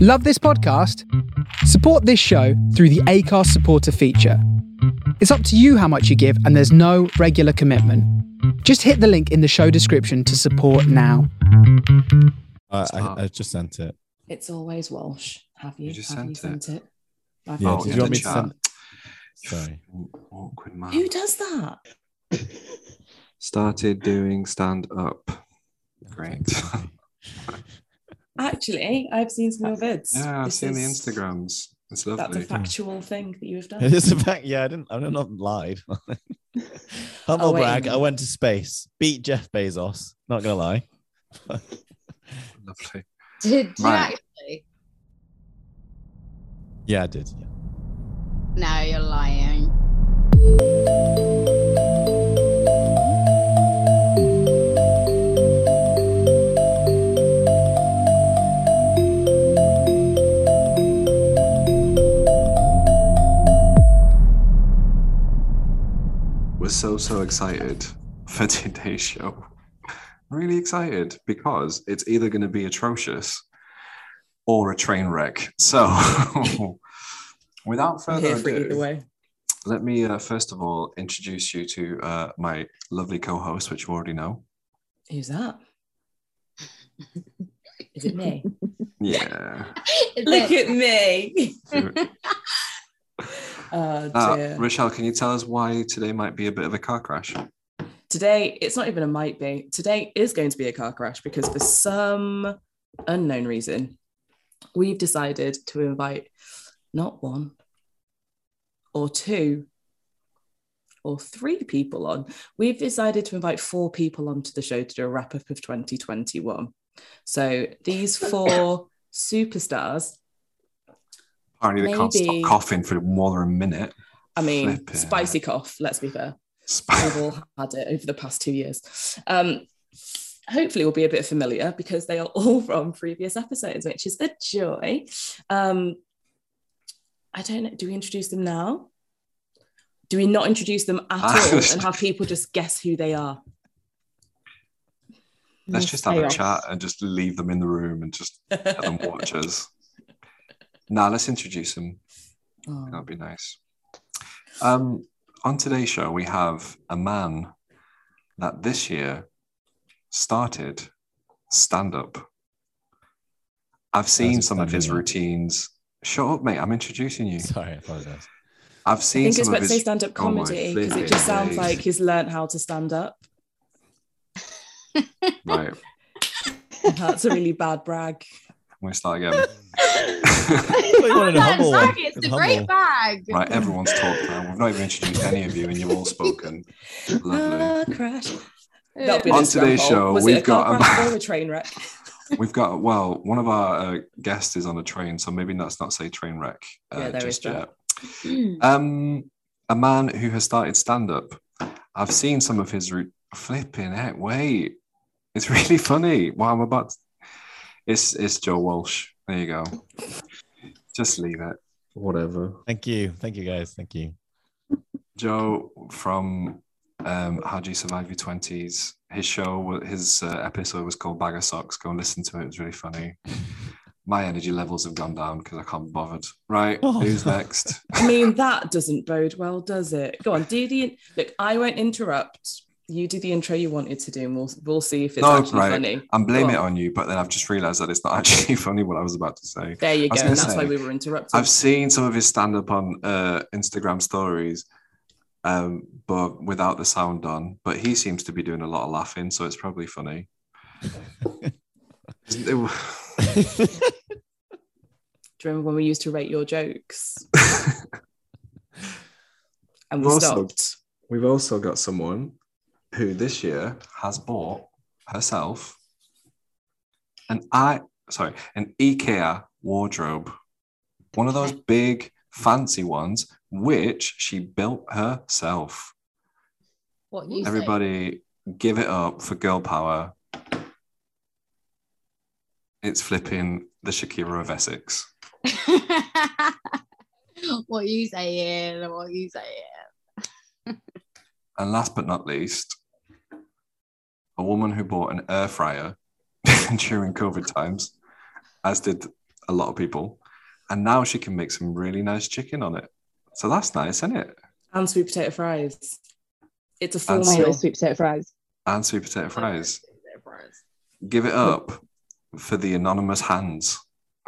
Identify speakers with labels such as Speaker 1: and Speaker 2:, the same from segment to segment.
Speaker 1: Love this podcast? Support this show through the ACARS supporter feature. It's up to you how much you give, and there's no regular commitment. Just hit the link in the show description to support now.
Speaker 2: I, I, I just sent it.
Speaker 3: It's always Walsh. Have you?
Speaker 4: You just
Speaker 3: Have you
Speaker 4: sent
Speaker 3: sent it? I've
Speaker 2: Yeah,
Speaker 3: got
Speaker 2: did
Speaker 3: it.
Speaker 2: you want me to
Speaker 4: Oh, chat.
Speaker 2: send-
Speaker 4: You
Speaker 2: Sorry.
Speaker 4: fucking Awkward man.
Speaker 3: Who does that?
Speaker 4: Started doing stand up. Great.
Speaker 3: Actually, I've seen some of your vids.
Speaker 4: Yeah, I've
Speaker 3: This
Speaker 4: seen the
Speaker 3: is-
Speaker 4: Instagrams. It's
Speaker 3: That's a
Speaker 4: lovely.
Speaker 3: factual thing that you have done.
Speaker 2: It is a fact. Yeah, I didn't. I'm not lied. Humble
Speaker 3: Oh, wait a
Speaker 2: brag. I
Speaker 3: minute.
Speaker 2: went to space. Beat Jeff Bezos. Not gonna lie.
Speaker 4: lovely.
Speaker 5: Did you
Speaker 4: Right.
Speaker 5: actually?
Speaker 2: Yeah, I did. Yeah.
Speaker 5: No, you're lying.
Speaker 4: We're so, so excited for today's show. Really excited because it's either going to be atrocious or a train wreck. So, without
Speaker 3: I'm
Speaker 4: further
Speaker 3: here for it
Speaker 4: ado,
Speaker 3: either way.
Speaker 4: let me uh, first of all introduce you to uh, my lovely co host, which you already know.
Speaker 3: Who's that? Is it me?
Speaker 4: Yeah.
Speaker 5: Is
Speaker 3: Look
Speaker 5: it-
Speaker 3: at me.
Speaker 4: Uh, Ah,
Speaker 3: Oh dear.
Speaker 4: Rochelle, Uh, can you tell us why today might be a bit of a car crash?
Speaker 3: Today, it's not even a might be. Today is going to be a car crash because for some unknown reason, we've decided to invite not one or two or three people on. We've decided to invite four people onto the show to do a wrap up of 2021. So these four superstars,
Speaker 4: Apparently, they can't stop
Speaker 3: Maybe.
Speaker 4: coughing for more than a minute.
Speaker 3: I mean,
Speaker 4: Flippin'
Speaker 3: spicy cough, let's be fair.
Speaker 4: Sp-
Speaker 3: we've all had it over the past two years. Um, hopefully, will be a bit familiar because they are all from previous episodes, which is a joy. Um, I don't know. Do we introduce them now? Do we not introduce them at all and have people just guess who they are?
Speaker 4: Let's just have
Speaker 5: chaos.
Speaker 4: a chat and just leave them in the room and just let
Speaker 3: Oh.
Speaker 4: them watch us. Now, let's introduce them.
Speaker 3: Oh,
Speaker 4: That'd be nice. Um, on today's show, we have a man that this year started stand up. I've seen
Speaker 2: it
Speaker 4: some of his
Speaker 2: standing up?
Speaker 4: routines. Shut up, mate. I'm introducing you.
Speaker 2: Sorry, I apologize.
Speaker 4: I've
Speaker 3: I
Speaker 4: seen
Speaker 3: think it's
Speaker 4: some
Speaker 3: about
Speaker 4: of
Speaker 3: to
Speaker 4: his
Speaker 3: say stand up
Speaker 4: Oh my
Speaker 3: comedy because it
Speaker 4: flipping
Speaker 3: just sounds
Speaker 4: days.
Speaker 3: like he's learnt how to stand up.
Speaker 4: Right,
Speaker 3: That's a really bad brag.
Speaker 4: we start again.
Speaker 2: you wanted a humble one.
Speaker 5: Sorry, It's
Speaker 2: It's
Speaker 5: the great
Speaker 2: humble.
Speaker 5: bag.
Speaker 4: right, everyone's talked now. We've not even introduced any of you, and you've all spoken. Lovely.
Speaker 3: Ah, crash.
Speaker 5: Ugh.
Speaker 3: That'll be
Speaker 4: On
Speaker 3: the
Speaker 4: today's
Speaker 3: scramble.
Speaker 4: show,
Speaker 3: Was it
Speaker 4: we've
Speaker 3: a car
Speaker 4: got a
Speaker 3: crash
Speaker 4: man-
Speaker 3: or a train wreck.
Speaker 4: We've got well, one of our uh, guests is on a train, so maybe let's not say train wreck uh,
Speaker 3: Yeah, there is
Speaker 4: just yet.
Speaker 3: that.
Speaker 5: Mm.
Speaker 4: Um, a man who has started stand up. I've seen some of his ru- flipping heck. Wait, it's really funny. Wow, I'm about. to- It's it's Joe Walsh. There you go. Just leave it. Whatever.
Speaker 2: Thank you. Thank you, guys. Thank you.
Speaker 4: Joe from um, How Do You Survive Your Twenties. His show, wa- his uh, episode was called Bag of Socks. Go and listen to it. It was really funny. My energy levels have gone down because I can't be bothered. Right,
Speaker 2: Oh.
Speaker 4: who's next?
Speaker 3: I mean, that doesn't bode well, does it? Go on, do the look. I won't interrupt. You do the intro you wanted to do, and we'll we'll see if it's
Speaker 4: No,
Speaker 3: actually
Speaker 4: Oh, right.
Speaker 3: funny.
Speaker 4: I'm blaming it
Speaker 3: Go
Speaker 4: on you, but then I've just realised that it's not actually funny what I was about to say.
Speaker 3: There you
Speaker 4: I
Speaker 3: go.
Speaker 4: was
Speaker 3: And
Speaker 4: gonna
Speaker 3: that's why
Speaker 4: say,
Speaker 3: we were interrupted.
Speaker 4: I've seen some of his stand up on uh, Instagram stories, um, but without the sound on. But he seems to be doing a lot of laughing, so it's probably funny. Isn't it-
Speaker 3: do you remember when we used to rate your jokes? and we
Speaker 4: Also-
Speaker 3: stopped.
Speaker 4: We've also got someone who this year has bought herself an I sorry, an IKEA wardrobe. One of those big fancy ones which she built herself.
Speaker 5: What you say.
Speaker 4: Everybody give it up for girl power. It's flipping the Shakira of Essex.
Speaker 5: what you saying? What you saying?
Speaker 4: And last but not least, a woman who bought an air fryer during COVID times, as did a lot of people. And now she can make some really nice chicken on it. So that's nice, isn't it?
Speaker 3: and sweet potato fries. It's a full
Speaker 4: And
Speaker 6: Oh,
Speaker 3: meal.
Speaker 6: those sweet potato fries.
Speaker 4: And sweet potato fries.
Speaker 5: Fries.
Speaker 4: Give it up for the anonymous hands.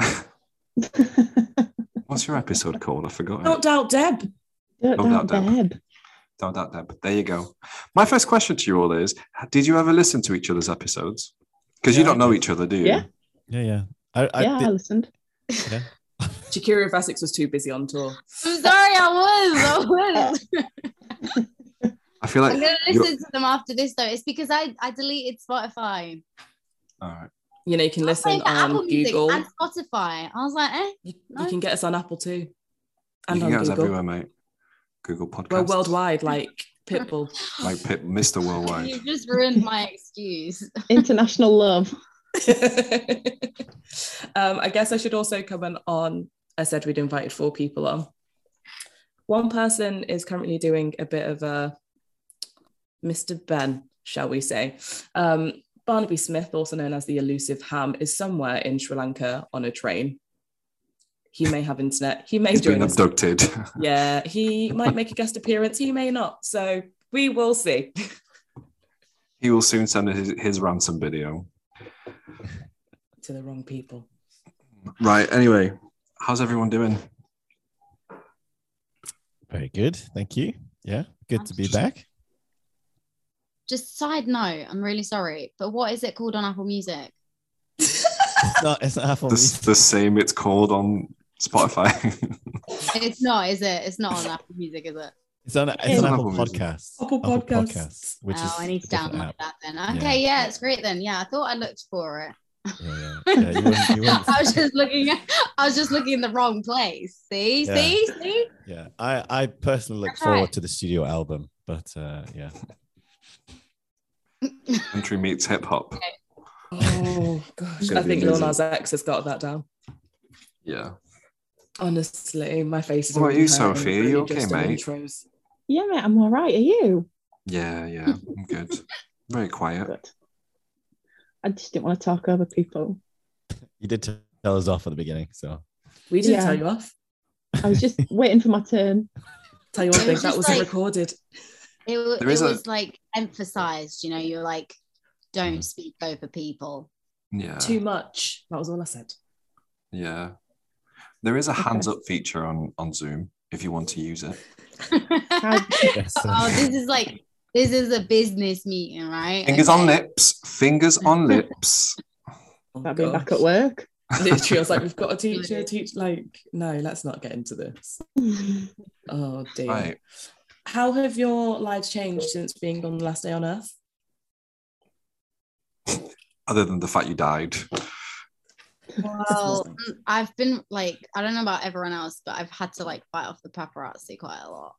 Speaker 4: What's your episode called? I forgot.
Speaker 3: Don't
Speaker 4: it.
Speaker 3: doubt Deb.
Speaker 6: Don't
Speaker 4: No
Speaker 6: doubt
Speaker 4: doubt,
Speaker 6: Deb.
Speaker 4: Don't doubt that. But there you go. My first question to you all is: Did you ever listen to each other's episodes? Because you
Speaker 2: Yeah, I
Speaker 4: don't know
Speaker 2: did.
Speaker 4: each other, do you?
Speaker 6: Yeah.
Speaker 2: Yeah, yeah. I, I
Speaker 6: yeah, I
Speaker 2: did-
Speaker 6: listened.
Speaker 3: Shakira of Essex was too busy on tour.
Speaker 5: I'm sorry, I was. I was.
Speaker 4: I feel like.
Speaker 5: I'm gonna
Speaker 4: you're-
Speaker 5: listen to them after this though. It's because I, I deleted Spotify.
Speaker 4: All right.
Speaker 3: You know, you can
Speaker 5: I
Speaker 3: listen
Speaker 5: played the Apple
Speaker 3: on
Speaker 5: Music
Speaker 3: Google.
Speaker 5: and Spotify. I was like, eh,
Speaker 3: You,
Speaker 5: No.
Speaker 3: you can get us on Apple too,
Speaker 4: You
Speaker 3: and
Speaker 4: can get
Speaker 3: on
Speaker 4: us
Speaker 3: Google.
Speaker 4: everywhere, mate. Google Podcasts.
Speaker 3: We're worldwide, like Pitbull.
Speaker 4: Like Pip, Mr.
Speaker 5: you
Speaker 4: Worldwide.
Speaker 5: just ruined my excuse.
Speaker 6: International love.
Speaker 3: um, I guess I should also comment on. I said we'd invited four people on. One person is currently doing a bit of a Mr. Ben, shall we say. Um, Barnaby Smith, also known as the elusive ham, is somewhere in Sri Lanka on a train. He may have internet. He may
Speaker 4: He's
Speaker 3: join
Speaker 4: been
Speaker 3: us.
Speaker 4: abducted.
Speaker 3: Yeah, he might make a guest appearance. He may not. So we will see.
Speaker 4: he will soon send us his, his ransom video.
Speaker 3: to the wrong people.
Speaker 4: Right. Anyway, how's everyone doing?
Speaker 2: Very good. Thank you. Yeah. Good to be
Speaker 4: Just-
Speaker 2: back.
Speaker 5: Just side note, I'm really sorry, but what is it called on Apple Music?
Speaker 2: No, it's not Apple
Speaker 4: The,
Speaker 2: Music.
Speaker 4: the same. It's called on Spotify.
Speaker 5: It's not, is it? It's not on Apple Music, is it?
Speaker 2: It's on, it's
Speaker 6: It's
Speaker 2: on
Speaker 4: on
Speaker 2: Apple
Speaker 4: Apple Music.
Speaker 2: Podcasts.
Speaker 3: Apple Podcasts.
Speaker 2: which
Speaker 5: oh,
Speaker 2: is
Speaker 5: I need
Speaker 2: a
Speaker 5: to
Speaker 2: different
Speaker 5: download
Speaker 2: app.
Speaker 5: that then. Okay, yeah. it's great then. Yeah, I thought I looked for it.
Speaker 2: Yeah, yeah. yeah you wouldn't, you wouldn't,
Speaker 5: I was just looking. At, I was just looking in the wrong place. See,
Speaker 2: Yeah.
Speaker 5: see, see.
Speaker 2: yeah. I, I personally look
Speaker 5: That's
Speaker 2: forward
Speaker 5: right.
Speaker 2: to the studio album, but uh, yeah.
Speaker 4: Country meets hip hop.
Speaker 3: Oh gosh,
Speaker 4: Gonna
Speaker 3: I
Speaker 4: be
Speaker 3: think Lil
Speaker 4: busy.
Speaker 3: Nas X has got that down.
Speaker 4: Yeah.
Speaker 3: Honestly, my face is.
Speaker 4: What about
Speaker 3: already
Speaker 4: you,
Speaker 3: hurting
Speaker 4: Sophie? Are
Speaker 3: really
Speaker 4: you okay,
Speaker 3: just on
Speaker 4: mate?
Speaker 3: intros.
Speaker 6: Yeah, mate, I'm all right. Are you?
Speaker 4: Yeah. Yeah. I'm good. Very quiet.
Speaker 6: Good. I just didn't want to talk over people.
Speaker 2: You did tell us off at the beginning, so
Speaker 3: We didn't
Speaker 6: Yeah.
Speaker 3: tell you off.
Speaker 6: I was just waiting for my turn.
Speaker 3: Tell you one
Speaker 5: It
Speaker 3: thing
Speaker 5: was
Speaker 3: that
Speaker 5: just
Speaker 3: wasn't
Speaker 5: like-
Speaker 3: recorded.
Speaker 5: It, wa-
Speaker 4: There
Speaker 5: it
Speaker 4: is a-
Speaker 5: was like emphasized. You know, you're like,
Speaker 2: Mm.
Speaker 5: don't speak over people.
Speaker 4: Yeah.
Speaker 3: Too much. That was all I said.
Speaker 4: Yeah. There is a
Speaker 6: Okay.
Speaker 4: hands up feature on on Zoom if you want to use it.
Speaker 2: Yes.
Speaker 5: oh, this is like this is a business meeting, right?
Speaker 4: Fingers on
Speaker 5: Okay.
Speaker 4: lips. Fingers on lips.
Speaker 3: Oh,
Speaker 6: About being back
Speaker 3: gosh.
Speaker 6: at work.
Speaker 3: Literally, I was like, we've got a teacher, teach. Like, no, let's not get into this. Oh dear.
Speaker 4: Right.
Speaker 3: How have your lives changed since being on the last day on Earth?
Speaker 4: Other than the fact you died.
Speaker 5: Well, mm, I've been like, I don't know about everyone else, but I've had to like fight off the paparazzi quite a lot.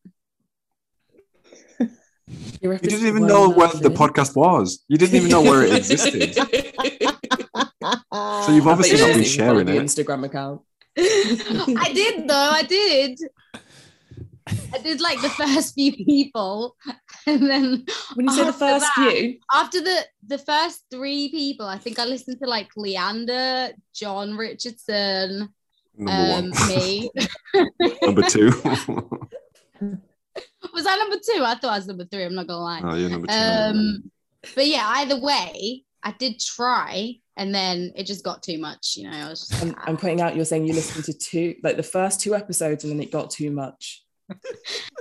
Speaker 4: You
Speaker 3: Your efforts
Speaker 4: didn't even
Speaker 3: were
Speaker 4: know where the
Speaker 3: nothing.
Speaker 4: podcast was. You didn't even know where it existed. So you've
Speaker 3: I
Speaker 4: obviously not been
Speaker 3: bet you didn't even follow
Speaker 4: sharing
Speaker 3: the
Speaker 4: it.
Speaker 3: Instagram account.
Speaker 5: I did though. I did. I did like the first few people, and then
Speaker 3: When you say the
Speaker 5: After
Speaker 3: first
Speaker 5: that-
Speaker 3: few,
Speaker 5: after the the first three people, I think I listened to like Leander, John Richardson,
Speaker 4: Number
Speaker 5: um,
Speaker 4: one.
Speaker 5: me.
Speaker 4: number two.
Speaker 5: Was I number two? I thought I was number three. I'm not gonna lie.
Speaker 4: oh, you're number two.
Speaker 5: Um, but yeah, either way, I did try, and then it just got too much. You know, I was just
Speaker 3: I'm,
Speaker 5: like,
Speaker 3: I'm putting out. You're saying you listened to two, like the first two episodes, and then it got too much.
Speaker 5: no,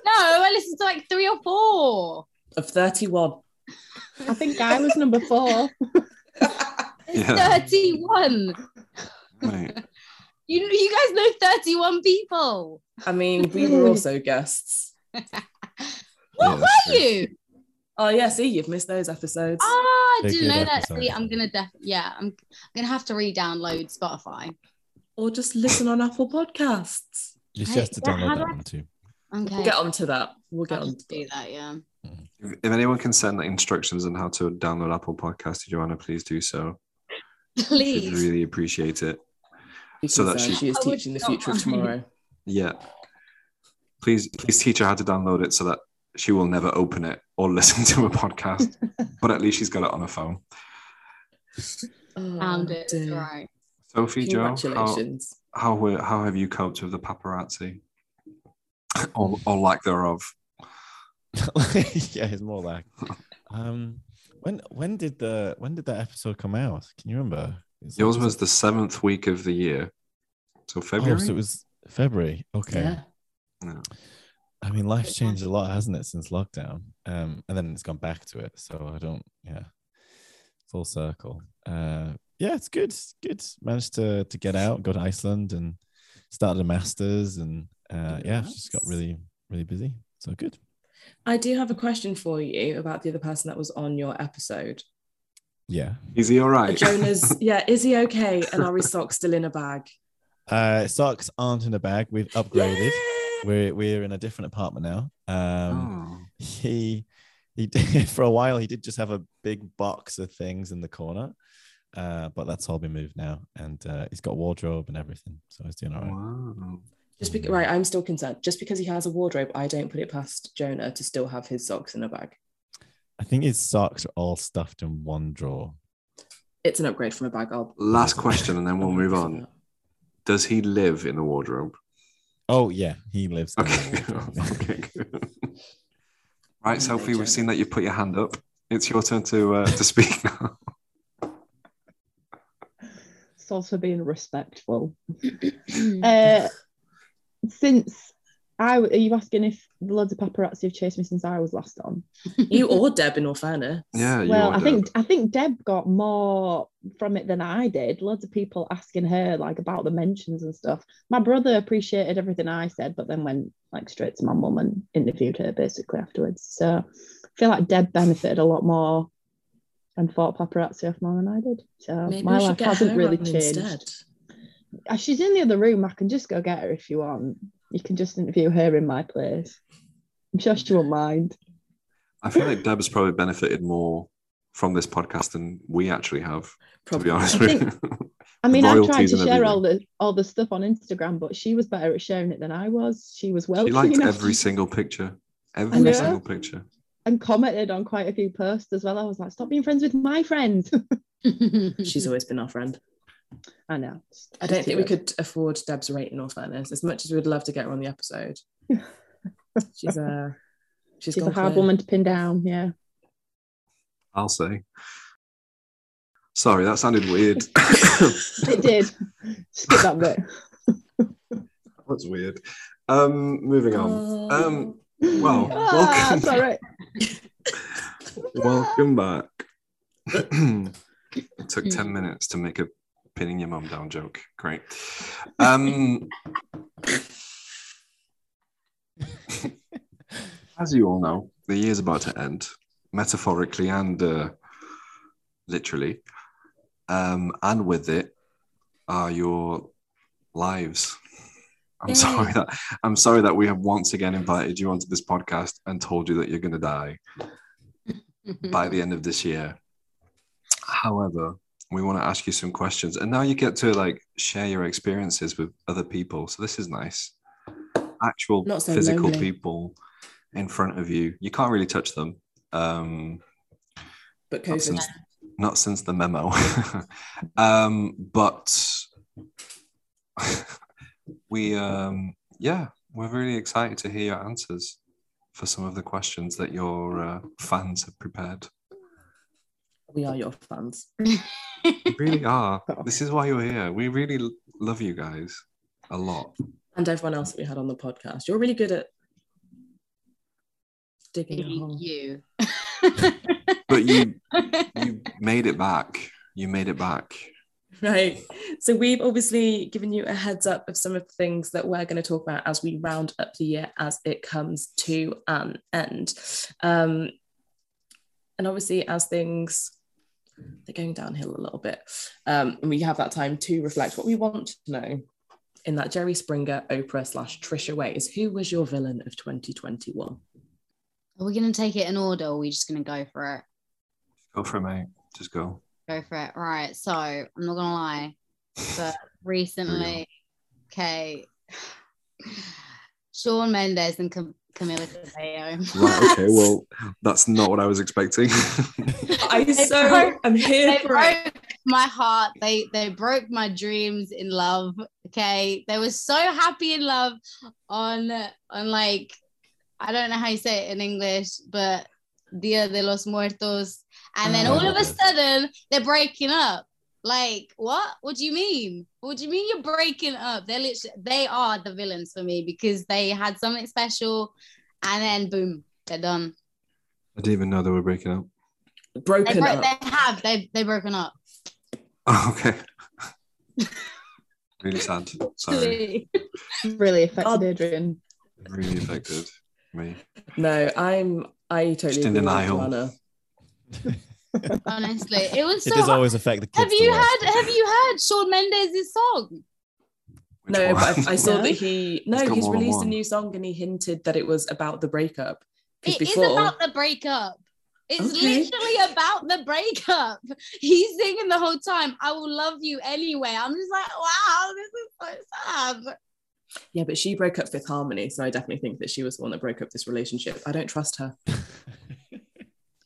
Speaker 5: I listened to like three or four.
Speaker 3: Of thirty-one,
Speaker 6: I think I was number four.
Speaker 4: Yeah.
Speaker 5: Thirty-one.
Speaker 4: Mate,
Speaker 5: You you guys know thirty-one people.
Speaker 3: I mean, we were also guests.
Speaker 4: Yeah,
Speaker 5: What
Speaker 4: that's
Speaker 5: were you?
Speaker 3: Oh yeah, see, you've missed those episodes.
Speaker 5: Ah, I
Speaker 2: They're
Speaker 5: didn't
Speaker 2: good
Speaker 5: know that.
Speaker 2: episodes.
Speaker 5: See, I'm gonna def- yeah, I'm, I'm gonna have to re-download Spotify.
Speaker 3: Or just listen on Apple Podcasts.
Speaker 2: it's
Speaker 5: Hey,
Speaker 2: just to
Speaker 5: yeah,
Speaker 2: download
Speaker 5: how do
Speaker 2: that
Speaker 5: I-
Speaker 2: one too.
Speaker 5: Okay,
Speaker 3: We'll get onto that. We'll get
Speaker 5: I'll
Speaker 3: on.
Speaker 5: just do that. Yeah.
Speaker 4: If if anyone can send the instructions on how to download Apple Podcast to Joanna, please do so. She'd
Speaker 5: Please.
Speaker 4: really appreciate it. So that she-
Speaker 3: she is
Speaker 5: I would
Speaker 3: teaching the
Speaker 5: not
Speaker 3: future of
Speaker 5: mind.
Speaker 3: tomorrow.
Speaker 4: Yeah. Please, please teach her how to download it so that she will never open it or listen to a podcast. but at least she's got it on her phone.
Speaker 3: Oh,
Speaker 5: Found it.
Speaker 3: dear.
Speaker 5: Right.
Speaker 4: Sophie Joe, how,
Speaker 3: Congratulations.
Speaker 4: how were- how have you coped with the paparazzi, or, or lack thereof?
Speaker 2: yeah, it's more like. Um, when when did the when did that episode come out? Can you remember? It's-
Speaker 4: Yours was the seventh week of the year, so February.
Speaker 2: Oh, so it was February. Okay.
Speaker 3: Yeah.
Speaker 2: I mean, life's changed a lot, hasn't it, since lockdown? Um, and then it's gone back to it. So I don't, yeah, full circle. Uh, yeah, it's good. it's Good. Managed to to get out, go to Iceland, and started a masters, and uh, yeah, just got
Speaker 3: Nice.
Speaker 2: really really busy. So good.
Speaker 3: I do have a question for you about the other person that was on your episode.
Speaker 2: Yeah.
Speaker 4: Is he all right?
Speaker 3: Jonah's, yeah, is he okay? And are his socks still in a bag?
Speaker 2: Uh, socks aren't in a bag. We've upgraded.
Speaker 3: Yeah.
Speaker 2: We're we're in a different apartment now. Um,
Speaker 4: Oh.
Speaker 2: he he did for a while he did just have a big box of things in the corner uh but that's all been moved now and uh he's got wardrobe and everything so he's doing all right
Speaker 4: Oh, Wow.
Speaker 3: Just because, right, I'm still concerned. Just because he has a wardrobe, I don't put it past Jonah to still have his socks in a bag.
Speaker 2: i think his socks are all stuffed in one drawer
Speaker 3: It's an upgrade from a bag. I'll
Speaker 4: Last question, and then we'll move on. Does he live in the wardrobe?
Speaker 2: oh yeah he lives in a
Speaker 4: Okay.
Speaker 2: wardrobe.
Speaker 4: okay. good. Right,
Speaker 3: Amazing.
Speaker 4: Sophie, we've seen that you put your hand up. It's your turn to uh, to speak now.
Speaker 6: It's also being respectful.
Speaker 5: Mm.
Speaker 6: Uh, since I, are you asking if loads of paparazzi have chased me since I was last on?
Speaker 3: You or Deb, in all fairness.
Speaker 4: Yeah.
Speaker 6: well,
Speaker 4: are
Speaker 6: I think
Speaker 4: dead.
Speaker 6: I think Deb got more from it than I did. Loads of people asking her like about the mentions and stuff. My brother appreciated everything I said, but then went like straight to my mum and interviewed her basically afterwards. So I feel like Deb benefited a lot more and fought paparazzi off more than I did. So
Speaker 3: Maybe
Speaker 6: my
Speaker 3: we should
Speaker 6: life
Speaker 3: get
Speaker 6: hasn't
Speaker 3: her
Speaker 6: really
Speaker 3: on
Speaker 6: changed.
Speaker 3: instead.
Speaker 6: Uh, She's in the other room. I can just go get her if you want. You can just interview her in my place. I'm sure she won't mind.
Speaker 4: I feel like Deb's probably benefited more from this podcast than we actually have. To be honest
Speaker 6: I
Speaker 4: with
Speaker 6: think-
Speaker 4: you.
Speaker 6: I mean, I tried
Speaker 4: Royalties
Speaker 6: to
Speaker 4: and
Speaker 6: share all the all the stuff on Instagram, but she was better at sharing it than I was. She was well
Speaker 4: She liked
Speaker 6: you know,
Speaker 4: every single picture. Every
Speaker 6: know.
Speaker 4: single picture.
Speaker 6: and commented on quite a few posts as well. I was like, stop being friends with my friends.
Speaker 3: She's always been our friend.
Speaker 6: I know.
Speaker 3: I don't think we could afford Deb's rate in all fairness, as much as we would love to get her on the episode. She's a she's,
Speaker 6: She's
Speaker 3: gone
Speaker 6: a hard
Speaker 3: clear.
Speaker 6: woman to pin down. Yeah.
Speaker 4: I'll say. Sorry, that sounded weird.
Speaker 6: It did. Skip that bit.
Speaker 4: That's weird. Um, moving on. Um, Well,
Speaker 6: Ah,
Speaker 4: welcome.
Speaker 6: it's all right.
Speaker 4: welcome back. it took ten minutes to make a pinning your mum down joke. Great. Um, as you all know, the year's about to end, metaphorically and uh, literally, um, and with it are your lives. I'm
Speaker 5: Yay.
Speaker 4: sorry that I'm sorry that we have once again invited you onto this podcast and told you that you're going to die by
Speaker 3: Mm-hmm.
Speaker 4: the end of this year. However, we want to ask you some questions, and now you get to like share your experiences with other people. So this is nice. Actual
Speaker 3: Not so
Speaker 4: physical
Speaker 3: lonely.
Speaker 4: people in front of you. You can't really touch them. Um,
Speaker 3: but
Speaker 4: not
Speaker 3: COVID.
Speaker 4: since, not since the memo. um, but we, um, yeah, we're really excited to hear your answers for some of the questions that your uh, fans have prepared.
Speaker 3: We are your fans.
Speaker 4: We really are. This is why you're here. We really l- love you guys a lot.
Speaker 3: And everyone else that we had on the podcast. You're really good at digging a hole.
Speaker 5: you.
Speaker 4: But you, you made it back. You made it back.
Speaker 3: Right. So we've obviously given you a heads up of some of the things that we're going to talk about as we round up the year as it comes to an end. Um, and obviously, as things they're going downhill a little bit, um, and we have that time to reflect what we want to know. In that Jerry Springer, Oprah slash Trisha way is who was your villain of 2021?
Speaker 5: Are we going to take it in order or are we just going to go for it?
Speaker 4: Go for it, mate. Just go.
Speaker 5: Go for it. Right. So I'm not going to lie, but recently, okay, Sean Mendes and Cam- Camila Cabello.
Speaker 4: Right. Okay. Well, that's not what I was expecting.
Speaker 3: I
Speaker 5: They
Speaker 3: so
Speaker 5: broke-
Speaker 3: I'm here
Speaker 5: they
Speaker 3: for it.
Speaker 5: broke my heart. They they broke my dreams in love. Okay, they were so happy in love on on like I don't know how you say it in English, but Dia de los Muertos. And then
Speaker 2: Oh.
Speaker 5: all of a sudden they're breaking up. Like what? What do you mean? What do you mean you're breaking up? They're literally they are the villains for me because they had something special, and then boom, they're done.
Speaker 4: I didn't even know they were breaking up.
Speaker 5: They,
Speaker 3: Broken
Speaker 5: bro-
Speaker 3: up.
Speaker 5: they have they they broken up.
Speaker 4: Oh, okay. really sad. Sorry.
Speaker 6: Really affected
Speaker 3: Oh.
Speaker 6: Adrian.
Speaker 4: Really affected me.
Speaker 3: No, I'm. I
Speaker 4: Just
Speaker 3: totally
Speaker 4: in
Speaker 3: agree with
Speaker 4: denial.
Speaker 3: Joanna.
Speaker 5: Honestly, it was
Speaker 2: it
Speaker 5: so.
Speaker 2: does always affect the kids.
Speaker 5: have
Speaker 2: the
Speaker 5: you
Speaker 2: worst.
Speaker 5: heard? Have you heard Sean Mendes' song?
Speaker 4: Which
Speaker 3: No,
Speaker 4: one?
Speaker 3: but I, I saw
Speaker 6: No.
Speaker 3: that he.
Speaker 4: He's
Speaker 3: No,
Speaker 4: got
Speaker 3: he's
Speaker 4: more than
Speaker 3: released a
Speaker 4: one.
Speaker 3: new song and he hinted that it was about the breakup.
Speaker 5: It is
Speaker 3: Because before,
Speaker 5: about the breakup. It's
Speaker 3: Okay.
Speaker 5: literally about the breakup. He's singing the whole time. I will love you anyway. I'm just like, wow, this is so sad.
Speaker 3: yeah, but she broke up Fifth Harmony, so I definitely think that she was the one that broke up this relationship. I don't trust her.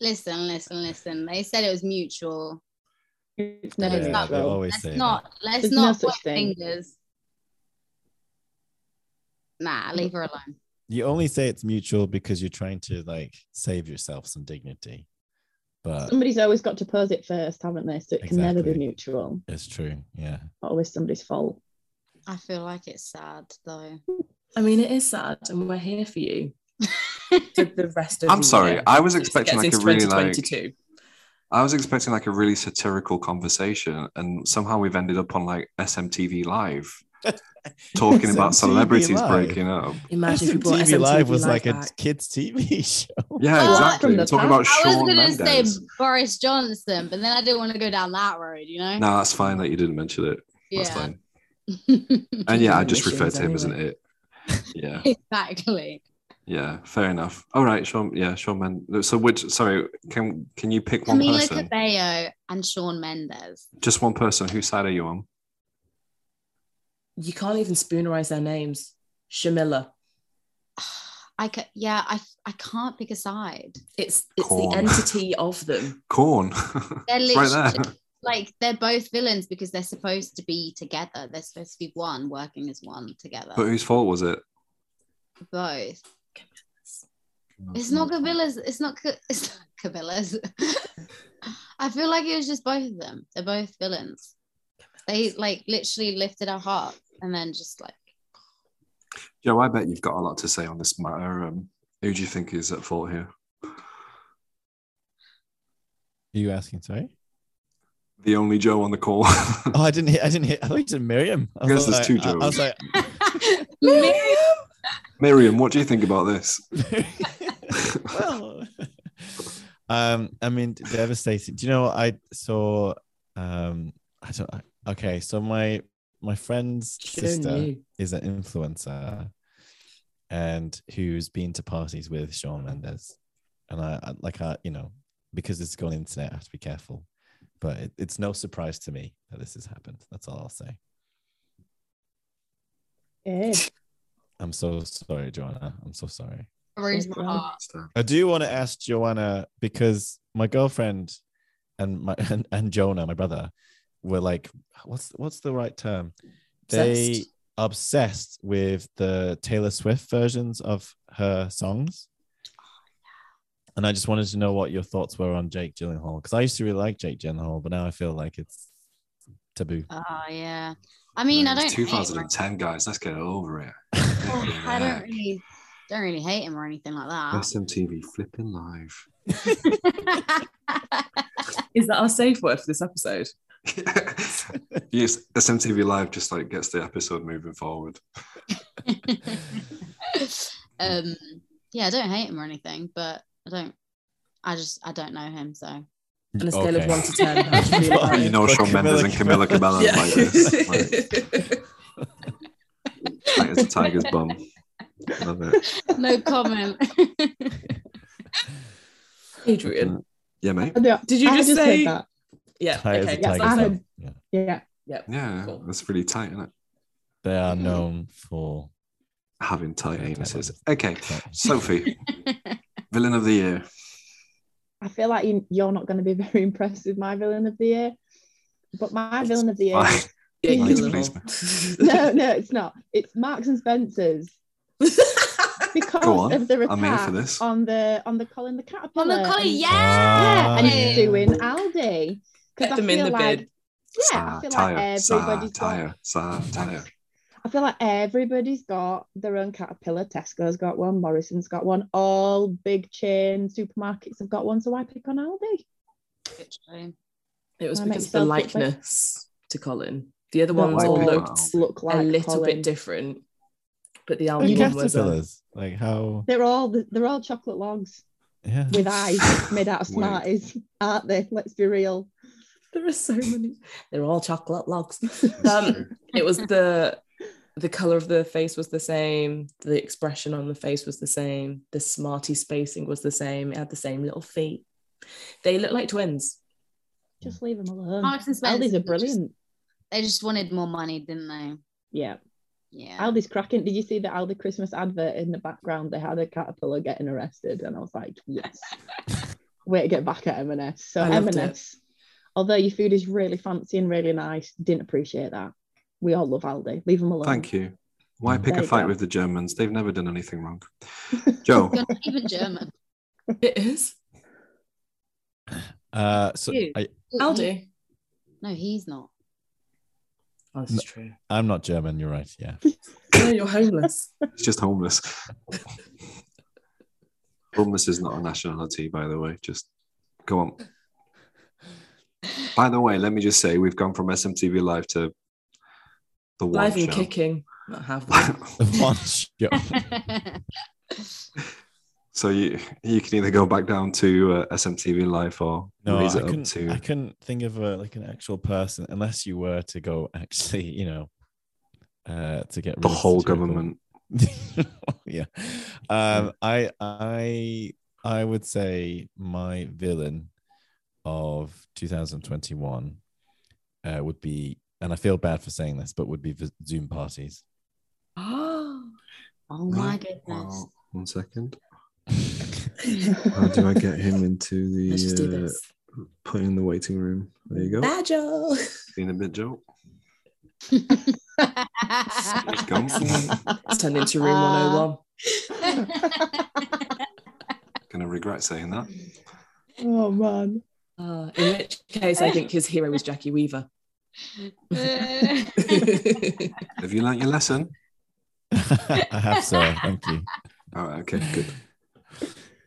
Speaker 5: Listen, listen, listen. They said it was mutual.
Speaker 6: It's never
Speaker 5: Yeah,
Speaker 2: they
Speaker 6: neutral.
Speaker 2: always
Speaker 5: Let's
Speaker 2: say that.
Speaker 5: not. Let's
Speaker 6: There's no
Speaker 5: not
Speaker 6: such
Speaker 5: point
Speaker 6: thing.
Speaker 5: fingers. Nah, leave her alone.
Speaker 2: You only say it's mutual because you're trying to like save yourself some dignity, but
Speaker 5: Mm.
Speaker 6: Somebody's always got to pose it first, haven't they? So it can never be
Speaker 2: Exactly.
Speaker 6: neutral.
Speaker 2: it's true. Yeah.
Speaker 6: Always somebody's fault.
Speaker 5: I feel like it's sad though.
Speaker 3: I mean, it is sad, and we're here for you for the rest of.
Speaker 4: I'm
Speaker 3: the
Speaker 4: sorry.
Speaker 3: year.
Speaker 4: I was
Speaker 3: It gets
Speaker 4: expecting like a
Speaker 3: into
Speaker 4: really like
Speaker 3: 2022.
Speaker 4: I was expecting like a really satirical conversation, and somehow we've ended up on like SMTV Live talking about
Speaker 2: SMTV
Speaker 4: celebrities
Speaker 2: Live.
Speaker 4: breaking up.
Speaker 3: Imagine if we brought
Speaker 2: TV Live was like
Speaker 3: back.
Speaker 2: a kids' TV show.
Speaker 4: Yeah,
Speaker 5: Well,
Speaker 4: exactly. We're
Speaker 6: from the
Speaker 4: talking about
Speaker 6: past-
Speaker 5: I was
Speaker 4: Sean
Speaker 5: gonna
Speaker 4: Mendes.
Speaker 5: say Boris Johnson, but then I didn't want to go down that road, you know?
Speaker 4: No, that's fine that you didn't mention it. That's
Speaker 5: yeah.
Speaker 4: fine. And yeah, I
Speaker 3: Keeping
Speaker 4: just referred to him as an
Speaker 3: anyway.
Speaker 4: it. Yeah,
Speaker 5: exactly.
Speaker 4: yeah, fair enough. All right, Sean. Yeah, Sean Mendes. So which? Sorry, can can you pick one
Speaker 5: Camila
Speaker 4: person?
Speaker 5: Cabello and Sean Mendes.
Speaker 4: Just one person. Whose side are you on?
Speaker 3: You can't even spoonerize their names. Shamilla.
Speaker 5: I ca- yeah, I I can't pick a side.
Speaker 3: It's it's
Speaker 4: Corn.
Speaker 3: the entity of them.
Speaker 4: Corn.
Speaker 5: They're
Speaker 4: It's right
Speaker 5: literally
Speaker 4: there.
Speaker 5: like they're both villains because they're supposed to be together. They're supposed to be one, working as one together.
Speaker 4: But whose fault was it?
Speaker 5: both. It's not Cabilla's. It's not. Ca- It's not Cabilla's. I feel like it was just both of them. They're both villains. They like literally lifted our heart and then just like
Speaker 4: Joe, I bet you've got a lot to say on this matter. Um, who do you think is at fault here?
Speaker 2: Are you asking? Sorry.
Speaker 4: The only Joe on the call.
Speaker 2: Oh, I didn't hear. I didn't hear. I thought you said Miriam. I
Speaker 4: I guess
Speaker 2: was
Speaker 4: there's
Speaker 2: like-
Speaker 4: two
Speaker 2: I, I was like,
Speaker 4: Miriam, what do you think about this?
Speaker 2: well, um, I mean, devastating. Do you know I saw? Um, I don't. I- Okay, so my my friend's
Speaker 3: Shouldn't
Speaker 2: sister
Speaker 3: you?
Speaker 2: is an influencer, and who's been to parties with Sean Mendes, and I, I like I you know because it's gone internet, I have to be careful. But it, it's no surprise to me that this has happened. That's all I'll say.
Speaker 6: Yeah.
Speaker 2: I'm so sorry, Joanna. I'm so sorry.
Speaker 5: bruised my
Speaker 6: Everyone.
Speaker 5: heart.
Speaker 2: I do want to ask Joanna because my girlfriend and my and, and Jonah, my brother, were like, what's what's the right term? They
Speaker 3: Obsessed.
Speaker 2: obsessed with the Taylor Swift versions of her songs.
Speaker 3: Oh,
Speaker 2: And I just wanted to know what your thoughts were on Jake Gyllenhaal because I used to really like Jake Gyllenhaal, but now I feel like it's taboo.
Speaker 5: Oh yeah. I mean, I don't. hate him.
Speaker 4: 2010, guys. Let's get over it.
Speaker 5: Oh, I don't really don't really hate him or anything like that.
Speaker 4: SMTV flipping live.
Speaker 3: Is that our safe word for this episode?
Speaker 4: yes, SMTV live just like gets the episode moving forward.
Speaker 5: um, yeah, I don't hate him or anything, but I don't. I just I don't know him, so
Speaker 3: On a scale
Speaker 2: Okay.
Speaker 3: of one to ten, how do you feel about
Speaker 4: You
Speaker 3: him?
Speaker 4: know
Speaker 2: But
Speaker 4: Shawn Mendes and Camilla Cabello
Speaker 3: Yeah.
Speaker 4: like this. Like, tight as a tiger's bum. Love it.
Speaker 5: no comment.
Speaker 3: Adrian.
Speaker 4: Yeah, mate.
Speaker 6: Yeah,
Speaker 3: Did you
Speaker 6: I
Speaker 3: just say-
Speaker 6: heard Mm. that?
Speaker 3: Yeah.
Speaker 2: Tight as a
Speaker 3: okay.
Speaker 2: tiger's
Speaker 3: Yes, that's
Speaker 6: I-
Speaker 3: it.
Speaker 2: bum. Yeah.
Speaker 6: Yeah.
Speaker 3: Yeah.
Speaker 4: Yeah,
Speaker 3: Cool.
Speaker 4: that's pretty tight, isn't it?
Speaker 2: They are known for
Speaker 4: Having tight
Speaker 2: Yeah, tight
Speaker 4: anuses.
Speaker 2: ones.
Speaker 4: Okay, Sophie, villain of the year.
Speaker 6: I feel like you, you're not going to be very impressed with my villain of the year. But my villain of the year.
Speaker 4: Why?
Speaker 6: is-
Speaker 4: Mine's
Speaker 3: Ridiculous.
Speaker 6: no, no, it's not. It's Marks and Spencers because
Speaker 4: Go on.
Speaker 6: of the attack
Speaker 4: I'm here for this.
Speaker 6: on the on the Colin the caterpillar.
Speaker 5: On the collar,
Speaker 6: and-
Speaker 5: yeah.
Speaker 2: Ah.
Speaker 6: and it's
Speaker 2: Yeah.
Speaker 6: doing Aldi. Because I
Speaker 3: Get them
Speaker 6: feel
Speaker 3: in the
Speaker 6: like,
Speaker 3: bid.
Speaker 6: yeah, I feel like
Speaker 4: Satire,
Speaker 6: everybody's got,
Speaker 4: satire, satire.
Speaker 6: I feel like everybody's got their own caterpillar. Tesco's got one, Morrison's got one, all big chain supermarkets have got one. So I pick on Aldi.
Speaker 5: Literally.
Speaker 3: It was
Speaker 6: I
Speaker 3: because
Speaker 6: make
Speaker 3: of the
Speaker 6: myself look like-
Speaker 3: likeness to Colin. The other
Speaker 6: They're
Speaker 3: ones all
Speaker 6: all
Speaker 3: looked
Speaker 6: Look like
Speaker 3: a little
Speaker 6: Colin.
Speaker 3: bit different, but the
Speaker 2: Are
Speaker 3: album
Speaker 2: you
Speaker 3: one was uh, a,
Speaker 2: caterpillars? Like how?
Speaker 6: They're all they're all chocolate logs
Speaker 2: Yeah.
Speaker 6: with eyes made out of
Speaker 4: Wait.
Speaker 6: smarties, aren't they? Let's be real.
Speaker 3: there are so many. They're all chocolate logs. Um, it was the the color of the face was the same. The expression on the face was the same. The smarty spacing was the same. It had the same little feet. They look like twins.
Speaker 6: Just leave them alone.
Speaker 3: Oh,
Speaker 5: Marks and
Speaker 6: Aldi's
Speaker 5: Spencer's
Speaker 6: are
Speaker 5: just-
Speaker 6: brilliant.
Speaker 5: They just wanted more money, didn't they?
Speaker 6: Yeah.
Speaker 5: Yeah.
Speaker 6: Aldi's cracking. Did you see the Aldi Christmas advert in the background? They had a caterpillar getting arrested, and I was like, yes, way to get back at M&S. So
Speaker 3: I loved
Speaker 6: M&S, although your food is really fancy and really nice, didn't appreciate that. We all love Aldi. Leave them alone.
Speaker 4: Thank you. Why pick
Speaker 6: There
Speaker 4: a
Speaker 6: you
Speaker 4: fight
Speaker 6: go.
Speaker 4: with the Germans? They've never done anything wrong. Joe,
Speaker 5: You're not even German.
Speaker 3: It is
Speaker 2: Uh, so
Speaker 5: You.
Speaker 2: I,
Speaker 3: Aldi.
Speaker 5: Mm-hmm. No, he's not.
Speaker 3: Oh,
Speaker 2: No.
Speaker 3: that's true.
Speaker 2: I'm not German. You're right. Yeah.
Speaker 3: No, you're homeless.
Speaker 4: it's just homeless. homeless is not a nationality, by the way. Just go on. By the way, let me just say we've gone from SMTV Live to the one
Speaker 3: Live and
Speaker 4: show.
Speaker 3: kicking. Not have one.
Speaker 2: One shot.
Speaker 4: so you you can either go back down to uh, SMTV Live or
Speaker 2: No, I
Speaker 4: raise it up
Speaker 2: couldn't,
Speaker 4: to
Speaker 2: I couldn't think of a, like an actual person unless you were to go actually, you know, uh, to get rid
Speaker 4: the
Speaker 2: of
Speaker 4: whole
Speaker 2: satirical-
Speaker 4: government.
Speaker 2: yeah. Um, I I I would say my villain of 2021 uh, would be, and I feel bad for saying this, but would be vi- Zoom parties.
Speaker 3: Oh,
Speaker 5: oh my
Speaker 4: Right,
Speaker 5: goodness.
Speaker 4: well, one second. How
Speaker 6: you.
Speaker 4: do I get him into
Speaker 3: let's just do
Speaker 4: the
Speaker 3: this.
Speaker 4: uh, put in the waiting room? There you go.
Speaker 3: Nigel.
Speaker 4: Seen a bit, Joe. He's
Speaker 5: That's
Speaker 4: gone.
Speaker 3: It's turned into room
Speaker 5: Ah.
Speaker 3: 101.
Speaker 4: Gonna regret saying that.
Speaker 6: oh man.
Speaker 3: Uh, in which case, I think his hero is Jackie Weaver.
Speaker 4: Have you learnt your lesson?
Speaker 2: I have, sir. Thank you.
Speaker 4: All right. Okay. Good.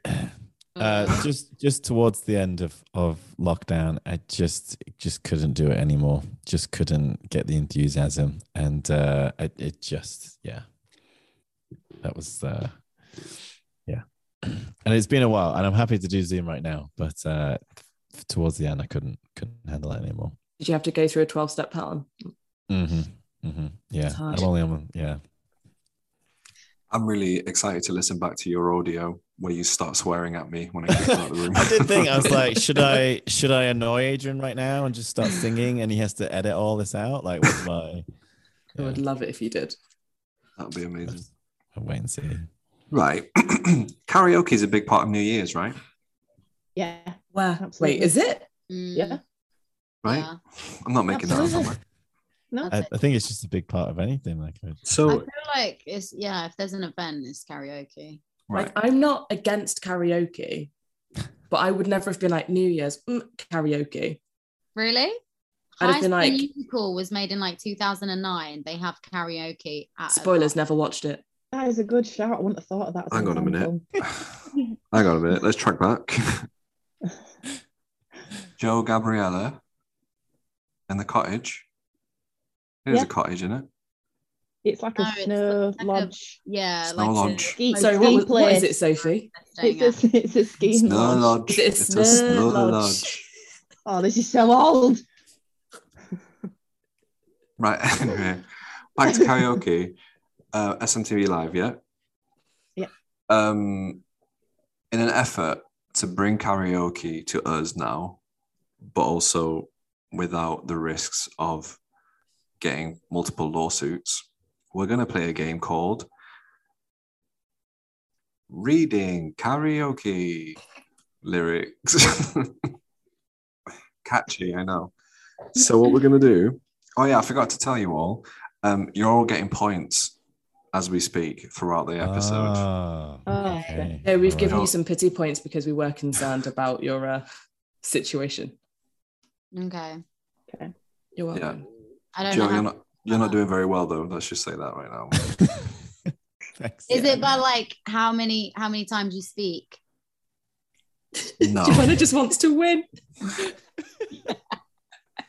Speaker 2: Uh, just just towards the end of of lockdown, I just just couldn't do it anymore. Just couldn't get the enthusiasm, and uh, it, it just yeah, that was uh, yeah. And it's been a while, and I'm happy to do Zoom right now, but uh, f- towards the end, I couldn't couldn't handle it anymore.
Speaker 3: Did you have to go through a 12 step pattern?
Speaker 2: hmm hmm Yeah,
Speaker 3: It's hard.
Speaker 2: I'm only on yeah.
Speaker 4: I'm really excited to listen back to your audio where you start swearing at me when I get out of the room.
Speaker 2: I did think I was like, should I should I annoy Adrian right now and just start singing, and he has to edit all this out? Like, what's my
Speaker 3: I would love it if you did.
Speaker 4: That'd be amazing.
Speaker 2: I'll wait and see.
Speaker 4: Right. Karaoke is a big part of New Year's, right?
Speaker 6: Yeah.
Speaker 3: Where?
Speaker 6: Absolutely.
Speaker 3: Wait, is it?
Speaker 5: Mm,
Speaker 3: Mm.
Speaker 6: Yeah.
Speaker 4: Right.
Speaker 5: Yeah.
Speaker 4: I'm not making that up. am I?
Speaker 6: No.
Speaker 2: I, I think it's just a big part of anything. Like, I-
Speaker 5: I
Speaker 4: So
Speaker 5: feel like it's yeah. If there's an event, it's karaoke.
Speaker 4: right.
Speaker 3: Like, I'm not against karaoke, but I would never have been like New Year's mm, karaoke.
Speaker 5: Really?
Speaker 3: I'd have
Speaker 5: High
Speaker 3: been
Speaker 5: School
Speaker 3: like-
Speaker 5: Musical was made in like 2009. They have karaoke. At a
Speaker 3: Spoilers,
Speaker 5: bar.
Speaker 3: never watched it.
Speaker 6: That is a good shout. I wouldn't have thought of that. as
Speaker 4: Hang on a minute.
Speaker 6: example.
Speaker 4: Hang on a minute. Let's track back. Joe Gabriella in the cottage. It is
Speaker 6: Yeah.
Speaker 4: a cottage, isn't it?
Speaker 6: It's like a
Speaker 5: No, it's
Speaker 6: snow
Speaker 5: like a-
Speaker 6: lodge.
Speaker 5: Yeah.
Speaker 4: Snow
Speaker 5: like
Speaker 4: lodge.
Speaker 6: Ski,
Speaker 3: Sorry,
Speaker 6: ski
Speaker 3: what, was, what
Speaker 6: place.
Speaker 3: is it, Sophie?
Speaker 6: It's a, it's a skiing
Speaker 4: Snow
Speaker 6: lodge.
Speaker 4: lodge.
Speaker 3: Is it a
Speaker 4: it's
Speaker 3: snow
Speaker 4: a snow
Speaker 3: lodge?
Speaker 4: lodge.
Speaker 6: Oh, this is so old.
Speaker 4: Right. Anyway, back to karaoke. Uh, SMTV Live, yeah?
Speaker 6: Yeah.
Speaker 4: Um, in an effort to bring karaoke to us now, but also without the risks of getting multiple lawsuits, we're going to play a game called Reading Karaoke Lyrics. Catchy, I know. So what we're gonna do? Oh yeah, I forgot to tell you all. Um, you're all getting points as we speak throughout the episode.
Speaker 2: Ah,
Speaker 6: Oh,
Speaker 2: okay.
Speaker 3: No, we've
Speaker 2: All
Speaker 3: given
Speaker 2: right.
Speaker 3: you some pity points because we were concerned about your uh, situation.
Speaker 5: Okay.
Speaker 3: You're welcome.
Speaker 5: I don't
Speaker 4: Jill,
Speaker 5: know.
Speaker 4: you're
Speaker 5: how-
Speaker 4: not you're not doing very well though. Let's just say that right now.
Speaker 2: Thanks.
Speaker 5: Is it by like how many how many times you speak?
Speaker 4: No.
Speaker 3: Joanna just wants to win.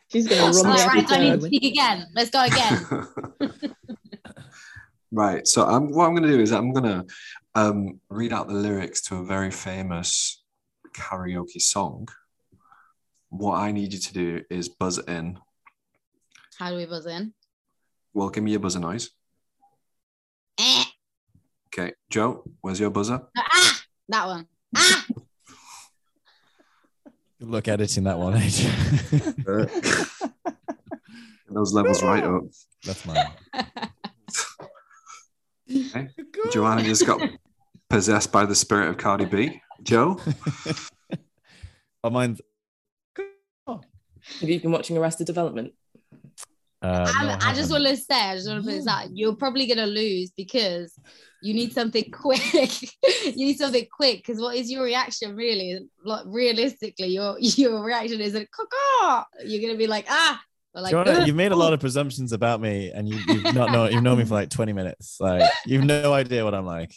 Speaker 6: She's gonna
Speaker 5: I'm
Speaker 6: run
Speaker 5: like, right,
Speaker 6: the
Speaker 5: I need to
Speaker 6: episode.
Speaker 5: speak again. Let's go again.
Speaker 4: right. So I'm what I'm gonna do is I'm gonna um, read out the lyrics to a very famous karaoke song. What I need you to do is buzz in.
Speaker 5: How do we buzz in?
Speaker 4: Well, give me your buzzer noise.
Speaker 5: Eh.
Speaker 4: Okay, Joe, where's your buzzer?
Speaker 5: No, ah, that one. Ah,
Speaker 2: Good luck editing that one, AJ.
Speaker 4: Those levels right up.
Speaker 2: That's mine.
Speaker 4: Joanna just got possessed by the spirit of Cardi B. Joe,
Speaker 2: oh, mine's.
Speaker 3: Have you been watching Arrested Development?
Speaker 2: Uh, no,
Speaker 5: I, I just
Speaker 2: haven't.
Speaker 5: want to say, I just want to put this out. You're probably gonna lose because you need something quick. you need something quick because what is your reaction really? Like realistically, your your reaction is like caw You're gonna be like ah, or like
Speaker 2: Joanna,
Speaker 5: "Ugh."
Speaker 2: you've made a lot of presumptions about me, and you, you've not know you've known me for like twenty minutes. Like you've no idea what I'm like.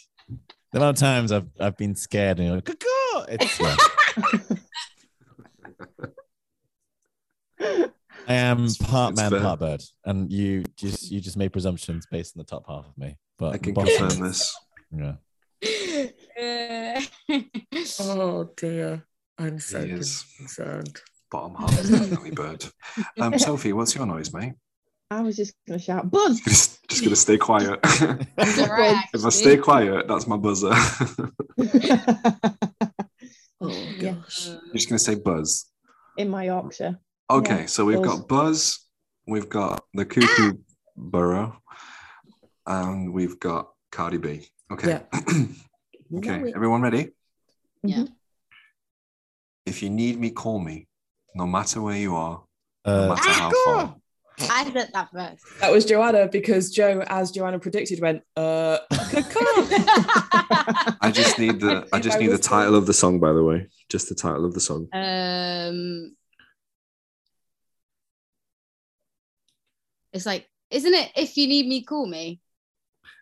Speaker 2: The amount of times I've I've been scared and you're like, "Caw-caw." it's, yeah. I am
Speaker 4: It's-
Speaker 2: part
Speaker 4: it's
Speaker 2: man,
Speaker 4: fair.
Speaker 2: part bird, and you just you just made presumptions based on the top half of me. But
Speaker 4: I can
Speaker 2: bottom-
Speaker 4: confirm this.
Speaker 2: Yeah.
Speaker 5: Uh,
Speaker 3: Oh dear. I'm
Speaker 4: so He is.
Speaker 3: concerned.
Speaker 4: Bottom half is definitely bird. Um, Sophie, what's your noise, mate?
Speaker 6: I was just gonna shout buzz.
Speaker 4: Just, just gonna stay quiet.
Speaker 5: it's all
Speaker 4: if
Speaker 5: right,
Speaker 4: I
Speaker 5: actually.
Speaker 4: stay quiet, that's my buzzer.
Speaker 3: Oh
Speaker 6: Yeah.
Speaker 3: gosh.
Speaker 5: Uh,
Speaker 4: I'm just gonna say buzz.
Speaker 6: In my Yorkshire.
Speaker 4: Okay,
Speaker 6: Yeah,
Speaker 4: so we've
Speaker 6: buzz.
Speaker 4: got buzz, we've got the cuckoo burrow, and we've got Cardi B. Okay. okay, everyone ready?
Speaker 5: Yeah.
Speaker 4: If you need me, call me. No matter where you are, no
Speaker 2: Uh,
Speaker 4: matter how far.
Speaker 5: I said that first.
Speaker 3: That was Joanna because Joe, as Joanna predicted, went, uh, caw-caw.
Speaker 4: I just need the I just need the title of the song, by the way. Just the title of the song.
Speaker 5: um, it's like, isn't it? If you need me, call me.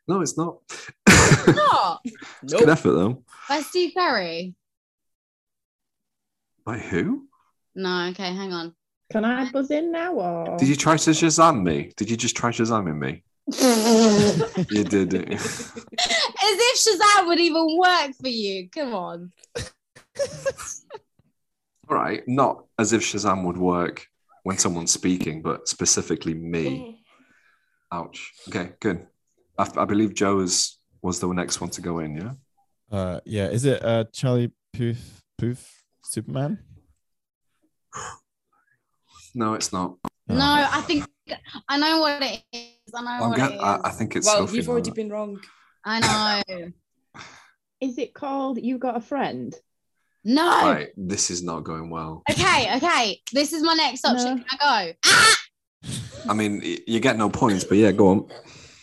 Speaker 4: No, it's not.
Speaker 5: Not
Speaker 4: It's good effort though.
Speaker 5: by Steve Perry.
Speaker 4: By who?
Speaker 5: No, okay, hang on.
Speaker 6: Can I buzz in now or
Speaker 3: Um,
Speaker 4: Did you try to Shazam me? Did you just try Shazamming me?
Speaker 5: As
Speaker 4: You did. didn't you?
Speaker 5: if Shazam would even work for you. Come on.
Speaker 4: All right, not as if Shazam would work when someone's speaking, but specifically me. Ouch. Okay, good. I, I believe Joe is was the next one to go in. Yeah.
Speaker 2: uh, yeah, is it uh, Charlie Poof Poof Superman?
Speaker 4: No, it's not.
Speaker 2: Oh.
Speaker 5: No, I think I know what it is. I know
Speaker 4: I'm
Speaker 5: what
Speaker 4: get,
Speaker 5: it is.
Speaker 4: I, I think it's.
Speaker 3: well,
Speaker 4: Sophie
Speaker 3: you've already
Speaker 4: now.
Speaker 3: been wrong.
Speaker 5: I know.
Speaker 6: is it called You Got a Friend?
Speaker 5: No.
Speaker 4: Right, this is not going well.
Speaker 5: Okay, okay. This is my next option.
Speaker 6: No.
Speaker 5: Can I go? Ah!
Speaker 4: I mean, y- you get no points, but yeah, go on.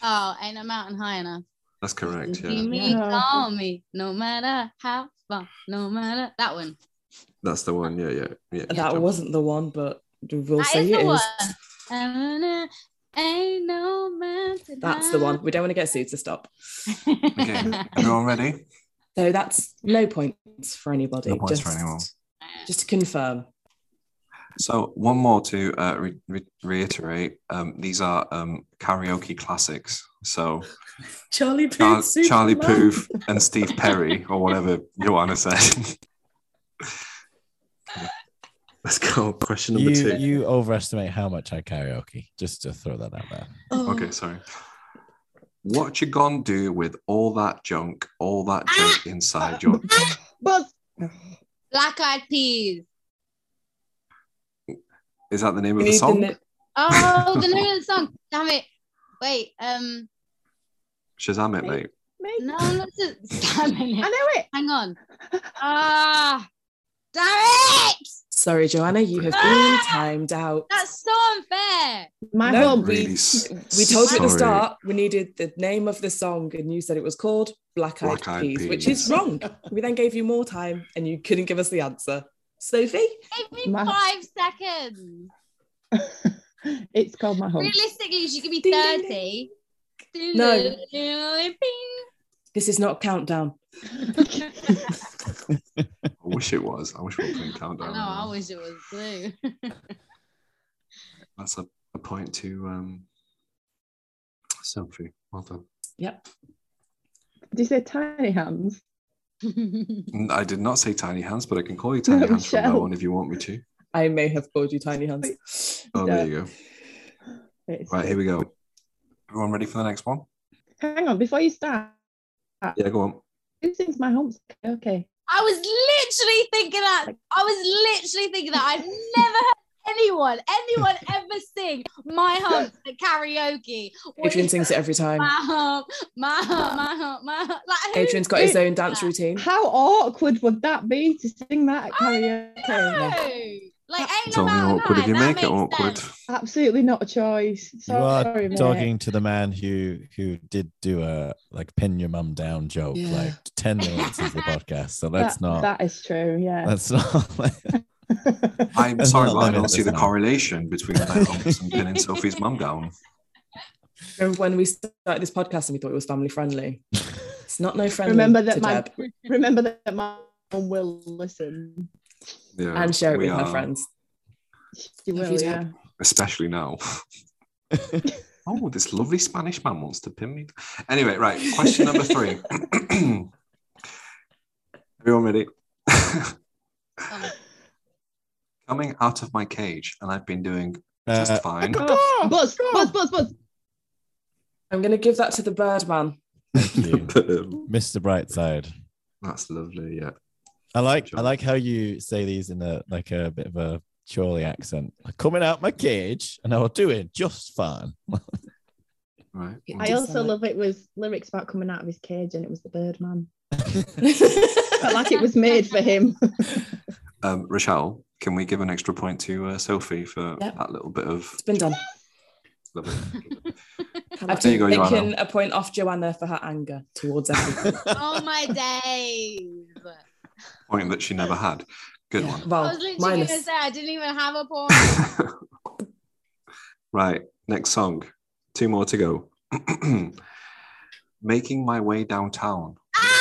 Speaker 5: Oh, ain't a mountain high enough.
Speaker 4: That's correct.
Speaker 5: You
Speaker 4: Yeah,
Speaker 5: me,
Speaker 6: Yeah.
Speaker 5: call me, no matter how far, no matter that one.
Speaker 4: that's the one. Yeah, yeah, yeah.
Speaker 3: that
Speaker 4: Joe.
Speaker 3: wasn't the one, but we'll
Speaker 5: That
Speaker 3: say
Speaker 5: is the
Speaker 3: it
Speaker 5: one.
Speaker 3: is.
Speaker 5: Uh, Ain't no mountain.
Speaker 3: That's
Speaker 5: high.
Speaker 3: the one. We don't want to get sued to stop.
Speaker 4: Okay, everyone ready?
Speaker 3: So that's no points for anybody.
Speaker 4: No points
Speaker 3: just,
Speaker 4: for anyone.
Speaker 3: Just to confirm.
Speaker 4: So one more to uh, re- re- reiterate. Um, these are um, karaoke classics. So
Speaker 3: Charlie Poof.
Speaker 4: Char- Charlie
Speaker 3: Superman.
Speaker 4: Poof and Steve Perry, or whatever Joanna said. Let's go. Question number
Speaker 2: You,
Speaker 4: two.
Speaker 2: you overestimate how much I karaoke. Just to throw that out there.
Speaker 3: Oh,
Speaker 4: Okay, sorry. What you gonna do with all that junk, all that junk inside your?
Speaker 6: Buzz
Speaker 5: Black eyed peas.
Speaker 4: Is that the name
Speaker 3: we
Speaker 4: of the
Speaker 3: need the
Speaker 4: song?
Speaker 3: na-
Speaker 5: Oh, the name of the song. Damn it. Wait, um,
Speaker 4: Shazam it, mate.
Speaker 6: me.
Speaker 5: no, not the- damn
Speaker 6: I
Speaker 5: it.
Speaker 6: know it.
Speaker 5: Hang on. Ah, damn it.
Speaker 3: Sorry, Joanna, you have been timed out.
Speaker 5: That's so unfair.
Speaker 6: My
Speaker 3: No,
Speaker 6: whole
Speaker 3: we-
Speaker 4: Really s-
Speaker 3: we told you at the
Speaker 4: sorry.
Speaker 3: start we needed the name of the song, and you said it was called Black Eyed,
Speaker 4: Black Eyed
Speaker 3: Peas, which
Speaker 4: Peas.
Speaker 3: is wrong. we then gave you more time, and you couldn't give us the answer. Sophie,
Speaker 5: Give me
Speaker 6: My-
Speaker 5: five seconds.
Speaker 6: it's called my home.
Speaker 5: Realistically, you should give me
Speaker 3: Ding, ding,
Speaker 5: 30.
Speaker 3: No.
Speaker 5: Ding,
Speaker 3: this is not countdown.
Speaker 5: ding.
Speaker 4: I wish it was. I wish we were playing
Speaker 5: I
Speaker 4: countdown.
Speaker 5: know, Oh, I wish it was blue.
Speaker 4: That's a, a point to um, Sophie. Well done.
Speaker 3: Yep.
Speaker 6: Did you say tiny hands?
Speaker 4: N- I did not say tiny hands, but I can call you tiny hands from now
Speaker 6: Michelle.
Speaker 4: on if you want me to.
Speaker 3: I may have called you Tiny Hands.
Speaker 4: Oh,
Speaker 6: Yeah.
Speaker 4: there you go.
Speaker 6: It's-
Speaker 4: Right, here we go. Everyone ready for the next one?
Speaker 6: Hang on, before you start,
Speaker 4: Yeah, go on.
Speaker 6: who sings my home? Okay.
Speaker 5: I was literally thinking that. I was literally thinking that. I've never heard anyone, anyone ever sing My Hump at karaoke. What
Speaker 3: Adrian
Speaker 5: is-
Speaker 3: sings it every time.
Speaker 5: My Hump, My Hump, My Hump, My Hump. Like, who
Speaker 3: Adrian's got his
Speaker 5: does
Speaker 3: own dance
Speaker 5: that?
Speaker 3: routine.
Speaker 6: How awkward would that be to sing that at
Speaker 5: I
Speaker 6: karaoke?
Speaker 5: No. Like, ain't
Speaker 4: It's
Speaker 5: no
Speaker 4: only
Speaker 5: man
Speaker 4: awkward if you
Speaker 5: alive,
Speaker 4: make it
Speaker 5: that makes
Speaker 4: awkward.
Speaker 5: sense.
Speaker 6: Absolutely not a choice.
Speaker 2: You are
Speaker 6: Sorry, mate.
Speaker 2: talking to the man who who did do a like pin your mum down joke
Speaker 3: Yeah.
Speaker 2: like 10 minutes into the podcast. So
Speaker 6: That-
Speaker 2: let's not
Speaker 6: That is true. Yeah.
Speaker 2: let's not uh,
Speaker 4: I'm
Speaker 2: That's
Speaker 4: sorry,
Speaker 2: not
Speaker 4: but I don't
Speaker 2: limitless
Speaker 4: see the
Speaker 2: now.
Speaker 4: correlation between that humps and pinning Sophie's mum down.
Speaker 3: Remember when we started this podcast and we thought it was family friendly? It's not no friendly.
Speaker 6: Remember that
Speaker 3: to
Speaker 6: my
Speaker 3: Deb
Speaker 6: remember that my mum will listen.
Speaker 4: Yeah,
Speaker 3: and share it
Speaker 4: we
Speaker 3: with my
Speaker 4: are,
Speaker 3: friends.
Speaker 6: She
Speaker 3: Love
Speaker 6: will,
Speaker 3: you,
Speaker 6: yeah.
Speaker 3: Deb.
Speaker 4: Especially now. oh, this lovely Spanish man wants to pin me. Anyway, right. Question number three. Everyone ready? Coming out of my cage, and I've been doing just
Speaker 2: Uh,
Speaker 4: fine.
Speaker 6: Buzz, buzz, buzz, buzz.
Speaker 3: I'm going to give that to the Birdman.
Speaker 2: thank you. Mr. Brightside.
Speaker 4: That's lovely. Yeah.
Speaker 2: I like I
Speaker 4: Sure.
Speaker 2: like how you say these in a like a bit of a Chorley accent. Like, coming out my cage and I will do it just fine.
Speaker 4: Right.
Speaker 3: It
Speaker 4: well
Speaker 6: I
Speaker 4: done.
Speaker 3: did al-
Speaker 6: also
Speaker 3: sound
Speaker 6: love it was lyrics about coming out of his cage and it was the Birdman. Felt
Speaker 3: Thank
Speaker 6: like it was made for him.
Speaker 4: um, Rochelle, can we give an extra point to uh, Sophie for
Speaker 3: Yep.
Speaker 4: that little bit of
Speaker 3: It's been done.
Speaker 4: lovely?
Speaker 3: I've
Speaker 4: There you go, Joanna.
Speaker 3: taken a point off Joanna for her anger towards everyone.
Speaker 5: Oh my days.
Speaker 4: point that she never had? Good one.
Speaker 5: I was
Speaker 3: well,
Speaker 5: literally gonna
Speaker 3: minus.
Speaker 5: say I didn't even have a point. Ah!
Speaker 4: right, next song. Two more to go. Making my way downtown.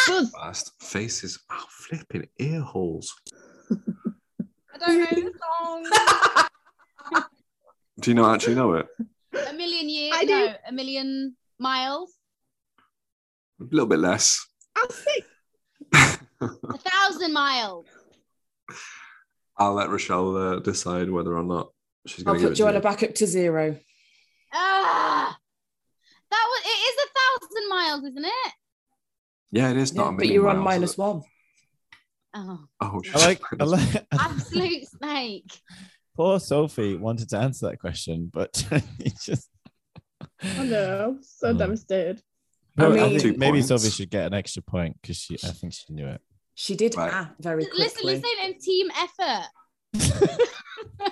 Speaker 6: Buzz.
Speaker 4: Fast faces are flipping ear holes.
Speaker 5: I don't know the
Speaker 4: Do you not actually know it?
Speaker 5: song. A million years.
Speaker 6: I do.
Speaker 5: No, a million miles.
Speaker 4: A little bit less.
Speaker 6: I'll sing.
Speaker 5: A thousand miles.
Speaker 4: I'll let Rochelle uh, decide whether or not she's
Speaker 3: I'll
Speaker 4: going to
Speaker 3: put
Speaker 4: give it
Speaker 3: Joanna
Speaker 4: to
Speaker 3: back up to zero.
Speaker 5: Ah, that was. It is a thousand miles, isn't it?
Speaker 4: you. Yeah, it is not
Speaker 3: Yeah,
Speaker 4: a
Speaker 3: but
Speaker 4: million
Speaker 3: you were on
Speaker 4: miles,
Speaker 3: minus
Speaker 4: is it?
Speaker 3: one.
Speaker 5: Oh,
Speaker 4: Oh,
Speaker 2: I like I
Speaker 4: minus-
Speaker 2: like
Speaker 5: absolute snake.
Speaker 2: poor Sophie wanted to answer that question, but it just
Speaker 6: Oh no, so
Speaker 2: Mm.
Speaker 6: devastated.
Speaker 2: No, I
Speaker 3: I mean-
Speaker 2: think
Speaker 4: Two
Speaker 2: maybe
Speaker 4: points.
Speaker 2: Sophie should get an extra point because she I think she knew it.
Speaker 3: She did
Speaker 4: Right.
Speaker 3: ah very quickly.
Speaker 5: Listen, listen, and team effort.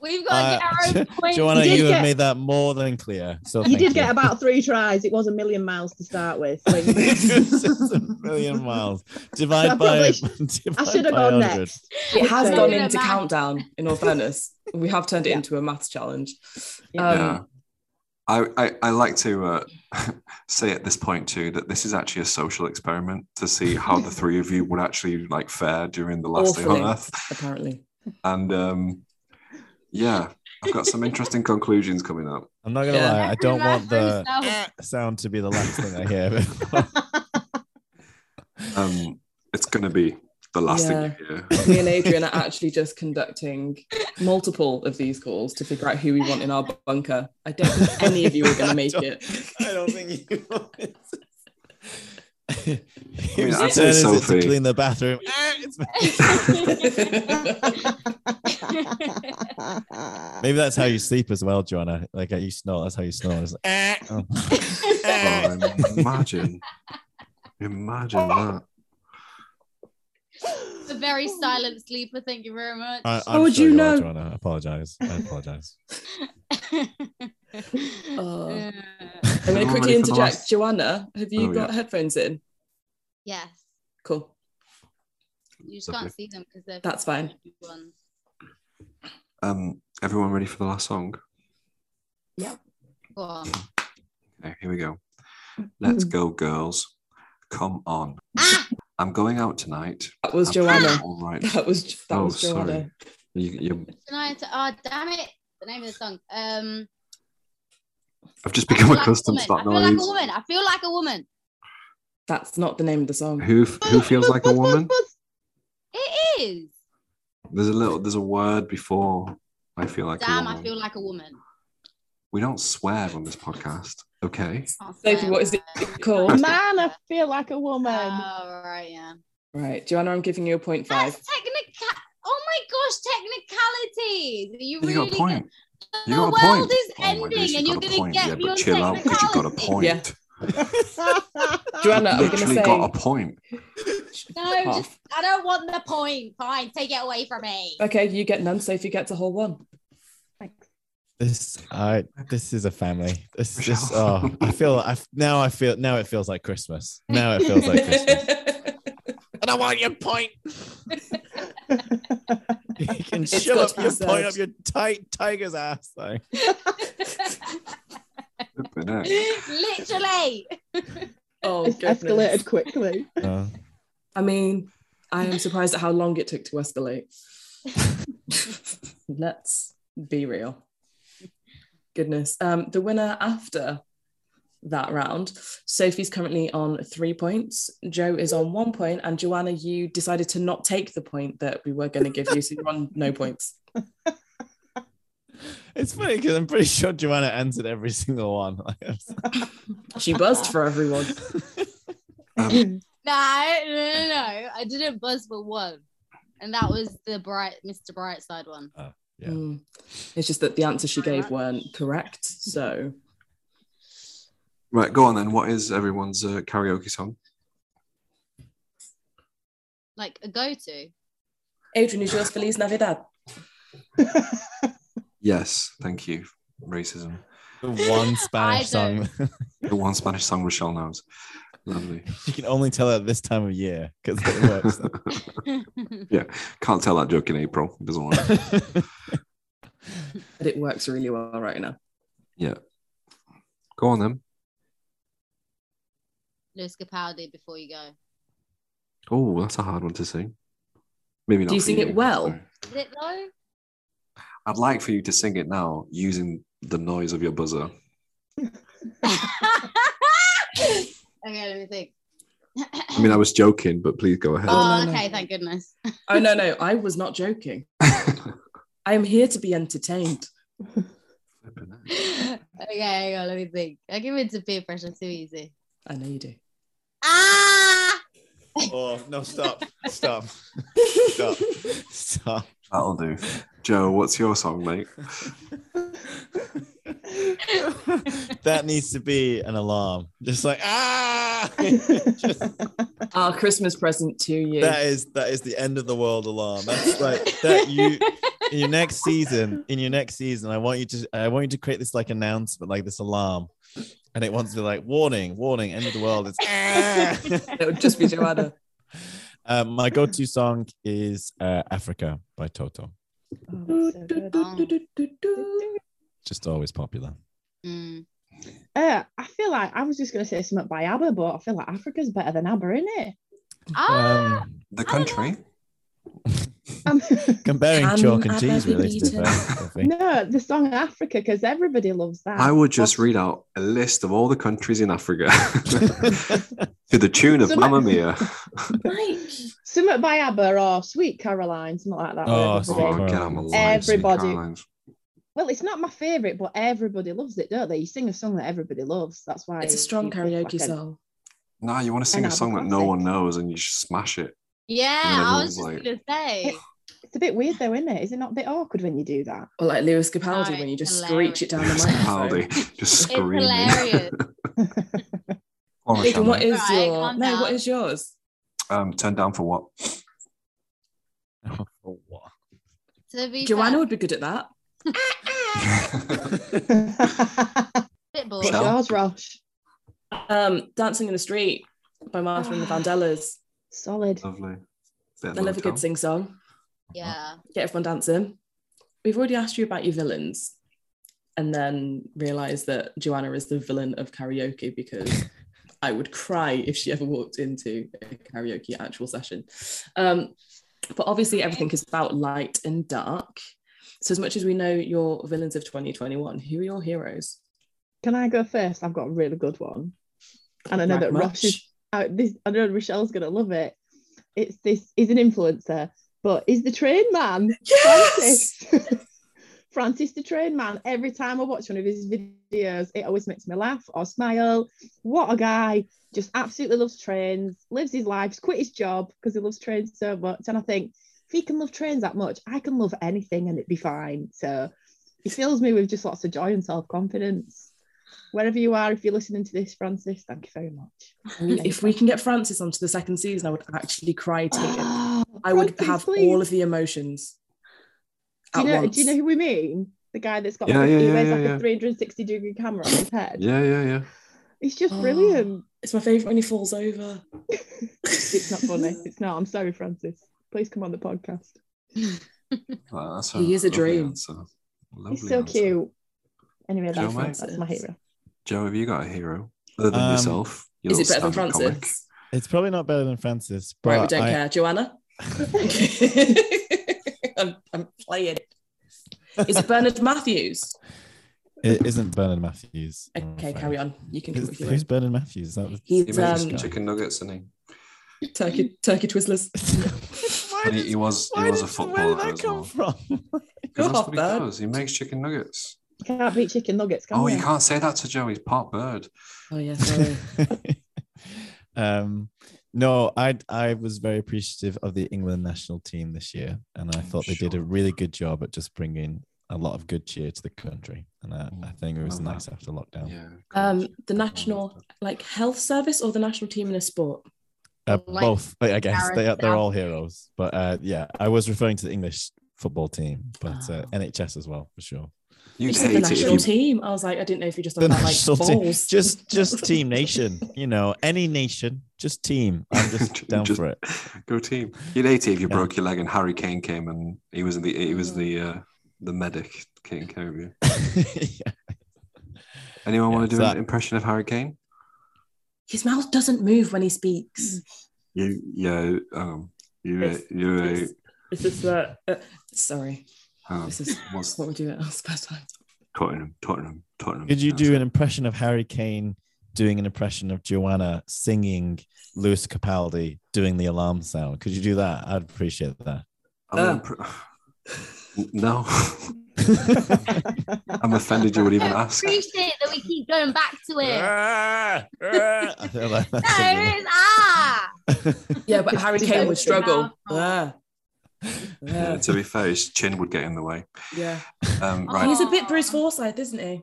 Speaker 5: We've got to get our
Speaker 2: Uh,
Speaker 5: own point.
Speaker 2: Joanna,
Speaker 6: He did
Speaker 2: you have
Speaker 6: get-
Speaker 2: made that more than clear. So
Speaker 6: He
Speaker 2: thank
Speaker 6: did
Speaker 2: you.
Speaker 6: get about three tries. It was a million miles to start with. Like,
Speaker 2: It was just a million miles divided by.
Speaker 6: probably I
Speaker 2: divide
Speaker 6: should have
Speaker 2: by
Speaker 6: gone
Speaker 2: 100.
Speaker 6: next.
Speaker 3: It has
Speaker 6: So-
Speaker 3: gone
Speaker 5: Yeah,
Speaker 3: into
Speaker 5: math.
Speaker 3: countdown. In all fairness, we have turned it
Speaker 6: Yeah.
Speaker 3: into a maths challenge.
Speaker 6: Yeah.
Speaker 3: Um,
Speaker 4: yeah. I, I, I like to uh, say at this point too that this is actually a social experiment to see how the three of you would actually like fare during the last day on
Speaker 3: Awfully.
Speaker 4: earth.
Speaker 3: Apparently,
Speaker 4: And um, yeah, I've got some interesting conclusions coming up.
Speaker 2: I'm not gonna
Speaker 3: Yeah.
Speaker 2: lie, uh, I don't
Speaker 5: Every
Speaker 2: want
Speaker 5: man
Speaker 2: the
Speaker 5: for himself.
Speaker 2: "eh" sound to be the last thing I hear. before-
Speaker 4: Um, it's going to be the last thing you hear.
Speaker 3: me and Adrian are actually just conducting multiple of these calls to figure out who we want in our bunker. I don't think any of you are going to make
Speaker 2: I don't-
Speaker 3: it.
Speaker 2: I don't think you.
Speaker 4: mean,
Speaker 2: Whose
Speaker 4: I'd say
Speaker 2: turn is it
Speaker 4: Sophie.
Speaker 2: to clean the bathroom? "Eh, it's me." Maybe that's how you sleep as well, Joanna. Like uh, you snore, that's how you snore. It's like, "Eh." Oh.
Speaker 4: Oh, imagine, imagine that.
Speaker 5: the very silent sleeper. Thank you very much.
Speaker 2: I,
Speaker 3: How would you
Speaker 2: you
Speaker 3: know?
Speaker 2: Joanna. I apologize. I apologize.
Speaker 3: Oh.
Speaker 5: Yeah.
Speaker 3: I'm going to
Speaker 4: Everyone ready
Speaker 3: quickly
Speaker 4: for the
Speaker 3: interject.
Speaker 4: last-
Speaker 3: Joanna, have you
Speaker 4: Oh,
Speaker 3: got
Speaker 4: yeah.
Speaker 3: headphones in?
Speaker 5: Yes,
Speaker 3: Cool.
Speaker 5: you just
Speaker 4: Lovely.
Speaker 5: can't see them because they're
Speaker 3: That's fine.
Speaker 5: ones.
Speaker 4: Um, everyone ready for the last song?
Speaker 5: Go on.
Speaker 4: Okay, here we go.
Speaker 3: Hmm.
Speaker 4: Let's go, girls. Come on.
Speaker 5: Ah,
Speaker 4: I'm going out tonight.
Speaker 3: That was
Speaker 4: I'm
Speaker 3: Joanna.
Speaker 4: All right.
Speaker 3: That was that
Speaker 4: Ah. Oh,
Speaker 3: was
Speaker 4: sorry.
Speaker 3: Joanna.
Speaker 4: You, you,
Speaker 5: tonight. Oh, damn it. The name of the song. Um,
Speaker 4: I've just
Speaker 5: I feel
Speaker 4: become
Speaker 5: like a
Speaker 4: accustomed
Speaker 5: woman.
Speaker 4: to that
Speaker 5: I feel like a
Speaker 4: noise.
Speaker 5: woman. I feel like a woman.
Speaker 3: That's not the name of the song.
Speaker 4: Who f- who feels like a woman?
Speaker 5: It is.
Speaker 4: There's a little. There's a word before. I feel like. a
Speaker 5: Damn, I
Speaker 4: woman.
Speaker 5: feel like a woman.
Speaker 4: We don't swear on this podcast. Okay.
Speaker 5: Can't
Speaker 3: Sophie,
Speaker 5: swear.
Speaker 3: what is it called?
Speaker 6: Man, I feel like a woman.
Speaker 5: Oh, right, yeah.
Speaker 3: Right, Joanna, I'm giving you a point
Speaker 5: That's
Speaker 3: five.
Speaker 5: technical. Oh my gosh, technicalities. You,
Speaker 4: You
Speaker 5: really
Speaker 4: got a point.
Speaker 5: Get-
Speaker 4: You got
Speaker 5: the
Speaker 4: a
Speaker 5: world
Speaker 4: point.
Speaker 5: is
Speaker 4: Oh my
Speaker 5: ending,
Speaker 4: goodness, you
Speaker 5: and you're
Speaker 4: got a
Speaker 5: gonna
Speaker 4: point.
Speaker 5: get
Speaker 4: Yeah, but
Speaker 5: beyond
Speaker 4: chill out because you got a point.
Speaker 5: technicalities.
Speaker 3: Yeah. Joanna, I'm going to
Speaker 4: Literally got a
Speaker 3: say.
Speaker 4: point.
Speaker 5: No,
Speaker 3: Half.
Speaker 5: just I don't want the point. Fine, take it away from me.
Speaker 3: Okay, you get none. Sophie gets a whole one.
Speaker 2: This I this is a family. This is just
Speaker 4: Michelle.
Speaker 2: oh I feel I now I feel now it feels like Christmas. Now it feels like Christmas. and I want your point. you can
Speaker 3: It's
Speaker 2: shove
Speaker 3: got
Speaker 2: up
Speaker 3: to be
Speaker 2: your
Speaker 3: said.
Speaker 2: point up your tight tiger's ass. Like
Speaker 4: Flipping heck.
Speaker 5: Literally.
Speaker 3: oh,
Speaker 6: It's
Speaker 3: goodness.
Speaker 6: escalated quickly.
Speaker 2: uh,
Speaker 3: I mean, I am surprised at how long it took to escalate. Let's be real. Goodness. Um, the winner after that round, Sophie's currently on three points. Joe is on one point, and Joanna, you decided to not take the point that we were going to give you, so you're on no points.
Speaker 2: it's funny because I'm pretty sure Joanna answered every single one.
Speaker 3: She buzzed for everyone.
Speaker 4: Um,
Speaker 5: No, no, no, no. I didn't buzz for one, and that was the bright Mr. Brightside one.
Speaker 2: Yeah.
Speaker 3: Mm. It's just that the answers she
Speaker 5: Very
Speaker 3: gave
Speaker 5: much.
Speaker 3: weren't correct. So
Speaker 4: right, go on then. What is everyone's uh, karaoke song?
Speaker 5: Like a go-to.
Speaker 3: Adrian is yours Feliz Navidad.
Speaker 4: Yes, thank you. Racism.
Speaker 2: the one Spanish
Speaker 5: don't-
Speaker 2: song
Speaker 4: The one Spanish song Michelle knows. Lovely.
Speaker 2: you can only tell at this time of year because it works.
Speaker 4: yeah, can't tell that joke in April. It doesn't work.
Speaker 3: But it works really well right now.
Speaker 4: yeah. Go on then.
Speaker 5: Lewis Capaldi before you go.
Speaker 4: Oh, that's a hard one to sing. Maybe not.
Speaker 3: you
Speaker 4: for
Speaker 3: sing it well?
Speaker 4: sorry.
Speaker 5: Is it though?
Speaker 4: I'd like for you to sing it now using the noise of your buzzer.
Speaker 5: okay, let me think.
Speaker 4: I mean, I was joking, but please go ahead.
Speaker 5: oh,
Speaker 3: no, no.
Speaker 5: okay, thank goodness.
Speaker 3: Oh no, no, I was not joking. I am here to be entertained.
Speaker 5: okay, hang on, let me think. I give it to peer pressure too easy.
Speaker 3: I know you do.
Speaker 5: Ah!
Speaker 2: oh no! Stop! Stop! Stop! Stop!
Speaker 4: That'll do. Joe, what's your song, mate?
Speaker 2: that needs to be an alarm. Just like ah, Just-
Speaker 3: Our Christmas present to you.
Speaker 2: that is that is the end of the world alarm. That's like that you in your next season. In your next season, I want you to I want you to create this like announcement, like this alarm, and it wants to be like warning, warning, end of the world. It's ah.
Speaker 3: it would just be Joanna.
Speaker 2: Um, my go-to song is uh, "Africa" by Toto.
Speaker 3: Oh,
Speaker 2: Just always popular.
Speaker 5: Mm.
Speaker 6: Uh, I feel like I was just going to say something by ABBA, but I feel like Africa's better than ABBA, isn't it?
Speaker 5: Ah!
Speaker 2: Um,
Speaker 4: The
Speaker 5: I don't
Speaker 4: country?
Speaker 6: Um,
Speaker 2: Comparing
Speaker 3: Can
Speaker 2: chalk and
Speaker 3: I
Speaker 2: cheese,
Speaker 3: be
Speaker 2: really. To be
Speaker 3: beaten?
Speaker 2: fair, I think.
Speaker 6: no, the song Africa, because everybody loves that.
Speaker 4: I would just read out a list of all the countries in Africa to the tune of
Speaker 6: So
Speaker 4: Mamma
Speaker 6: my-
Speaker 4: Mia.
Speaker 6: Something by ABBA or Sweet Caroline, something like that.
Speaker 2: Oh,
Speaker 6: Everybody-
Speaker 2: Sweet
Speaker 4: Oh,
Speaker 2: Caroline.
Speaker 4: get on my line, Sweet
Speaker 6: Everybody.
Speaker 4: Carolines.
Speaker 6: Well, it's not my favourite, but everybody loves it, don't they? You sing a song that everybody loves. That's why
Speaker 3: It's a strong
Speaker 6: you pick like
Speaker 3: karaoke
Speaker 6: an-
Speaker 3: song.
Speaker 4: No, you want to sing
Speaker 6: know,
Speaker 4: a
Speaker 6: but
Speaker 4: song that no
Speaker 6: classic.
Speaker 4: one knows and you just smash it.
Speaker 5: Yeah,
Speaker 4: And
Speaker 5: I was just
Speaker 4: everyone's
Speaker 5: gonna say.
Speaker 6: It's a bit weird, though, isn't it? Is it not a bit awkward when you do that?
Speaker 3: Or like Lewis Capaldi
Speaker 5: No,
Speaker 3: when you just
Speaker 5: it's
Speaker 3: screech it down the
Speaker 4: Just
Speaker 3: microphone.
Speaker 4: Capaldi, just
Speaker 5: It's
Speaker 4: screaming.
Speaker 5: hilarious.
Speaker 4: All right,
Speaker 3: Deacon,
Speaker 4: Shannon.
Speaker 3: what is
Speaker 5: Right,
Speaker 3: your
Speaker 5: calm
Speaker 3: no? What
Speaker 5: down.
Speaker 3: is yours?
Speaker 4: um, turn down for what?
Speaker 2: Oh, For what?
Speaker 5: To be Ah,
Speaker 3: Joanna
Speaker 5: fair,
Speaker 3: would be good at that.
Speaker 5: spitball.
Speaker 6: What's
Speaker 4: Shall-
Speaker 6: yours, Rosh?
Speaker 3: Um, Dancing in the Street by Martha and the
Speaker 5: Ah.
Speaker 3: Vandellas.
Speaker 6: Solid.
Speaker 4: Lovely.
Speaker 3: I love a good sing song.
Speaker 5: Yeah.
Speaker 3: Get everyone dancing. We've already asked you about your villains, and then realised that Joanna is the villain of karaoke because I would cry if she ever walked into a karaoke actual session. Um, but obviously, everything is about light and dark. So, as much as we know your villains of 2021, who are your heroes?
Speaker 6: Can I go first? I've got a really good one. And I know that
Speaker 3: Ragmuch?
Speaker 6: Rosh is I, this, I know Rochelle's gonna love it. It's this. He's an influencer, but he's the train man,
Speaker 3: Yes!
Speaker 6: Francis. Francis the train man. Every time I watch one of his videos, it always makes me laugh or smile. What a guy! Just absolutely loves trains. Lives his life. Quit his job because he loves trains so much. And I think if he can love trains that much, I can love anything and it'd be fine. So he fills me with just lots of joy and self confidence. Wherever you are, if you're listening to this, Francis, thank you very much.
Speaker 3: If we can get Francis onto the second season, I would actually cry tears.
Speaker 6: Oh,
Speaker 3: I would
Speaker 6: Francis,
Speaker 3: have
Speaker 6: please.
Speaker 3: all of the emotions.
Speaker 6: Do you
Speaker 3: at
Speaker 6: know?
Speaker 3: once.
Speaker 6: Do you know who we mean? The guy that's got
Speaker 4: Yeah,
Speaker 6: like,
Speaker 4: yeah,
Speaker 6: he
Speaker 4: yeah,
Speaker 6: wears
Speaker 4: yeah,
Speaker 6: like
Speaker 4: yeah.
Speaker 6: a 360 degree camera on his head.
Speaker 4: Yeah, yeah, yeah.
Speaker 6: It's just
Speaker 3: Oh.
Speaker 6: brilliant.
Speaker 3: It's my favourite when he falls over.
Speaker 6: It's not funny. It's not. I'm sorry, Francis. Please come on the podcast.
Speaker 4: Well, that's
Speaker 3: He is a
Speaker 4: lovely
Speaker 3: dream.
Speaker 4: answer. Lovely
Speaker 6: He's so
Speaker 4: answer.
Speaker 6: cute. Anyway, that's,
Speaker 4: mate.
Speaker 6: that's my hero.
Speaker 4: Joe, have you got a hero other than
Speaker 2: Um,
Speaker 4: yourself? You
Speaker 3: Is it
Speaker 4: little
Speaker 3: better than
Speaker 4: stand-up
Speaker 3: Francis?
Speaker 4: comic?
Speaker 2: It's probably not better than Francis, but
Speaker 3: right, we don't
Speaker 2: I-
Speaker 3: care. Joanna? I'm, I'm playing. Is it Bernard Matthews?
Speaker 2: It isn't Bernard Matthews. I'm
Speaker 3: Okay,
Speaker 2: afraid.
Speaker 3: carry on. You can do
Speaker 2: Who's,
Speaker 3: what you
Speaker 2: who's
Speaker 3: like.
Speaker 2: Bernard Matthews? Is that the-
Speaker 4: He
Speaker 3: He's
Speaker 4: makes
Speaker 3: um,
Speaker 4: chicken nuggets, and he,
Speaker 3: turkey, turkey Twizzlers.
Speaker 2: Why
Speaker 4: and he,
Speaker 2: did-
Speaker 4: he was he
Speaker 2: why
Speaker 4: was a
Speaker 2: did- Where
Speaker 4: footballer
Speaker 2: did that
Speaker 4: as
Speaker 2: come
Speaker 4: well. 'Cause
Speaker 2: from?
Speaker 3: Go
Speaker 4: that's
Speaker 3: off,
Speaker 4: what he
Speaker 3: Bert.
Speaker 4: does. He makes chicken nuggets.
Speaker 6: You can't beat chicken nuggets, can
Speaker 4: Oh,
Speaker 6: you?
Speaker 4: you can't say that to Joe. He's part bird.
Speaker 3: Oh, yeah, sorry.
Speaker 2: um, no, I I was very appreciative of the England national team this year, and I thought they did a
Speaker 4: sure.
Speaker 2: really good job at just bringing a lot of good cheer to the country, and I, I think it was
Speaker 4: Love that.
Speaker 2: nice after lockdown.
Speaker 4: Yeah.
Speaker 3: Um,
Speaker 4: good.
Speaker 3: the national, like, health service or the national team in a sport?
Speaker 2: Uh,
Speaker 5: Like
Speaker 2: both, I guess they are,
Speaker 5: Gareth
Speaker 2: they're all heroes, but uh, yeah, I was referring to the English football team, but uh,
Speaker 3: Oh.
Speaker 2: NHS as well for sure.
Speaker 4: You'd
Speaker 3: You said the
Speaker 4: hate it
Speaker 3: national
Speaker 4: if you
Speaker 3: team. I was like, I didn't know if you just
Speaker 2: The
Speaker 3: thought about like
Speaker 2: national team.
Speaker 3: balls.
Speaker 2: Just just team nation, you know, any nation, just team. I'm just down
Speaker 4: Just-
Speaker 2: for it.
Speaker 4: go team. You'd hate it if you
Speaker 2: Yeah.
Speaker 4: broke your leg and Harry Kane came and he was the he was the uh, the medic. Kane came of you.
Speaker 2: Yeah.
Speaker 4: Anyone
Speaker 2: Yeah,
Speaker 4: want to do
Speaker 2: so
Speaker 4: an
Speaker 2: that-
Speaker 4: impression of Harry Kane?
Speaker 3: His mouth doesn't move when he speaks.
Speaker 4: You yeah um you
Speaker 3: It's-
Speaker 4: you uh,
Speaker 3: It's, it's just that. Uh, sorry,
Speaker 4: um,
Speaker 3: this is
Speaker 4: what's
Speaker 3: what we do at our spare time.
Speaker 4: Tottenham Tottenham Tottenham.
Speaker 2: Could you
Speaker 4: That's
Speaker 2: do an impression of Harry Kane doing an impression of Joanna singing Lewis Capaldi doing the alarm sound? Could you do that? I'd appreciate that.
Speaker 4: I'm an
Speaker 3: Uh.
Speaker 4: impre- no, I'm offended you would even
Speaker 5: I
Speaker 4: ask.
Speaker 5: appreciate that we keep going back to it.
Speaker 2: Ah, ah. I feel like
Speaker 5: No, it's ah.
Speaker 2: that's
Speaker 3: Yeah, but Harry Kane would struggle. Ah. Yeah,
Speaker 4: Yeah,
Speaker 3: yeah,
Speaker 4: to be fair, his chin would get in the way.
Speaker 3: yeah.
Speaker 4: Um,
Speaker 5: Oh.
Speaker 4: right,
Speaker 3: He's a bit Bruce Forsyth, isn't he?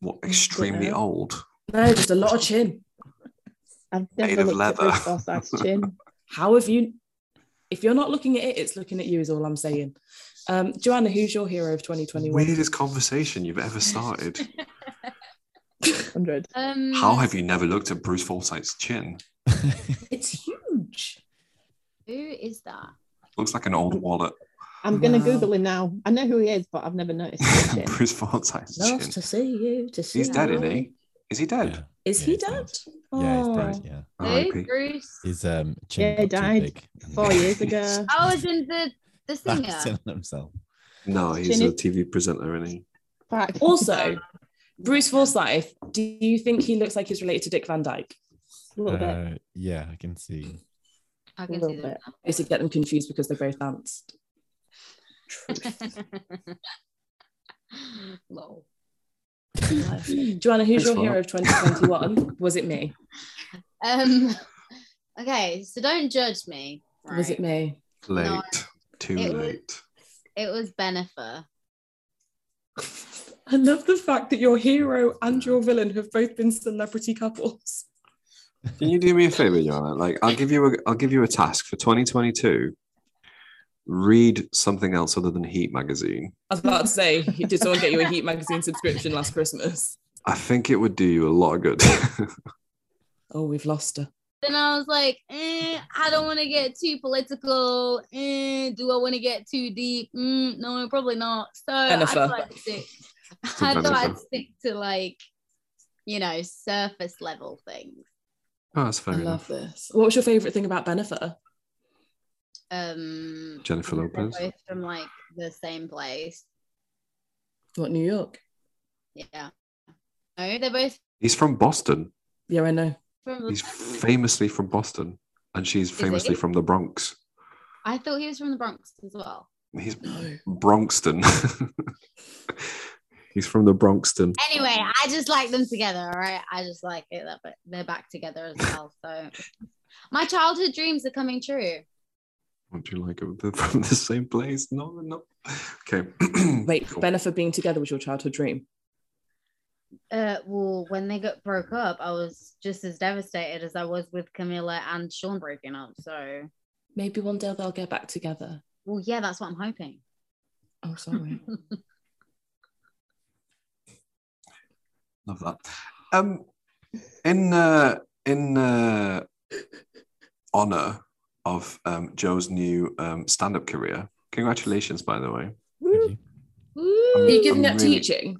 Speaker 4: what extremely
Speaker 3: Yeah.
Speaker 4: old.
Speaker 3: No, just a lot of chin.
Speaker 6: I've
Speaker 4: Made
Speaker 6: never
Speaker 4: of
Speaker 6: looked at
Speaker 4: leather.
Speaker 6: Bruce Forsyth's chin.
Speaker 3: How have you? If you're not looking at it, it's looking at you. Is all I'm saying. Um, Joanna, who's your hero of 2021?
Speaker 4: Weirdest conversation you've ever started.
Speaker 6: Hundred.
Speaker 5: Um,
Speaker 4: How have you never looked at Bruce Forsyth's chin?
Speaker 3: It's huge.
Speaker 5: Who is that?
Speaker 4: Looks like an old wallet.
Speaker 6: I'm gonna
Speaker 3: Wow.
Speaker 6: Google him now. I know who he is, but I've never noticed his chin.
Speaker 4: Bruce Forsyth's
Speaker 3: Nice
Speaker 4: chin.
Speaker 3: to see you. To see
Speaker 4: He's dead, isn't
Speaker 3: you.
Speaker 4: he? Is he dead?
Speaker 3: Is
Speaker 2: Yeah,
Speaker 3: he
Speaker 2: he's
Speaker 3: dead?
Speaker 2: dead. Yeah, he's
Speaker 3: Oh.
Speaker 2: dead. Yeah.
Speaker 5: Who?
Speaker 4: R.I.P.
Speaker 5: Bruce.
Speaker 2: His um chin
Speaker 6: Yeah, he
Speaker 2: got too
Speaker 6: died
Speaker 2: big and
Speaker 6: Four years ago.
Speaker 5: Oh, is in the the singer.
Speaker 2: backed in on himself.
Speaker 4: No, he's a
Speaker 6: Chin-
Speaker 4: TV presenter, isn't he?
Speaker 6: Fuck.
Speaker 3: Also, Bruce Forsyth, do you think he looks like he's related to Dick Van Dyke?
Speaker 6: a little bit.
Speaker 2: Uh, yeah, I can see.
Speaker 5: I can
Speaker 6: little
Speaker 5: see them.
Speaker 3: I used to get them confused because they both danced. Truth.
Speaker 5: Lol.
Speaker 3: Joanna, who's your
Speaker 4: Thanks a
Speaker 3: hero
Speaker 4: lot.
Speaker 3: of 2021? Was it me?
Speaker 5: Um. Okay, so don't judge me. Right?
Speaker 3: Was it me?
Speaker 4: Late. Too
Speaker 5: it was-
Speaker 4: late.
Speaker 5: It was Benifer.
Speaker 3: I love the fact that your hero and your villain have both been celebrity couples.
Speaker 4: Can you do me a favor, Joanna? Like, I'll give you a I'll give you a task for 2022. read something else other than Heat magazine.
Speaker 3: I was about to say, did someone get you a Heat magazine subscription last Christmas?
Speaker 4: I think it would do you a lot of good.
Speaker 3: Oh, we've lost her.
Speaker 5: Then I was like, eh, I don't want to get too political. Eh, do I want to get too deep? Mm, no, probably not. So I
Speaker 3: Jennifer.
Speaker 5: thought I'd stick. I thought I'd
Speaker 4: Jennifer.
Speaker 5: stick to like, you know, surface level things.
Speaker 4: oh, that's fair
Speaker 3: I
Speaker 4: enough.
Speaker 3: love this. What was your favorite thing about Benefer?
Speaker 5: Um,
Speaker 4: Jennifer
Speaker 5: they're
Speaker 4: Lopez.
Speaker 5: both from like the same place.
Speaker 3: What New York?
Speaker 5: Yeah. No, they're both
Speaker 4: He's from Boston.
Speaker 3: Yeah, I know.
Speaker 5: from.
Speaker 4: He's famously from Boston, and she's
Speaker 5: he?
Speaker 4: famously from the Bronx.
Speaker 5: I thought he was from the Bronx as well.
Speaker 4: He's
Speaker 3: No.
Speaker 4: Bronxton. He's from the Bronxton.
Speaker 5: Anyway, I just like them together. All right, I just like it that but they're back together as well. So my childhood dreams are coming true.
Speaker 4: Would you like it? They're from the same place? No, they're not. Okay.
Speaker 3: Wait,
Speaker 4: Cool.
Speaker 3: Benefer being together was your childhood dream.
Speaker 5: Uh, well, when they got broke up, I was just as devastated as I was with Camilla and Sean breaking up. So,
Speaker 3: Maybe one day they'll get back together.
Speaker 5: well, yeah, that's what I'm hoping.
Speaker 3: Oh, sorry.
Speaker 4: Love that. Um, in uh, in uh, honor of um, Joe's new um, stand-up career, congratulations, by the way.
Speaker 2: Thank you.
Speaker 3: Are you giving
Speaker 4: I'm
Speaker 3: up
Speaker 4: really-
Speaker 3: teaching?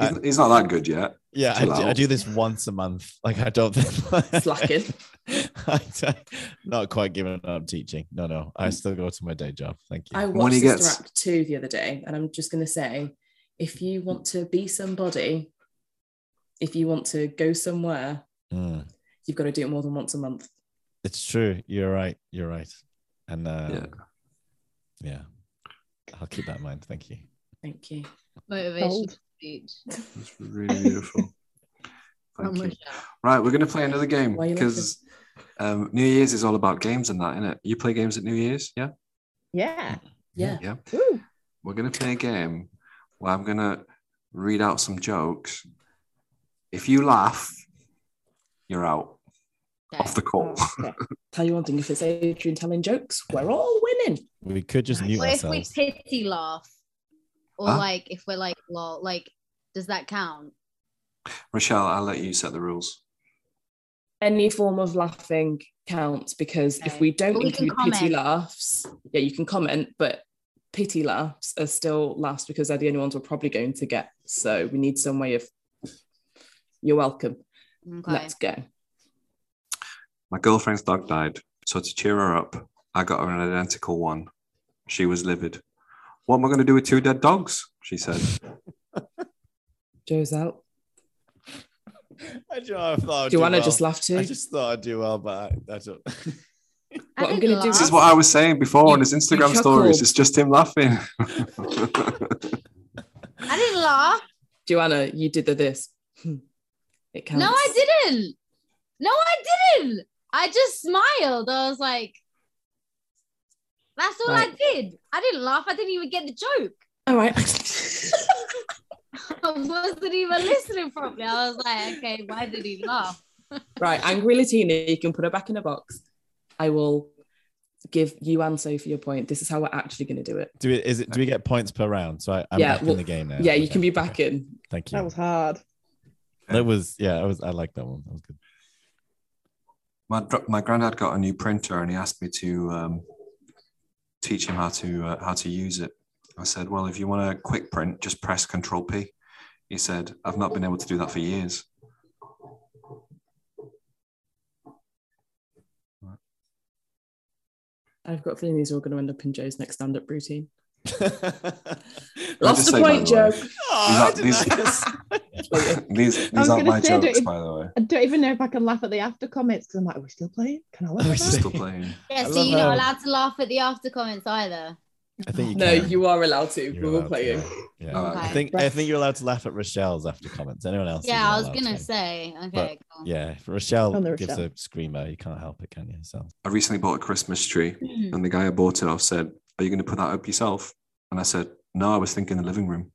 Speaker 4: He's,
Speaker 2: Uh,
Speaker 4: he's not that good yet.
Speaker 2: Yeah, I
Speaker 4: Chill
Speaker 2: do, I
Speaker 4: out.
Speaker 2: do this once a month. Like I don't think
Speaker 3: Slacking.
Speaker 2: I don't- not quite giving up teaching. No, no,
Speaker 4: Mm.
Speaker 2: I still go to my day job. Thank you.
Speaker 3: I
Speaker 4: When
Speaker 3: watched
Speaker 4: he
Speaker 3: Sister
Speaker 4: gets-
Speaker 3: Act 2 the other day, and I'm just going to say if you want to be somebody, if you want to go somewhere,
Speaker 2: Mm,
Speaker 3: you've got to do it more than once a month.
Speaker 2: it's true. You're right. You're right. And uh, yeah.
Speaker 4: Yeah.
Speaker 2: I'll keep that in mind. Thank you.
Speaker 3: Thank you.
Speaker 5: Motivation
Speaker 6: Sold.
Speaker 5: speech.
Speaker 4: It's really beautiful.
Speaker 5: from
Speaker 4: Thank you.
Speaker 5: Michelle.
Speaker 4: Right, we're gonna play another game
Speaker 3: Why are you
Speaker 4: because um, New Year's is all about games and that, isn't it? You play games at New Year's, yeah?
Speaker 6: Yeah.
Speaker 3: Yeah.
Speaker 4: Yeah.
Speaker 6: Ooh.
Speaker 4: We're gonna play a game where I'm gonna read out some jokes. If you laugh, you're out
Speaker 5: Okay.
Speaker 4: off the call.
Speaker 6: Okay.
Speaker 3: Tell you one thing if it's Adrian telling jokes, we're all winning.
Speaker 2: We could just
Speaker 4: Nice.
Speaker 2: mute
Speaker 5: What if we
Speaker 2: ourselves.
Speaker 5: pity laugh, or
Speaker 4: Huh?
Speaker 5: like if we're like lol, like does that count?
Speaker 4: Rochelle, I'll let you set the rules.
Speaker 3: Any form of laughing counts because if
Speaker 5: Okay.
Speaker 3: we don't
Speaker 5: But we can
Speaker 3: include pity
Speaker 5: comment.
Speaker 3: laughs, yeah, you can comment, but pity laughs are still laughs because they're the only ones we're probably going to get. So we need some way of, you're welcome.
Speaker 5: Okay.
Speaker 3: Let's go.
Speaker 4: My girlfriend's dog died, so to cheer her up, I got her an identical one. She was livid. What am I gonna do with two dead dogs? She said.
Speaker 3: Joe's out.
Speaker 2: I don't know, I thought I'd Oh, do
Speaker 3: Joanna
Speaker 2: well.
Speaker 3: just laughed too.
Speaker 2: I just thought I'd do well, but I, I don't.
Speaker 5: I
Speaker 3: What I'm gonna
Speaker 5: did
Speaker 3: do
Speaker 5: laugh.
Speaker 4: This is what I was saying before on his
Speaker 3: You- you
Speaker 4: Instagram
Speaker 3: chuckle.
Speaker 4: stories. It's just him laughing.
Speaker 5: I didn't laugh.
Speaker 3: Joanna, you did the this. Hmm. It counts.
Speaker 5: No, I didn't. No, I didn't. I just smiled. I was like, that's all I
Speaker 3: Right.
Speaker 5: did. I didn't laugh. I didn't even get the joke.
Speaker 3: All right.
Speaker 5: I wasn't even listening properly. I was like, okay, why did he laugh?
Speaker 3: right, angry Latina, you can put her back in a box. I will give you and Sophie your point. This is how we're actually going to do it.
Speaker 2: do we, is it? Do we get points per round? So I, I'm
Speaker 3: Yeah,
Speaker 2: back
Speaker 3: well,
Speaker 2: in the game now.
Speaker 3: Yeah, you
Speaker 2: Okay,
Speaker 3: can be
Speaker 2: okay.
Speaker 3: back in.
Speaker 2: Thank you.
Speaker 6: That was hard.
Speaker 2: That was yeah. I was. I like that one. That was good.
Speaker 4: my dr- my granddad got a new printer and he asked me to um, teach him how to uh, how to use it. I said, "Well, if you want a quick print, just press Control P." He said, "I've not been able to do that for years."
Speaker 3: I've got a feeling these are all going to end up in Joe's next stand up routine.
Speaker 4: Can I just
Speaker 3: Lost the
Speaker 4: say, by
Speaker 3: point,
Speaker 4: the way,
Speaker 3: Joe.
Speaker 2: Oh,
Speaker 4: These are-
Speaker 2: I didn't like this.
Speaker 4: these
Speaker 6: was
Speaker 4: these aren't
Speaker 6: gonna
Speaker 4: my
Speaker 6: say, don't
Speaker 4: jokes,
Speaker 6: you-
Speaker 4: by the way.
Speaker 6: I don't even know if I can laugh at the after comments because I'm like, are we still playing? Can I laugh?
Speaker 2: Oh,
Speaker 6: at
Speaker 2: it's
Speaker 6: that?
Speaker 2: just-
Speaker 4: Still playing.
Speaker 5: Yeah,
Speaker 2: I
Speaker 5: so
Speaker 2: love
Speaker 5: you're
Speaker 2: how-
Speaker 5: not allowed to laugh at the after comments either.
Speaker 2: I think you
Speaker 3: No,
Speaker 2: can.
Speaker 3: you are allowed to.
Speaker 2: You're
Speaker 3: We're all
Speaker 2: allowed to,
Speaker 3: playing.
Speaker 2: yeah. Yeah.
Speaker 4: Okay.
Speaker 2: I think I think you're allowed to laugh at Rochelle's after comments. Anyone else?
Speaker 5: Yeah,
Speaker 2: isn't
Speaker 5: I was
Speaker 2: allowed
Speaker 5: gonna
Speaker 2: to.
Speaker 5: say. Okay,
Speaker 2: But-
Speaker 5: cool.
Speaker 2: Yeah, if Rochelle
Speaker 6: On the
Speaker 2: gives
Speaker 6: Rochelle.
Speaker 2: a screamer. You can't help it, can you? So
Speaker 4: I recently bought a Christmas tree, and the guy I bought it off said, "Are you going to put that up yourself?" And I said, "No, I was thinking the living room."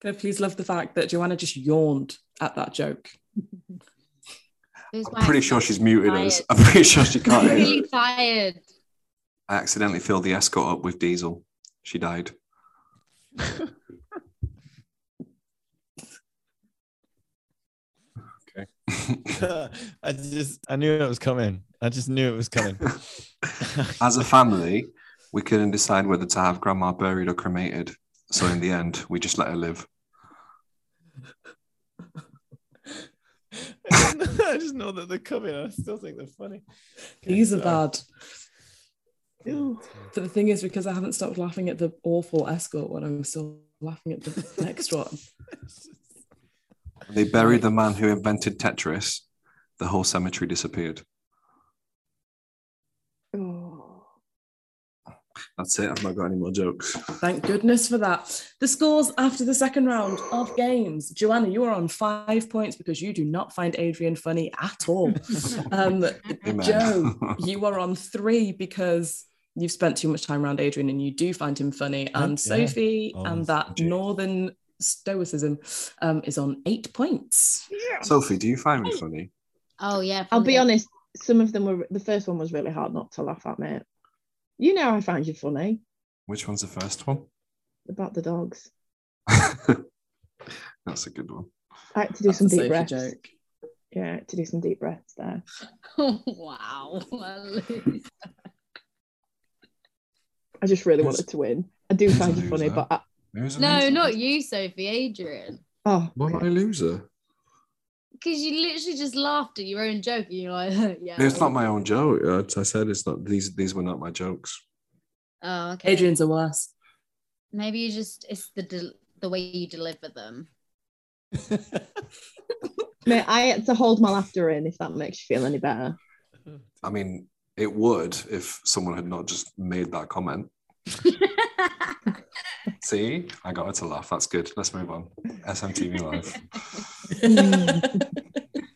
Speaker 3: Can I please love the fact that Joanna just yawned at that joke?
Speaker 5: Who's
Speaker 4: I'm pretty sure she's muted us.
Speaker 5: tired.
Speaker 4: I'm pretty sure she can't
Speaker 5: I'm
Speaker 4: hear
Speaker 5: really
Speaker 4: us.
Speaker 5: tired.
Speaker 4: I accidentally filled the escort up with diesel. She died. okay.
Speaker 2: I just I knew it was coming. I just knew it was coming.
Speaker 4: As a family, we couldn't decide whether to have grandma buried or cremated. So in the end, we just let her live.
Speaker 2: I just know- I just know that they're coming. I still think they're funny. Okay, uh,
Speaker 3: These are
Speaker 2: sorry.
Speaker 3: bad. But the thing is, because I haven't stopped laughing at the awful escort one, I'm still laughing at the next one.
Speaker 4: They buried the man who invented Tetris. The whole cemetery disappeared.
Speaker 6: Oh.
Speaker 4: That's it. I've not got any more jokes.
Speaker 3: Thank goodness for that. The scores after the second round of games. Joanna, you are on five points because you do not find Adrian funny at all. Um,
Speaker 4: Amen.
Speaker 3: Joe, you are on three because you've spent too much time around Adrian and you do find him funny. And
Speaker 2: yeah. Oh,
Speaker 3: Sophie and
Speaker 2: Always
Speaker 3: that
Speaker 4: indeed.
Speaker 3: northern stoicism um, is on eight points.
Speaker 4: Sophie, do you find me funny?
Speaker 5: Oh yeah.
Speaker 6: I'll be
Speaker 5: probably.
Speaker 6: honest, some of them were the first one was really hard not to laugh at, mate. You know I find you funny
Speaker 4: Which one's the first one?
Speaker 6: about the dogs.
Speaker 4: That's a good one.
Speaker 6: I had to do some
Speaker 3: That's a
Speaker 6: deep
Speaker 3: Sophie
Speaker 6: breaths.
Speaker 3: joke.
Speaker 6: Yeah, I had to do some deep breaths there.
Speaker 5: wow. Elise.
Speaker 6: I just really
Speaker 4: Yes.
Speaker 6: wanted to win. I do
Speaker 4: Yes, I
Speaker 6: find you
Speaker 4: do
Speaker 6: funny,
Speaker 4: that.
Speaker 6: but I,
Speaker 4: Who's a
Speaker 5: no,
Speaker 4: loser?
Speaker 5: not you, Sophie. Adrian.
Speaker 6: oh,
Speaker 4: Why not a loser?
Speaker 5: Because you literally just laughed at your own joke. And you're like, yeah.
Speaker 4: It's not my own joke. As I said it's not. These these were not my jokes.
Speaker 5: Oh, okay.
Speaker 3: Adrian's a worse.
Speaker 5: Maybe you just it's the del- the way you deliver them.
Speaker 6: mate, I had to hold my laughter in if that makes you feel any better.
Speaker 4: I mean, it would if someone had not just made that comment. See, I got her to laugh. That's good. Let's move on. SMTV Live.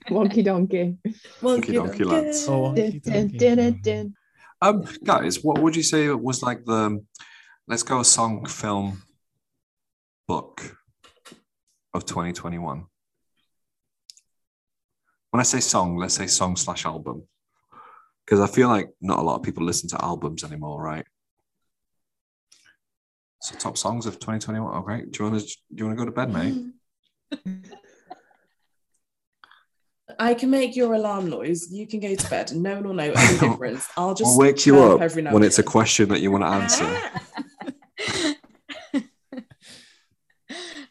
Speaker 6: Wonky donkey.
Speaker 4: Donkey donkey lads.
Speaker 2: Oh, wonky
Speaker 6: Dun,
Speaker 2: donkey.
Speaker 6: dun, dun, dun.
Speaker 4: Um, guys, what would you say was like the let's go song film book of 2021? When I say song, let's say song slash album. Because I feel like not a lot of people listen to albums anymore, right? So top songs of 2021. Okay. Do you wanna do you wanna go to bed, mate?
Speaker 3: I can make your alarm noise. You can go to bed. No one will know any difference. I'll just
Speaker 4: I'll wake you
Speaker 3: chirp
Speaker 4: up
Speaker 3: every now
Speaker 4: when
Speaker 3: and Ah,
Speaker 4: it's a
Speaker 3: then.
Speaker 4: question that you want to answer.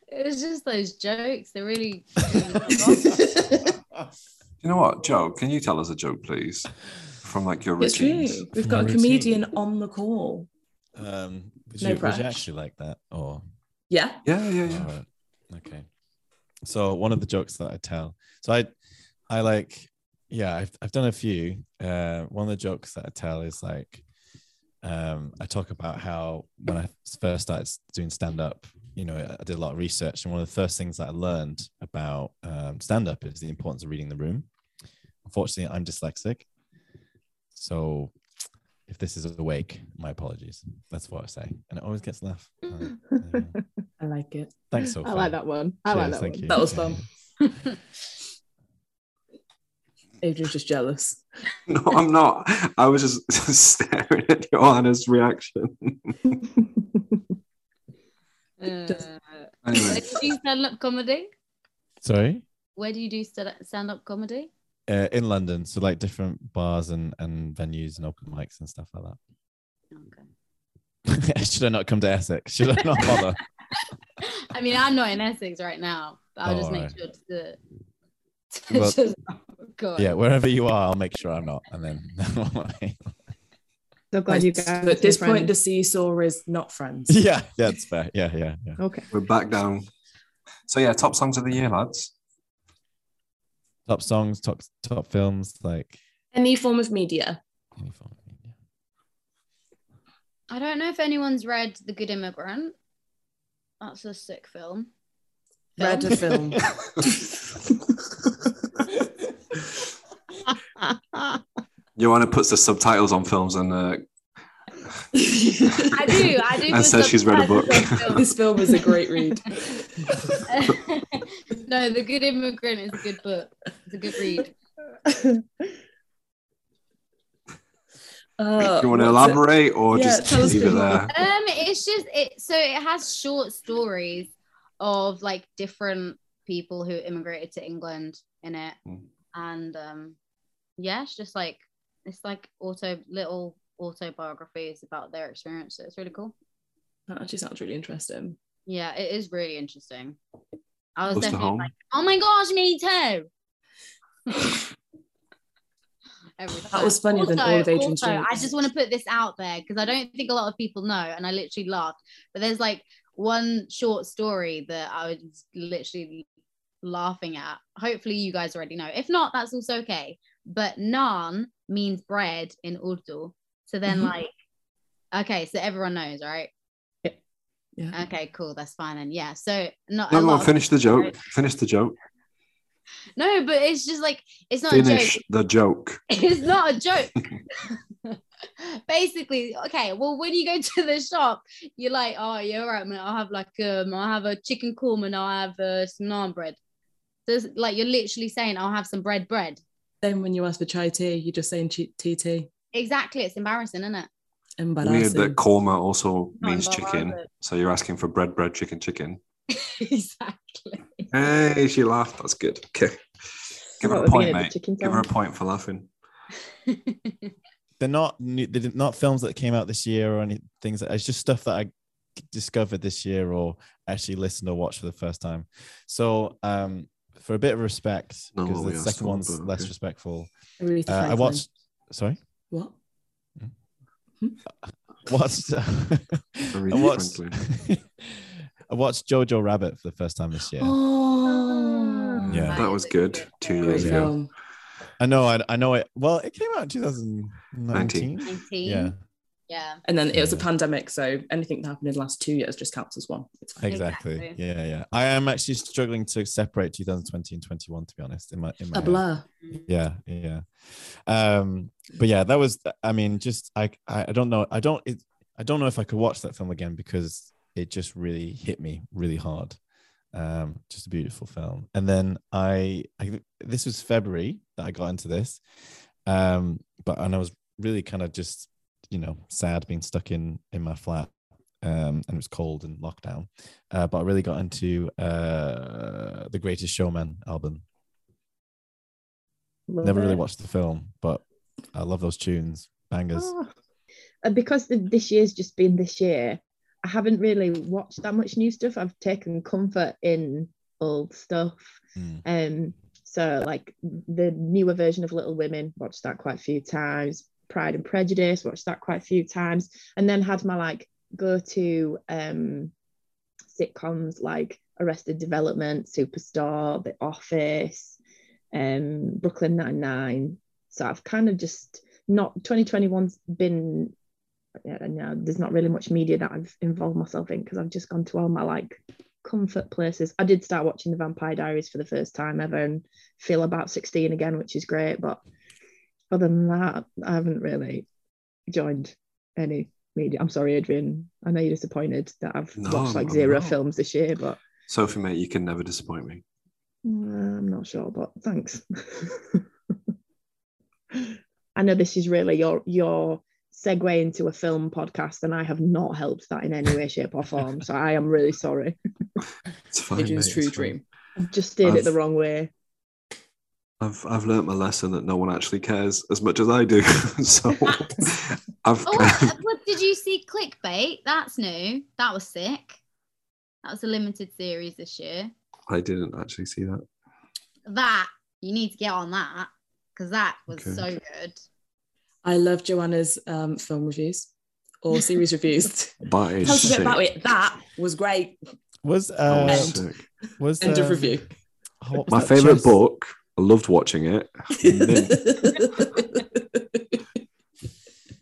Speaker 5: it was just those jokes. They're really.
Speaker 4: You know what, Joe? Can you tell us a joke, please? From like your
Speaker 3: It's
Speaker 4: routines.
Speaker 3: true. We've got a
Speaker 2: Routine.
Speaker 3: comedian on the call.
Speaker 2: Um, would, you,
Speaker 3: No
Speaker 2: would
Speaker 3: pressure.
Speaker 2: you actually like that? Or
Speaker 3: Yeah.
Speaker 4: Yeah, yeah, yeah.
Speaker 2: Alright, okay. So one of the jokes that I tell. So I, I like, yeah, I've I've done a few. Uh, one of the jokes that I tell is like, um, I talk about how when I first started doing stand up, you know, I did a lot of research, and one of the first things that I learned about um, stand up is the importance of reading the room. Unfortunately, I'm dyslexic, so if this is awake, my apologies. That's what I say, and it always gets a laugh. Uh, yeah.
Speaker 3: I like it.
Speaker 2: Thanks, so
Speaker 6: I like that one. I like that
Speaker 2: thank
Speaker 6: one.
Speaker 2: you.
Speaker 3: That was
Speaker 2: Yeah,
Speaker 3: fun. Adrian's just jealous.
Speaker 4: No, I'm not. I was just staring at Johanna's reaction.
Speaker 5: Uh, where
Speaker 4: Anyway,
Speaker 5: do you do stand up comedy?
Speaker 2: yeah. Sorry,
Speaker 5: Where do you do stand up comedy?
Speaker 2: uh, in London, so like different bars and and venues and open mics and stuff like
Speaker 5: Okay.
Speaker 2: that. Should I not come to Essex? Should I not bother?
Speaker 5: I mean, I'm not in Essex right now, but I'll just
Speaker 2: Oh,
Speaker 5: make
Speaker 2: right.
Speaker 5: sure to. to
Speaker 2: Well-
Speaker 5: just, oh, God.
Speaker 2: yeah, wherever you are, I'll make sure I'm not. And then,
Speaker 6: So glad you guys.
Speaker 3: So
Speaker 6: were
Speaker 3: at this point,
Speaker 6: friends.
Speaker 3: the seesaw is not friends.
Speaker 2: yeah, that's fair. Yeah, yeah, yeah.
Speaker 6: okay.
Speaker 4: we're back down. So yeah, top songs of the year, lads.
Speaker 2: Top songs, top top films, like.
Speaker 3: Any form of media.
Speaker 2: any form of media.
Speaker 5: I don't know if anyone's read The Good Immigrant. That's a sick film.
Speaker 3: Read a film.
Speaker 4: Johanna puts the subtitles on films and uh,
Speaker 5: I do. I do.
Speaker 4: And
Speaker 5: put
Speaker 4: says she's read a book.
Speaker 5: subtitles
Speaker 3: this film is a great read.
Speaker 5: on film. no, The Good Immigrant is a good book. It's a good read.
Speaker 3: Uh,
Speaker 4: Do you want to
Speaker 3: what's it-
Speaker 4: elaborate or
Speaker 3: Yeah,
Speaker 4: just
Speaker 3: tell us
Speaker 4: leave
Speaker 3: a
Speaker 4: it
Speaker 3: bit more.
Speaker 4: there?
Speaker 5: Um, it's just it. So it has short stories of like different people who immigrated to England in it,
Speaker 4: Mm.
Speaker 5: and um, yeah, it's just like it's like auto little autobiographies about their experiences. It's really cool.
Speaker 3: That actually sounds really interesting.
Speaker 5: Yeah, it is really interesting. I was
Speaker 4: Close to
Speaker 5: definitely
Speaker 4: home.
Speaker 5: like, oh my gosh, me too. Every
Speaker 3: That
Speaker 5: time.
Speaker 3: was funnier than all of Adrian's
Speaker 5: also, I
Speaker 3: jokes.
Speaker 5: just want to put this out there because I don't think a lot of people know, and I literally laughed. But there's like one short story that I was literally laughing at. Hopefully, you guys already know. If not, that's also okay. But naan means bread in Urdu. So then,
Speaker 3: Mhm.
Speaker 5: like, okay, so everyone knows, right?
Speaker 3: Yeah.
Speaker 5: Okay, cool. That's fine then. Yeah. So not a
Speaker 4: No, no,
Speaker 5: lot of-
Speaker 4: finish the joke. Finish the joke.
Speaker 5: No, but it's just like it's not a joke.
Speaker 4: Finish the joke.
Speaker 5: It's not a joke. Basically, okay. Well, when you go to the shop, you're like, oh, yeah, all right, man. I'll have like um, I'll have a chicken korma and I'll have uh, some naan bread. So it's like you're literally saying, I'll have some bread, bread.
Speaker 3: Then when you ask for chai tea, you're just saying chi- tea tea.
Speaker 5: Exactly. It's embarrassing, isn't it?
Speaker 4: Weird that
Speaker 3: Embarrassing.
Speaker 4: korma also
Speaker 5: Not
Speaker 4: means chicken.
Speaker 5: embarrassing.
Speaker 4: So you're asking for bread, bread, chicken, chicken.
Speaker 5: exactly.
Speaker 4: Hey, she laughed. That's good. Okay. Give her a
Speaker 6: Thought it would be
Speaker 4: point,
Speaker 6: good, the
Speaker 4: mate.
Speaker 6: chicken
Speaker 4: Give her a
Speaker 6: sandwich.
Speaker 4: point for laughing.
Speaker 2: They're not new, they're not films that came out this year or any things. That, it's just stuff that I discovered this year or actually listened or watched for the first time. So, um, for a bit of respect,
Speaker 4: No,
Speaker 2: because
Speaker 4: we
Speaker 2: the
Speaker 4: asked
Speaker 2: second
Speaker 4: for it,
Speaker 2: one's
Speaker 4: but
Speaker 2: less
Speaker 4: okay.
Speaker 2: respectful.
Speaker 3: Aretha
Speaker 2: Uh, I
Speaker 3: Franklin.
Speaker 2: watched. Sorry.
Speaker 3: What?
Speaker 2: watched I
Speaker 4: Aretha
Speaker 2: watched
Speaker 4: Franklin.
Speaker 2: I watched Jojo Rabbit for the first time this year.
Speaker 3: Oh.
Speaker 2: Yeah.
Speaker 4: That was good. Two
Speaker 3: Great
Speaker 4: years
Speaker 2: Yeah.
Speaker 4: ago.
Speaker 3: film.
Speaker 2: I know I, I know it well it came out in 2019.
Speaker 5: 19.
Speaker 2: Yeah,
Speaker 5: Yeah.
Speaker 3: And then it was a
Speaker 2: Yeah.
Speaker 3: pandemic, so anything that happened in the last two years just counts as one. It's fine.
Speaker 2: exactly.
Speaker 5: Exactly.
Speaker 2: Yeah, yeah. I am actually struggling to separate 2020 and 21 to be honest in my in my
Speaker 3: A
Speaker 2: head.
Speaker 3: blur.
Speaker 5: Mm.
Speaker 2: Yeah, yeah. Um but yeah, that was I mean just I I I don't know. I don't it, I don't know if I could watch that film again because it just really hit me really hard. um just a beautiful film and then I, I this was february that i got into this um but and i was really kind of just you know sad being stuck in in my flat um and it was cold and lockdown uh but i really got into uh the greatest showman album
Speaker 6: Love
Speaker 2: never really
Speaker 6: it.
Speaker 2: watched the film but i love those tunes bangers
Speaker 6: Ah. And because th- this year's just been this year, I haven't really watched that much new stuff. I've taken comfort in old stuff.
Speaker 2: Mm.
Speaker 6: Um, so like the newer version of Little Women, watched that quite a few times. Pride and Prejudice, watched that quite a few times, and then had my like go to um sitcoms like Arrested Development, Superstore, The Office, um, Brooklyn Nine Nine. So I've kind of just not 2021's been yeah, no, there's not really much media that I've involved myself in because I've just gone to all my like comfort places. I did start watching the Vampire Diaries for the first time ever and feel about 16 again, which is great. But other than that, I haven't really joined any media. I'm sorry, Adrian. I know you're disappointed that I've
Speaker 4: No,
Speaker 6: watched like
Speaker 4: I'm
Speaker 6: zero
Speaker 4: not.
Speaker 6: films this year, but
Speaker 4: Sophie, mate, you can never disappoint me.
Speaker 6: Mm, I'm not sure, but thanks. I know this is really your your segue into a film podcast, and I have not helped that in any way, shape, or form. So I am really sorry.
Speaker 4: It's fine. mate,
Speaker 3: Adrian's
Speaker 4: it's
Speaker 3: true
Speaker 4: fine.
Speaker 3: dream.
Speaker 6: I've just did it the
Speaker 4: I've-
Speaker 6: wrong way.
Speaker 4: I've I've learnt my lesson that no one actually cares as much as I do. so I've
Speaker 5: Oh, what did you see? Clickbait. That's new. That was sick. That was a limited series this year.
Speaker 4: I didn't actually see that.
Speaker 5: That you need to get on that because that was
Speaker 4: Okay.
Speaker 5: so good.
Speaker 3: I love Joanna's um, film reviews or series reviews.
Speaker 4: That is
Speaker 3: Tell us a
Speaker 4: sick.
Speaker 3: bit about it. That was great.
Speaker 2: was
Speaker 4: That
Speaker 2: uh
Speaker 4: was
Speaker 3: End.
Speaker 4: sick.
Speaker 2: was
Speaker 3: Oh, End of
Speaker 2: uh,
Speaker 3: review.
Speaker 2: oh, what was
Speaker 4: My
Speaker 2: that?
Speaker 4: favorite
Speaker 2: Chess-
Speaker 4: book. I loved watching it. the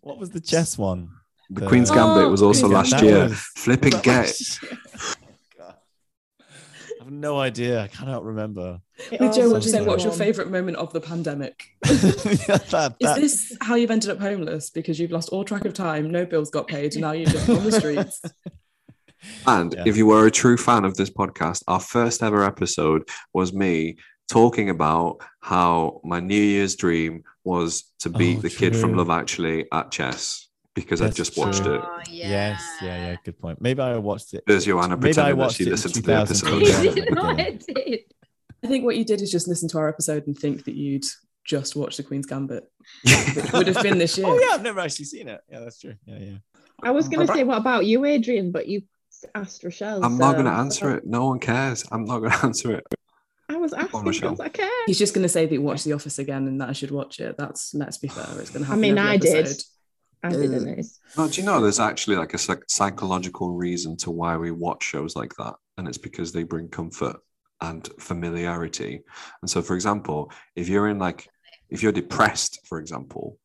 Speaker 2: what was the chess one The-
Speaker 4: Queen's Gambit was also
Speaker 3: Oh,
Speaker 4: last
Speaker 2: That
Speaker 4: year.
Speaker 2: Uh, was-
Speaker 4: Flipping
Speaker 2: That
Speaker 4: get.
Speaker 2: was- God. I have no idea. I cannot remember.
Speaker 3: With
Speaker 6: It
Speaker 3: Joe
Speaker 6: also
Speaker 2: watching
Speaker 3: Watson,
Speaker 6: did
Speaker 3: what's your
Speaker 6: one-
Speaker 3: favourite moment of the pandemic?
Speaker 2: That-
Speaker 3: Is
Speaker 2: that-
Speaker 3: this how you've ended up homeless because you've lost all track of time, no bills got paid, and now you're just on the streets?
Speaker 4: And
Speaker 2: Yeah.
Speaker 4: if you were a true fan of this podcast, our first ever episode was me talking about how my New Year's dream was to beat
Speaker 2: Oh,
Speaker 4: the kid from
Speaker 2: true.
Speaker 4: Love Actually at chess because I
Speaker 2: That's
Speaker 4: just watched
Speaker 2: true.
Speaker 4: it.
Speaker 5: Oh, yeah.
Speaker 2: Yes, yeah, yeah. Good point. Maybe I watched it.
Speaker 4: There's Joanna
Speaker 2: Maybe I
Speaker 4: pretending that
Speaker 2: watched
Speaker 4: she
Speaker 2: it in
Speaker 4: listened to the episode.
Speaker 2: 2000.
Speaker 5: You
Speaker 2: Yeah.
Speaker 5: did not, I did.
Speaker 3: I think what you did is just listen to our episode and think that you'd just watched The Queen's Gambit. It would have been this year.
Speaker 2: Oh yeah, I've never actually seen it. Yeah, that's true. Yeah, yeah.
Speaker 6: I was going
Speaker 4: Alright.
Speaker 6: to say, what about you, Adrian? But you asked Rochelle.
Speaker 4: I'm not
Speaker 6: so-
Speaker 4: going to answer it. No one cares. I'm not going to answer it.
Speaker 6: I was asking
Speaker 4: Rochelle.
Speaker 6: because I care.
Speaker 3: He's just going to say that he watched The Office again and that I should watch it. That's, let's be fair, it's going to
Speaker 6: I
Speaker 3: happen.
Speaker 6: mean,
Speaker 3: every
Speaker 6: I did.
Speaker 3: episode.
Speaker 6: I didn't. It's-
Speaker 4: No, do you know there's actually like a psych- psychological reason to why we watch shows like that, and it's because they bring comfort and familiarity. And so, for example, if you're in like if you're depressed, for example,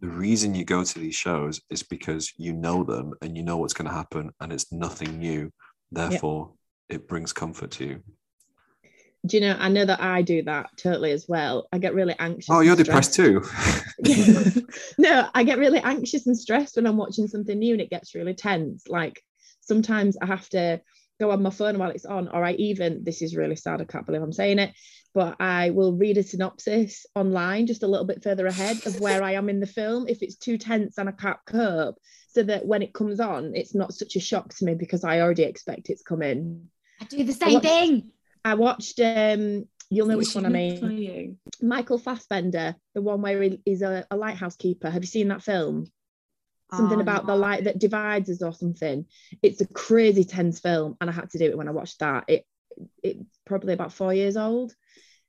Speaker 4: the reason you go to these shows is because you know them and you know what's going to happen, and it's nothing new. Therefore, it brings comfort to you.
Speaker 6: Do you know? I know that I do that totally as well. I get really anxious.
Speaker 4: Oh,
Speaker 6: and
Speaker 4: you're
Speaker 6: stressed.
Speaker 4: depressed too.
Speaker 6: no, I get really anxious and stressed when I'm watching something new and it gets really tense. Like sometimes I have to go on my phone while it's on, or I even, this is really sad, I can't believe I'm saying it, but I will read a synopsis online just a little bit further ahead of where I am in the film if it's too tense and I can't cope, so that when it comes on, it's not such a shock to me because I already expect it's coming.
Speaker 5: I do the same
Speaker 6: watched-
Speaker 5: thing.
Speaker 6: I watched, um, you'll know
Speaker 3: What
Speaker 6: which
Speaker 3: should
Speaker 6: one I
Speaker 3: we
Speaker 6: mean.
Speaker 3: play you?
Speaker 6: Michael Fassbender, the one where he- he's a, a lighthouse keeper. Have you seen that film? Something
Speaker 5: Oh,
Speaker 6: about
Speaker 5: no.
Speaker 6: the light that divides us or something. It's a crazy tense film, and I had to do it when I watched that. It it's probably about four years old.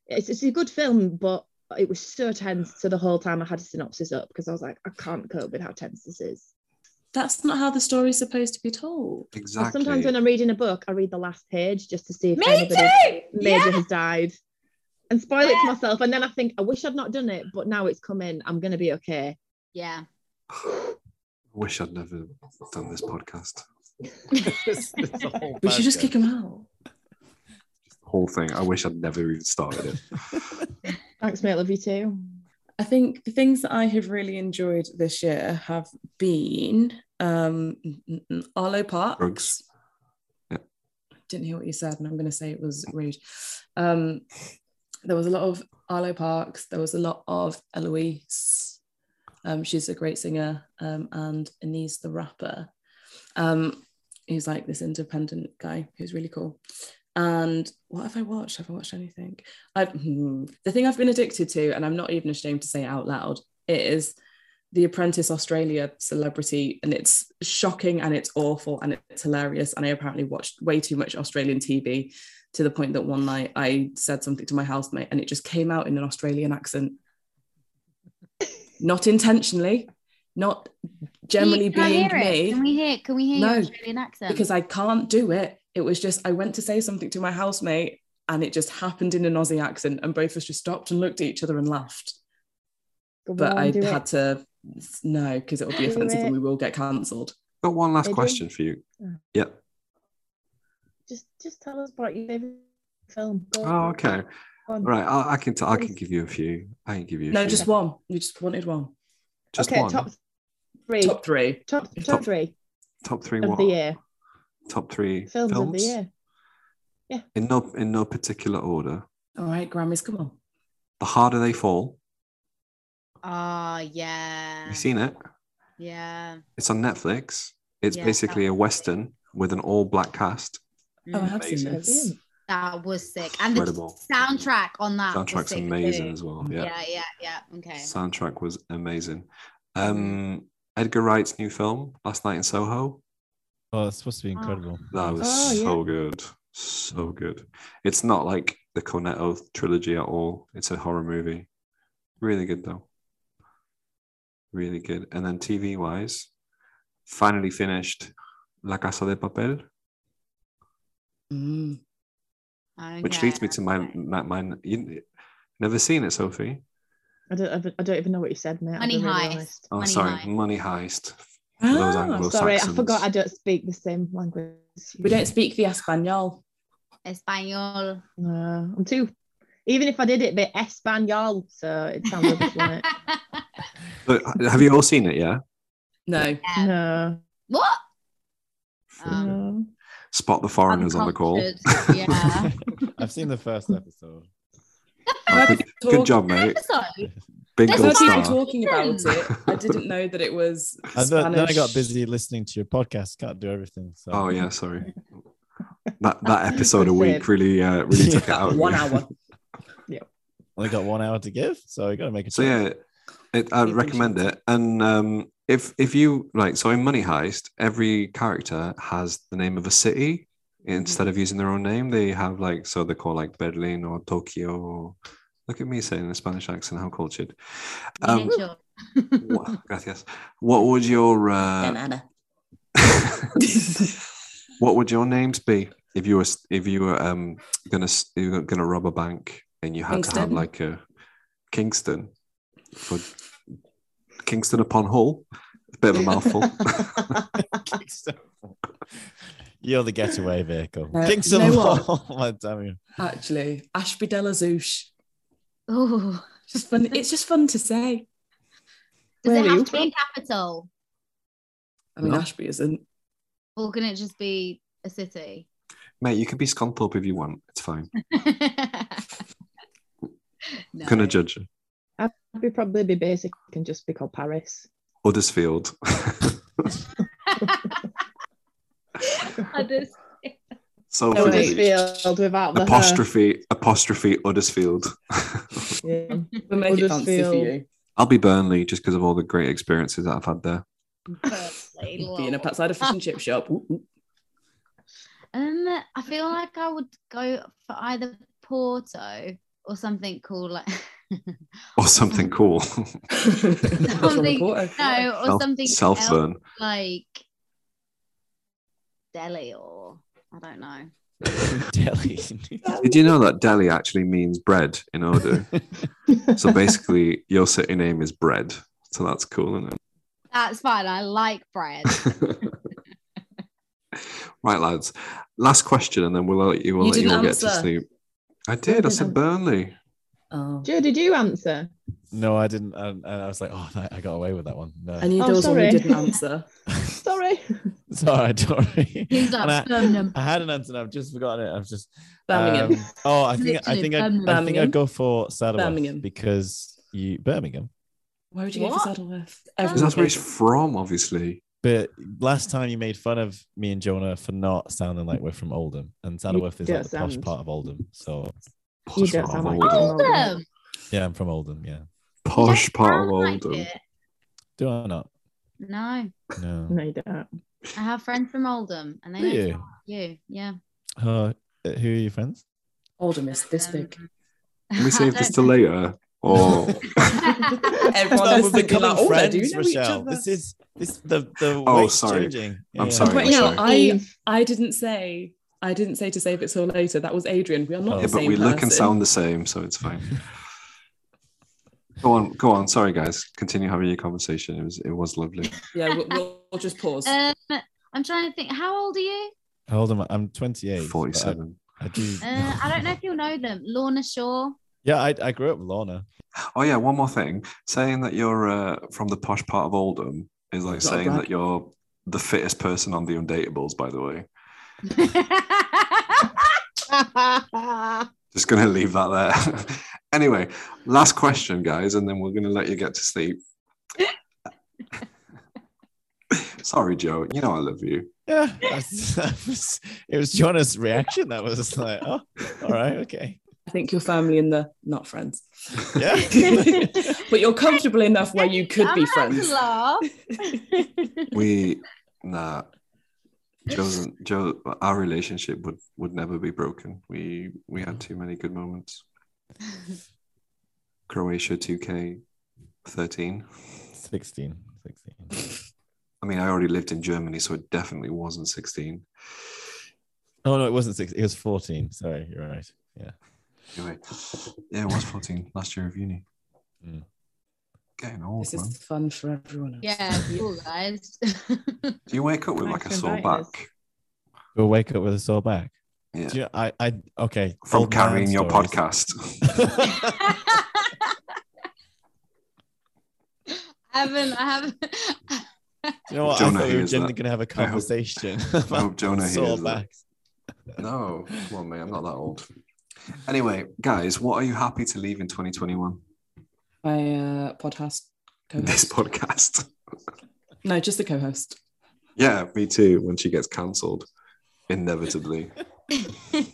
Speaker 6: It's, it's a good film, but it was so tense. So the whole time I had a synopsis up because I was like, I can't cope with how tense this is.
Speaker 3: That's not how the story's supposed to be told.
Speaker 6: And
Speaker 4: Exactly.
Speaker 6: Sometimes when I'm reading a book, I read the last page just to see if
Speaker 5: Me
Speaker 6: anybody
Speaker 5: too.
Speaker 6: major
Speaker 5: Yeah.
Speaker 6: has died and spoil it to
Speaker 5: Yeah.
Speaker 6: myself and then i think i wish i'd not done it but now it's coming i'm gonna be okay
Speaker 5: Yeah.
Speaker 4: Wish I'd never done this podcast.
Speaker 2: This is a whole
Speaker 3: We should just
Speaker 2: podcast.
Speaker 3: kick him out.
Speaker 4: Whole thing. I wish I'd never even started it.
Speaker 6: thanks mate love you too
Speaker 3: I think the things that I have really enjoyed this year have been um, mm, mm, mm, Arlo Parks.
Speaker 4: Drugs. Yeah.
Speaker 3: Didn't hear what you said, and I'm going to say it was rude. Um, there was a lot of Arlo Parks. There was a lot of Eloise. Um, she's a great singer, um, and Anise the rapper. Um, he's like this independent guy who's really cool. And what have I watched? Have I watched anything? I've, hmm, the thing I've been addicted to, and I'm not even ashamed to say it out loud, is the Apprentice Australia celebrity, and it's shocking and it's awful and it's hilarious. And I apparently watched way too much Australian TV to the point that one night I said something to my housemate, and it just came out in an Australian accent, not intentionally, not generally
Speaker 5: Can I
Speaker 3: being
Speaker 5: hear it?
Speaker 3: me
Speaker 5: Can we hear? Can we hear
Speaker 3: No,
Speaker 5: your Australian accent?
Speaker 3: because I can't do it. It was just I went to say something to my housemate and it just happened in an Aussie accent and both of us just stopped and looked at each other and laughed.
Speaker 6: Go
Speaker 3: But
Speaker 6: on,
Speaker 3: I
Speaker 6: do
Speaker 3: had
Speaker 6: it.
Speaker 3: to no, because it would be
Speaker 6: Do
Speaker 3: offensive
Speaker 6: it.
Speaker 3: and we will get cancelled.
Speaker 4: Got one last
Speaker 6: Adrian?
Speaker 4: question for you.
Speaker 6: Oh.
Speaker 4: Yeah.
Speaker 6: just just tell us about your favorite film Go
Speaker 4: Oh,
Speaker 6: on.
Speaker 4: okay.
Speaker 6: Go on.
Speaker 4: Right. I, I can. T- I can
Speaker 6: Please.
Speaker 4: give you a few. I can give you. A
Speaker 3: No,
Speaker 4: few.
Speaker 3: just one. We just wanted one.
Speaker 4: just
Speaker 6: okay
Speaker 4: one.
Speaker 6: top
Speaker 4: Top,
Speaker 6: three top
Speaker 3: Top three.
Speaker 6: top,
Speaker 4: Top
Speaker 6: three
Speaker 4: three.
Speaker 6: of
Speaker 4: What?
Speaker 6: the year
Speaker 4: Top three
Speaker 6: films,
Speaker 4: films,
Speaker 6: of the year
Speaker 4: in no in no particular order.
Speaker 3: All right, Grammys, come on.
Speaker 4: The harder they fall.
Speaker 5: Oh, yeah.
Speaker 4: You've seen it.
Speaker 5: Yeah.
Speaker 4: It's on Netflix. It's
Speaker 5: Yeah.
Speaker 4: basically a western with an all black cast.
Speaker 3: Oh, I
Speaker 5: Mm,
Speaker 3: have seen
Speaker 4: Amazing.
Speaker 3: this.
Speaker 5: that was sick. And the
Speaker 4: Incredible.
Speaker 5: soundtrack on that. was
Speaker 4: Soundtrack's
Speaker 5: sick
Speaker 4: amazing
Speaker 5: too.
Speaker 4: as well.
Speaker 5: Yeah.
Speaker 4: Yeah.
Speaker 5: yeah, yeah, Okay. Mm-hmm.
Speaker 4: Soundtrack was amazing. Um, Edgar Wright's new film, Last Night in Soho.
Speaker 2: Oh, it's supposed to be
Speaker 5: Oh.
Speaker 2: incredible.
Speaker 4: That was
Speaker 6: Oh, yeah.
Speaker 4: so good. So good. It's not like the Cornetto trilogy at all. It's a horror movie. Really good though. Really good. And then TV wise, finally finished La Casa de Papel,
Speaker 3: Mm.
Speaker 4: which
Speaker 5: Okay,
Speaker 4: leads me to my
Speaker 5: okay.
Speaker 4: my, my you, never seen it, Sophie.
Speaker 6: I don't, I don't even know what you said, mate. I'll
Speaker 5: Money
Speaker 6: be really
Speaker 5: Heist.
Speaker 6: honest.
Speaker 4: Oh,
Speaker 5: Money
Speaker 4: sorry,
Speaker 5: Heist.
Speaker 4: Money Heist. For those
Speaker 3: Ah,
Speaker 4: Anglo
Speaker 6: Sorry, I
Speaker 4: Saxons.
Speaker 6: forgot I don't speak the same language. as you.
Speaker 3: we don't speak the Espanol.
Speaker 5: Espanol.
Speaker 6: No, Uh, I'm too. Even if I did it, bit Espanol, so it sounds rubbish, doesn't
Speaker 4: But have you all seen it? Yeah.
Speaker 3: No.
Speaker 6: it? No,
Speaker 5: What? Um,
Speaker 6: no.
Speaker 4: Spot the foreigners on the call.
Speaker 5: Uncultured. Yeah.
Speaker 2: I've seen the first episode.
Speaker 4: Oh, good,
Speaker 3: talk-
Speaker 4: good job, mate.
Speaker 5: episode.
Speaker 4: Big
Speaker 5: That's
Speaker 4: gold
Speaker 3: Heard you
Speaker 5: Star.
Speaker 3: talking about it. I didn't know that it was.
Speaker 2: And then, then I got
Speaker 3: Spanish.
Speaker 2: busy listening to your podcast. Can't do everything. So.
Speaker 4: Oh yeah, sorry. That that episode a
Speaker 6: That's
Speaker 4: week
Speaker 6: it.
Speaker 4: really uh, really took it out. of
Speaker 3: That
Speaker 4: me.
Speaker 3: one hour.
Speaker 2: Only got one hour to give, so you got to make it.
Speaker 4: So yeah, it, I'd
Speaker 6: Big
Speaker 4: recommend
Speaker 6: oceans.
Speaker 4: it. And um, if if you like, so in Money Heist, every character has the name of a city instead of using their own name. They have like so they call like Berlin or Tokyo. Or, look at me saying a Spanish accent. How cultured. Um,
Speaker 5: yeah, sure.
Speaker 4: wha- gracias. What would your
Speaker 3: Yeah,
Speaker 4: uh,
Speaker 3: nada.
Speaker 4: what would your names be if you were s- if you were um gonna s- you were gonna rob a bank and you had to have
Speaker 3: Kingston.
Speaker 4: like a Kingston for Kingston upon Hull? A bit of a mouthful.
Speaker 2: Kingston. You're the getaway vehicle.
Speaker 3: Uh,
Speaker 2: Kingston
Speaker 3: you know what?
Speaker 2: Hall. My damn you.
Speaker 3: Actually, Ashby Della Zouche.
Speaker 5: Ooh.
Speaker 3: Just fun. It's just fun to say.
Speaker 5: Does
Speaker 6: Where
Speaker 5: it
Speaker 6: are you
Speaker 5: have to be
Speaker 6: from?
Speaker 5: a capital?
Speaker 3: I mean,
Speaker 4: No.
Speaker 3: Ashby isn't.
Speaker 5: Or can it just be a city?
Speaker 4: Mate, you can be Scunthorpe if you want. It's fine.
Speaker 5: No.
Speaker 4: I'm gonna judge you.
Speaker 6: I'd be probably be basic and just be called Paris.
Speaker 4: Huddersfield.
Speaker 5: I just-
Speaker 4: so
Speaker 6: No,
Speaker 4: for
Speaker 3: wait.
Speaker 4: the
Speaker 6: Huddersfield without the
Speaker 4: apostrophe apostrophe Huddersfield.
Speaker 6: her. Yeah.
Speaker 3: We'll make
Speaker 6: We'll
Speaker 3: it
Speaker 6: just
Speaker 3: fancy for
Speaker 6: feel-
Speaker 3: you.
Speaker 4: I'll be Burnley just because of all the great experiences that I've had there.
Speaker 5: Firstly,
Speaker 3: Being up
Speaker 5: lol.
Speaker 3: outside a fish and chip shop. Ooh, ooh.
Speaker 5: Um, I feel like I would go for either Porto or something cool like
Speaker 4: Or something cool.
Speaker 3: That's a reporter.
Speaker 5: no, Hmm. or something
Speaker 4: Self
Speaker 5: else,
Speaker 4: burn.
Speaker 5: like Delhi or I don't know.
Speaker 2: Delhi.
Speaker 4: Did you know that Delhi actually means bread in Urdu? so basically, your city name is bread. So that's cool, isn't
Speaker 5: That's fine. I like bread.
Speaker 4: it? right, lads. Last question, and then we'll let you, we'll
Speaker 3: You
Speaker 4: let you
Speaker 3: didn't
Speaker 4: all get to
Speaker 3: answer.
Speaker 4: sleep. I did. I
Speaker 6: didn't
Speaker 4: said
Speaker 6: answer.
Speaker 4: Burnley.
Speaker 3: Oh.
Speaker 6: Joe, did you answer?
Speaker 2: no, I didn't. And and I, was like, oh, I I got away with that one. No.
Speaker 3: I knew
Speaker 6: Oh,
Speaker 3: there was one you
Speaker 6: sorry.
Speaker 3: didn't answer.
Speaker 6: Sorry.
Speaker 2: It's all right, don't worry.
Speaker 5: He's
Speaker 2: And I-
Speaker 5: like Birmingham.
Speaker 2: I had an answer and I've just forgotten it. I've just
Speaker 3: Birmingham.
Speaker 2: um, oh, I think I
Speaker 5: Literally
Speaker 2: think I, I think
Speaker 3: Birmingham.
Speaker 2: I'd go for Saddleworth
Speaker 3: Birmingham.
Speaker 2: because you Birmingham.
Speaker 3: Why would you go for
Speaker 5: What?
Speaker 3: Saddleworth?
Speaker 4: Because that's where he's
Speaker 3: goes-
Speaker 4: from, obviously.
Speaker 2: But last time you made fun of me and Jonah for not sounding like we're from Oldham, and Saddleworth is like
Speaker 6: don't
Speaker 2: the posh
Speaker 6: sound-
Speaker 2: part of Oldham. So
Speaker 6: You
Speaker 4: Posh
Speaker 6: don't
Speaker 4: part of
Speaker 6: sound like
Speaker 4: Oldham.
Speaker 5: Awesome.
Speaker 2: yeah, I'm from Oldham. Yeah,
Speaker 4: Posh part of
Speaker 5: Like
Speaker 4: Oldham.
Speaker 5: it.
Speaker 2: do I not?
Speaker 5: no,
Speaker 2: No.
Speaker 6: No, you don't.
Speaker 5: I have friends from Oldham, and they
Speaker 2: Do
Speaker 5: don't
Speaker 2: you?
Speaker 5: sound like you. Yeah.
Speaker 2: Uh, who are your friends?
Speaker 3: Oldham is this
Speaker 5: Um,
Speaker 3: big.
Speaker 4: Can we save
Speaker 5: I
Speaker 4: this
Speaker 5: don't
Speaker 4: till later? Or
Speaker 5: know.
Speaker 3: Everyone
Speaker 2: Stop,
Speaker 3: else
Speaker 2: we're
Speaker 3: thinking
Speaker 2: becoming
Speaker 3: like, "Oh, they do know each
Speaker 2: Rochelle.
Speaker 3: other."
Speaker 2: This is this the the
Speaker 4: Oh,
Speaker 2: weight's
Speaker 4: sorry.
Speaker 2: changing.
Speaker 4: I'm sorry,
Speaker 3: Wait,
Speaker 4: I'm
Speaker 3: no,
Speaker 4: sorry.
Speaker 3: I,
Speaker 6: Eve.
Speaker 3: I didn't say I didn't say to save it till later. That was Adrian. We are not
Speaker 2: Oh.
Speaker 4: yeah,
Speaker 3: the
Speaker 4: but
Speaker 3: same
Speaker 4: we look and
Speaker 3: person.
Speaker 4: sound the same, so it's fine. Go on, go on. Sorry, guys. Continue having your conversation. It was it was lovely.
Speaker 3: Yeah, we'll, we'll, we'll just pause.
Speaker 5: um, I'm trying to think. How old are you?
Speaker 2: Hold on, I'm 28. but uh, I-
Speaker 4: Forty-seven.
Speaker 2: I, do.
Speaker 5: Uh, I don't know if you'll know them. Lorna Shaw.
Speaker 2: Yeah, I, I grew up with Lorna.
Speaker 4: Oh yeah, one more thing. Saying that you're uh, from the posh part of Oldham is like
Speaker 3: It's not a
Speaker 4: saying
Speaker 3: brag.
Speaker 4: that you're the fittest person on the Undateables. By the way, just gonna leave that there. anyway, last question, guys, and then we're gonna let you get to sleep. Sorry, Joe. You know I love you.
Speaker 2: Yeah, that's- that was, it was Jonah's reaction that was like, oh, all right, okay,
Speaker 3: I think your family and the not friends,
Speaker 2: yeah.
Speaker 3: but you're comfortable enough where you could be
Speaker 5: I'm allowed
Speaker 3: friends.
Speaker 5: to laugh.
Speaker 4: we nah joe's joe our relationship would would never be broken we we had too many good moments croatia 2k 13
Speaker 2: 16, 16.
Speaker 4: i mean i already lived in germany so it definitely wasn't 16
Speaker 2: Oh no, it wasn't six. It was 14. Sorry, you're right. Yeah.
Speaker 4: anyway yeah it was 14 last year of uni
Speaker 2: Mm.
Speaker 4: getting old
Speaker 3: This
Speaker 4: man
Speaker 3: is fun for everyone. Else.
Speaker 5: yeah, cool guys.
Speaker 4: do you wake up with like
Speaker 6: Thanks
Speaker 4: a
Speaker 6: for
Speaker 4: sore
Speaker 6: inviting us.
Speaker 4: back
Speaker 2: We'll wake up with a sore back.
Speaker 4: yeah
Speaker 2: Do you know, I, I, okay.
Speaker 4: from
Speaker 2: old man
Speaker 4: carrying your
Speaker 2: stories.
Speaker 4: podcast
Speaker 5: haven't I haven't
Speaker 2: Do you know what? I
Speaker 4: Jonah
Speaker 2: thought we were
Speaker 4: hears that.
Speaker 2: generally going to have a conversation
Speaker 4: I hope
Speaker 2: about
Speaker 4: Jonah uh,
Speaker 2: sore
Speaker 4: hears that.
Speaker 2: backs.
Speaker 4: no come on mate i'm not that old Anyway, guys, what are you happy to leave in 2021?
Speaker 3: My uh, podcast
Speaker 4: This
Speaker 3: co-host.
Speaker 4: podcast.
Speaker 3: No, just the co-host.
Speaker 4: Yeah, me too. When she gets cancelled, inevitably,
Speaker 5: I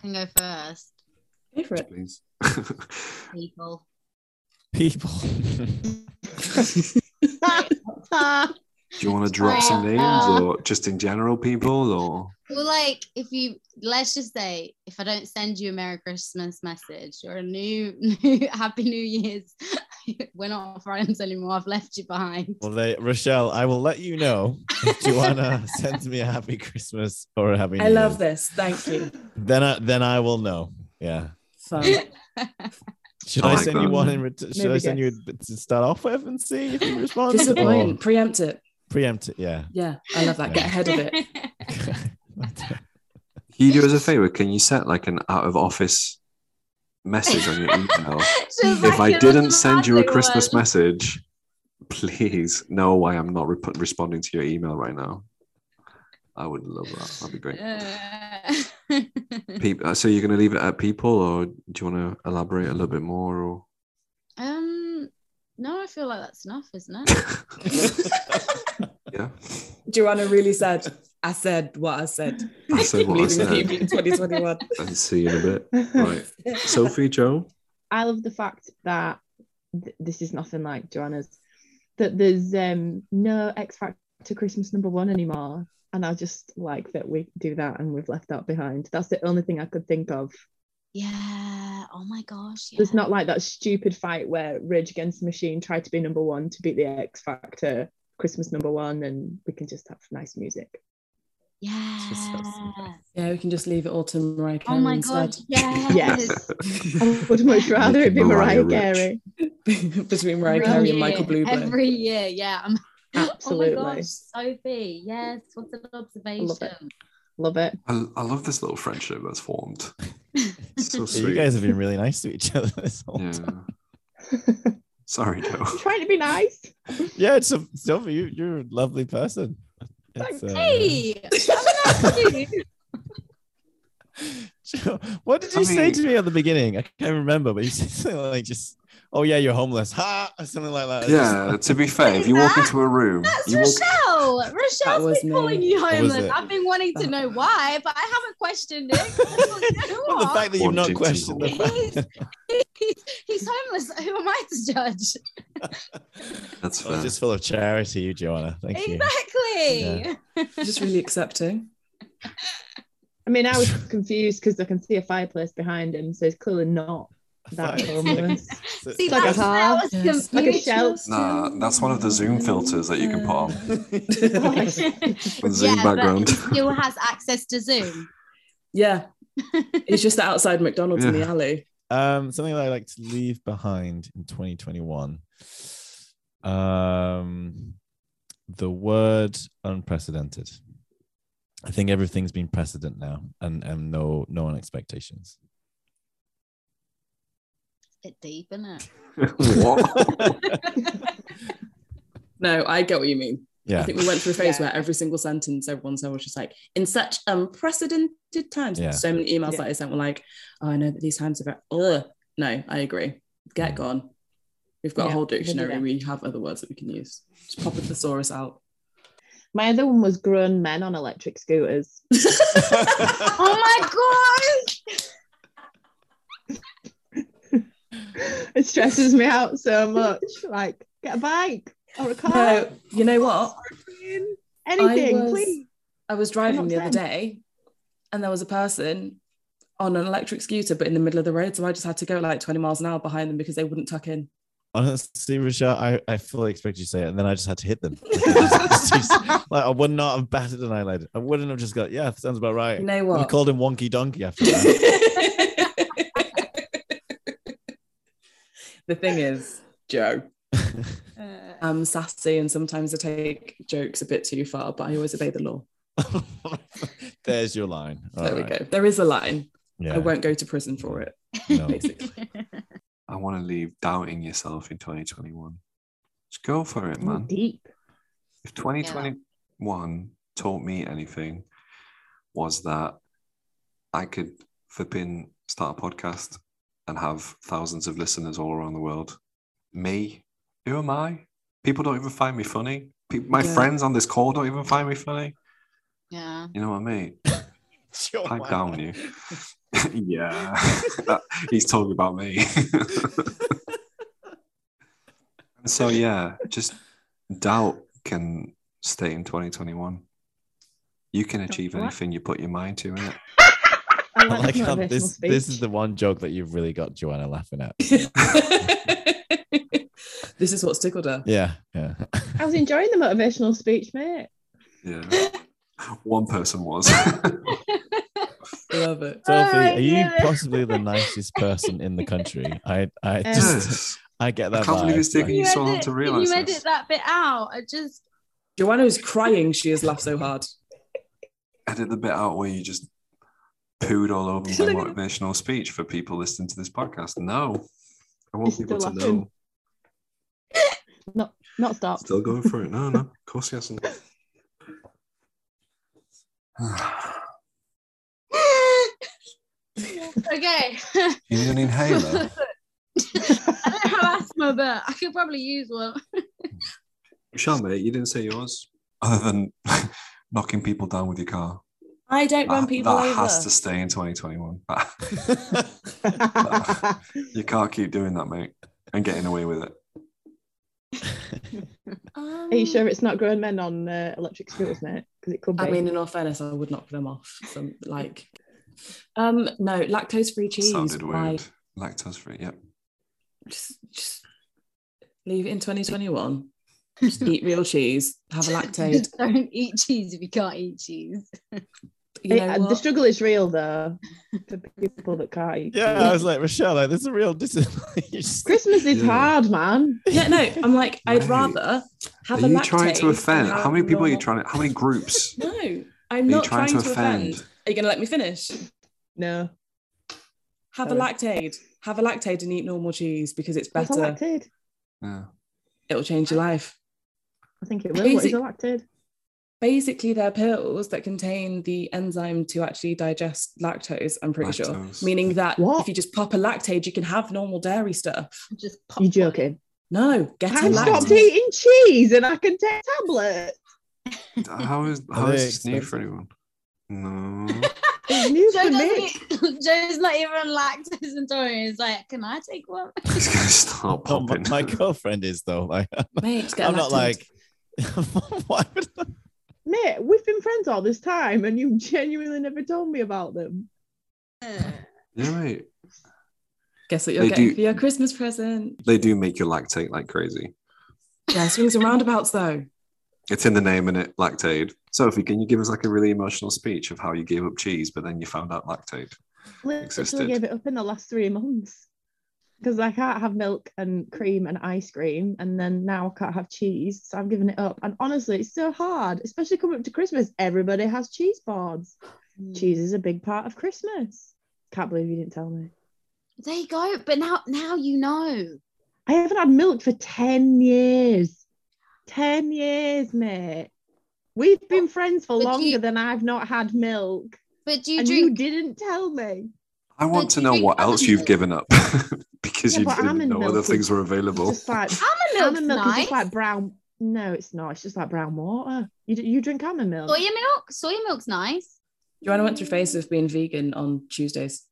Speaker 5: can go first,
Speaker 3: Favorite.
Speaker 4: please.
Speaker 5: people.
Speaker 2: People.
Speaker 3: Ah.
Speaker 5: well,
Speaker 4: Do you want to drop some names or just in general people or
Speaker 5: like if you let's just say if I don't send you a Merry Christmas message or a new, new Happy New Year's, we're not friends anymore. I've left you behind.
Speaker 2: well, they Rochelle, I will let you know if Joanna sends me a happy Christmas or a happy.
Speaker 3: I
Speaker 2: New
Speaker 3: love
Speaker 2: Year.
Speaker 3: this. Thank you.
Speaker 2: Then I then I will know. Yeah.
Speaker 3: Fun.
Speaker 2: Should
Speaker 4: I
Speaker 2: I
Speaker 4: like
Speaker 2: send you
Speaker 4: that.
Speaker 2: one? In ret- should I
Speaker 6: Maybe
Speaker 2: send you a bit to start off with and see if you respond?
Speaker 3: Disappoint.
Speaker 2: Or
Speaker 3: Preempt it.
Speaker 2: Preempt it. Yeah.
Speaker 3: Yeah, I love that. Get ahead of it.
Speaker 4: Can you do us a favor? Can you set like an out of office message on your email? if I didn't send you a Christmas message, please know why I'm not rep- responding to your email right now. I would love that. That'd be great. Peop- uh, so you're going to leave it at people, or do you want to elaborate a little bit more? Or
Speaker 5: um, no, I feel like that's enough, isn't it?
Speaker 4: yeah,
Speaker 3: Joanna really said, I said what I said.
Speaker 4: I said what I
Speaker 3: Leaving
Speaker 4: said.
Speaker 3: people in 2021.
Speaker 4: And see you in a bit. Right, Sophie, Joe.
Speaker 6: I love the fact that th- this is nothing like Joanna's. That there's um, no X Factor Christmas number one anymore, and I just like that we do that and we've left that behind. That's the only thing I could think of.
Speaker 5: yeah. Oh my gosh.
Speaker 6: There's
Speaker 5: yeah.
Speaker 6: not like that stupid fight where Rage Against the Machine tried to be number one to beat the X Factor Christmas number one, and we can just have nice music.
Speaker 5: Yeah.
Speaker 3: Yeah, we can just leave it all to Mariah Carey
Speaker 5: Oh my
Speaker 3: instead.
Speaker 5: god. Yes.
Speaker 6: Yes. I would much rather it be
Speaker 4: Mariah
Speaker 6: Mariah
Speaker 4: rich.
Speaker 6: Carey.
Speaker 3: Between Mariah
Speaker 5: Every
Speaker 3: Carey and Michael
Speaker 5: year,
Speaker 3: Bluebird.
Speaker 5: Every year, yeah. I'm-
Speaker 6: Absolutely.
Speaker 5: Oh my gosh, Sophie. Yes, what an observation.
Speaker 6: Love it.
Speaker 4: I, I love this little friendship that's formed. So
Speaker 2: So you
Speaker 4: sweet.
Speaker 2: guys have been really nice to each other this whole
Speaker 4: yeah.
Speaker 2: time.
Speaker 4: Sorry, Joe.
Speaker 6: Trying to be nice.
Speaker 2: Yeah, it's a, Sophie, you, you're a lovely person. It's, uh,
Speaker 5: Hey, I'm not you.
Speaker 2: Joe, what did
Speaker 4: I
Speaker 2: you say
Speaker 4: mean-
Speaker 2: to me at the beginning? I can't remember, but you said something like just, oh yeah, you're homeless, ha, or something like that. It's just
Speaker 4: Yeah,
Speaker 2: like-
Speaker 4: to be fair, if you walk into a room,
Speaker 5: That's
Speaker 4: you walk,
Speaker 5: Rochelle. Rochelle's
Speaker 3: was
Speaker 5: been
Speaker 3: me.
Speaker 5: calling you
Speaker 2: That was
Speaker 5: homeless.
Speaker 2: it.
Speaker 5: I've been wanting to know why, but I haven't questioned it. I don't know
Speaker 2: well, the
Speaker 5: why.
Speaker 2: fact that you've
Speaker 4: Wanting
Speaker 2: not
Speaker 4: to
Speaker 2: questioned the
Speaker 4: know.
Speaker 2: fact.
Speaker 5: He's- He's homeless. Who am I to judge?
Speaker 2: I
Speaker 4: that's
Speaker 2: was
Speaker 4: fair.
Speaker 2: just full of charity, you, Joanna. Thank you.
Speaker 5: Exactly.
Speaker 2: Yeah.
Speaker 3: Just really accepting.
Speaker 6: I mean, I was confused because I can see a fireplace behind him, so it's clearly not that homeless.
Speaker 2: So-
Speaker 5: See,
Speaker 6: It's like a
Speaker 5: that's, that
Speaker 6: heart.
Speaker 5: was
Speaker 3: Yes.
Speaker 5: confusing.
Speaker 6: like a shell.
Speaker 4: Nah, that's one of the Zoom filters that you can put on. With Zoom
Speaker 5: yeah,
Speaker 4: background.
Speaker 5: but he still has access to Zoom.
Speaker 3: yeah. It's just outside McDonald's in
Speaker 4: Yeah.
Speaker 3: the alley.
Speaker 2: Um, something that I like to leave behind in 2021. Um, the word unprecedented. I think everything's been precedent now, and and no no one expectations.
Speaker 5: Bit deep, isn't
Speaker 4: what?
Speaker 3: No, I get what you mean. I
Speaker 2: yeah,
Speaker 3: think we went through a phase
Speaker 6: Yeah.
Speaker 3: where every single sentence, everyone said was just like, in such unprecedented times.
Speaker 2: Yeah.
Speaker 3: So many emails
Speaker 6: Yeah.
Speaker 3: that I sent were like, oh, I know that these times are very, ugh. No, I agree. Get gone. We've got a
Speaker 6: Yeah,
Speaker 3: whole
Speaker 6: we'll do
Speaker 3: dictionary.
Speaker 6: that.
Speaker 3: We have other words that we can use. Just pop a thesaurus out.
Speaker 6: My other one was grown men on electric scooters.
Speaker 5: it? Oh
Speaker 6: It stresses me out so much. Like, get a bike or a car,
Speaker 3: No, you know what?
Speaker 6: or a train, anything,
Speaker 3: was-
Speaker 6: please.
Speaker 3: I was driving the other
Speaker 6: upset.
Speaker 3: day and there was a person on an electric scooter, but in the middle of the road. So I just had to go like 20 miles an hour behind them because they wouldn't tuck in.
Speaker 2: honestly, Rashad, I I fully expect you to say it, and then I just had to hit them. like I would not have batted an eyelid. I wouldn't have just got yeah, sounds about right.
Speaker 3: You know
Speaker 2: I
Speaker 3: what?
Speaker 2: called him Wonky Donkey after that.
Speaker 3: the thing is, Joe,
Speaker 5: my god.
Speaker 3: I'm sassy and sometimes I take jokes a bit too far, but I always obey the law.
Speaker 2: There's your line. All
Speaker 3: there we
Speaker 2: right.
Speaker 3: go. There is a line.
Speaker 2: Yeah.
Speaker 3: I won't go to prison for it.
Speaker 2: no.
Speaker 3: Basically.
Speaker 4: I want to leave doubting yourself in 2021. Just go for it,
Speaker 6: Ooh,
Speaker 4: man.
Speaker 6: deep.
Speaker 4: If 2021 taught me anything, was that I could flipping start a podcast and have thousands of listeners all around the world. Me, who am I? People don't even find me funny. Pe- my
Speaker 3: Yeah.
Speaker 4: friends on this call don't even find me funny.
Speaker 5: Yeah.
Speaker 4: You know what I mean?
Speaker 2: Sure,
Speaker 4: Pipe
Speaker 2: why
Speaker 4: down,
Speaker 2: not?
Speaker 4: you. yeah, he's talking about me. so yeah, just doubt can stay in 2021. You can achieve
Speaker 6: What?
Speaker 4: anything you put your mind to. Innit?
Speaker 2: I
Speaker 6: I
Speaker 2: like
Speaker 6: "Oh, this
Speaker 2: how
Speaker 6: motivational
Speaker 2: this this is
Speaker 6: speech.
Speaker 2: the one joke that you've really got Joanna laughing at.
Speaker 3: this is what's tickled her.
Speaker 2: Yeah, yeah.
Speaker 6: I was enjoying the motivational speech, mate.
Speaker 4: Yeah, one person was.
Speaker 3: Love it.
Speaker 2: Sophie,
Speaker 6: I
Speaker 2: are you
Speaker 6: knew it.
Speaker 2: possibly the nicest person in the country? I I
Speaker 6: Um,
Speaker 2: just
Speaker 4: Yes.
Speaker 2: I get that.
Speaker 4: I can't believe
Speaker 2: vibe,
Speaker 4: it's taken
Speaker 2: like-
Speaker 4: you so long to
Speaker 5: Can
Speaker 4: realise
Speaker 5: you
Speaker 4: this?
Speaker 5: edit that bit out. I just
Speaker 3: Joanna is crying. She has laughed so hard.
Speaker 4: edit the bit out where you just pooed all over my
Speaker 3: Look at-
Speaker 4: motivational speech for people listening to this podcast. No, I want
Speaker 6: It's
Speaker 4: people to
Speaker 6: still
Speaker 4: know.
Speaker 6: laughing. Not not stopped.
Speaker 4: Still going for it? No, no. Of course, yes.
Speaker 5: okay.
Speaker 4: you need an inhaler.
Speaker 5: I don't have asthma, but I could probably use one.
Speaker 4: Michelle, mate, you didn't say yours. Other than knocking people down with your car,
Speaker 3: I don't
Speaker 4: that, that has to stay in 2021. you can't keep doing that, mate, and getting away with it.
Speaker 3: Um,
Speaker 6: Are you sure it's not grown men on uh, electric scooters, mate? Because it could be.
Speaker 3: I mean, in all fairness, I would knock them off. Some like, um, no, lactose-free cheese.
Speaker 4: Sounded
Speaker 3: why-
Speaker 4: weird. Lactose free. Yep.
Speaker 3: just, just leave it in 2021. Just eat real cheese. Have a lactate.
Speaker 5: Don't eat cheese if you can't eat cheese.
Speaker 3: You
Speaker 6: Hey,
Speaker 3: know
Speaker 6: uh, the
Speaker 3: what?
Speaker 6: struggle is real though for people that can't eat.
Speaker 2: yeah, I was like Michelle, like this is a real. This is you just-
Speaker 6: Christmas is
Speaker 4: Yeah.
Speaker 6: hard, man.
Speaker 3: yeah, no, I'm like, I'd
Speaker 4: Mate,
Speaker 3: rather have
Speaker 4: Are
Speaker 3: a
Speaker 4: you
Speaker 3: lactate.
Speaker 4: trying to
Speaker 3: than
Speaker 4: offend?
Speaker 3: have
Speaker 4: How many people are you
Speaker 3: normal-
Speaker 4: trying to? How many groups
Speaker 3: No, I'm
Speaker 4: are you
Speaker 3: not
Speaker 4: trying, to offend?
Speaker 3: Are you going to let me finish?
Speaker 6: No,
Speaker 3: Have a
Speaker 6: Sorry.
Speaker 3: lactate. Have a lactate and eat normal cheese because it's
Speaker 6: it's a
Speaker 3: better.
Speaker 6: lactaid.
Speaker 4: Yeah.
Speaker 3: It'll change your life.
Speaker 6: I think it will. What is
Speaker 3: Basic-
Speaker 6: a lactaid?
Speaker 3: Basically, they're pills that contain the enzyme to actually digest lactose. I'm pretty
Speaker 4: Lactose.
Speaker 3: sure, meaning that
Speaker 6: What?
Speaker 3: if you just pop a lactate, you can have normal dairy stuff.
Speaker 5: Just pop
Speaker 6: You're joking.
Speaker 3: No, get a
Speaker 6: I've stopped
Speaker 3: lactate.
Speaker 6: eating cheese and I can take tablets.
Speaker 4: How is
Speaker 2: Are
Speaker 4: how is
Speaker 2: they
Speaker 4: this new for anyone? No.
Speaker 6: It's new
Speaker 5: Joe
Speaker 6: for
Speaker 5: doesn't
Speaker 6: me.
Speaker 5: eat- Joe's not even lactose intolerant. He's like, can I take one?
Speaker 4: He's gonna start
Speaker 2: Oh, my,
Speaker 4: popping.
Speaker 2: my girlfriend is though. Like
Speaker 3: Mate, just get a
Speaker 2: I'm not
Speaker 3: lactate.
Speaker 2: like. Why would I?
Speaker 6: Mate, we've been friends all this time and you genuinely never told me about them.
Speaker 4: yeah, mate.
Speaker 3: Guess what you're
Speaker 4: They
Speaker 3: getting
Speaker 4: do-
Speaker 3: for your Christmas present?
Speaker 4: They do make you lactate like crazy.
Speaker 3: Yeah, swings and roundabouts though.
Speaker 4: It's in the name, and it lactate. Sophie, can you give us like a really emotional speech of how you gave up cheese, but then you found out lactate?
Speaker 6: Literally
Speaker 4: Existed.
Speaker 6: gave it up in the last three months because I can't have milk and cream and ice cream, and then now I can't have cheese, so I've given it up. And honestly, it's so hard, especially coming up to Christmas. Everybody has cheese boards. Cheese is a big part of Christmas. Can't believe you didn't tell me.
Speaker 5: There you go. But now, now you know.
Speaker 6: I haven't had milk for 10 years. 10 years, mate. We've been friends for
Speaker 5: But
Speaker 6: longer
Speaker 5: you-
Speaker 6: than I've not had milk.
Speaker 5: But do you
Speaker 6: and you
Speaker 5: drink?
Speaker 6: didn't tell me.
Speaker 4: I want
Speaker 5: do
Speaker 4: to
Speaker 5: you
Speaker 4: know
Speaker 5: drink
Speaker 4: what else you've
Speaker 5: almond
Speaker 4: given up because
Speaker 6: Yeah,
Speaker 4: you
Speaker 6: but
Speaker 4: didn't
Speaker 6: almond
Speaker 4: know
Speaker 6: milk
Speaker 4: other
Speaker 6: is
Speaker 4: things were
Speaker 6: It's
Speaker 4: available.
Speaker 6: just like
Speaker 5: almond
Speaker 6: almond
Speaker 5: milk's
Speaker 6: milk is
Speaker 5: nice.
Speaker 6: just like brown. No, it's not. It's just like brown water. You, d- you drink almond milk.
Speaker 5: Soy milk. Soy milk's nice.
Speaker 3: Joanna went through phases of being vegan on Tuesdays.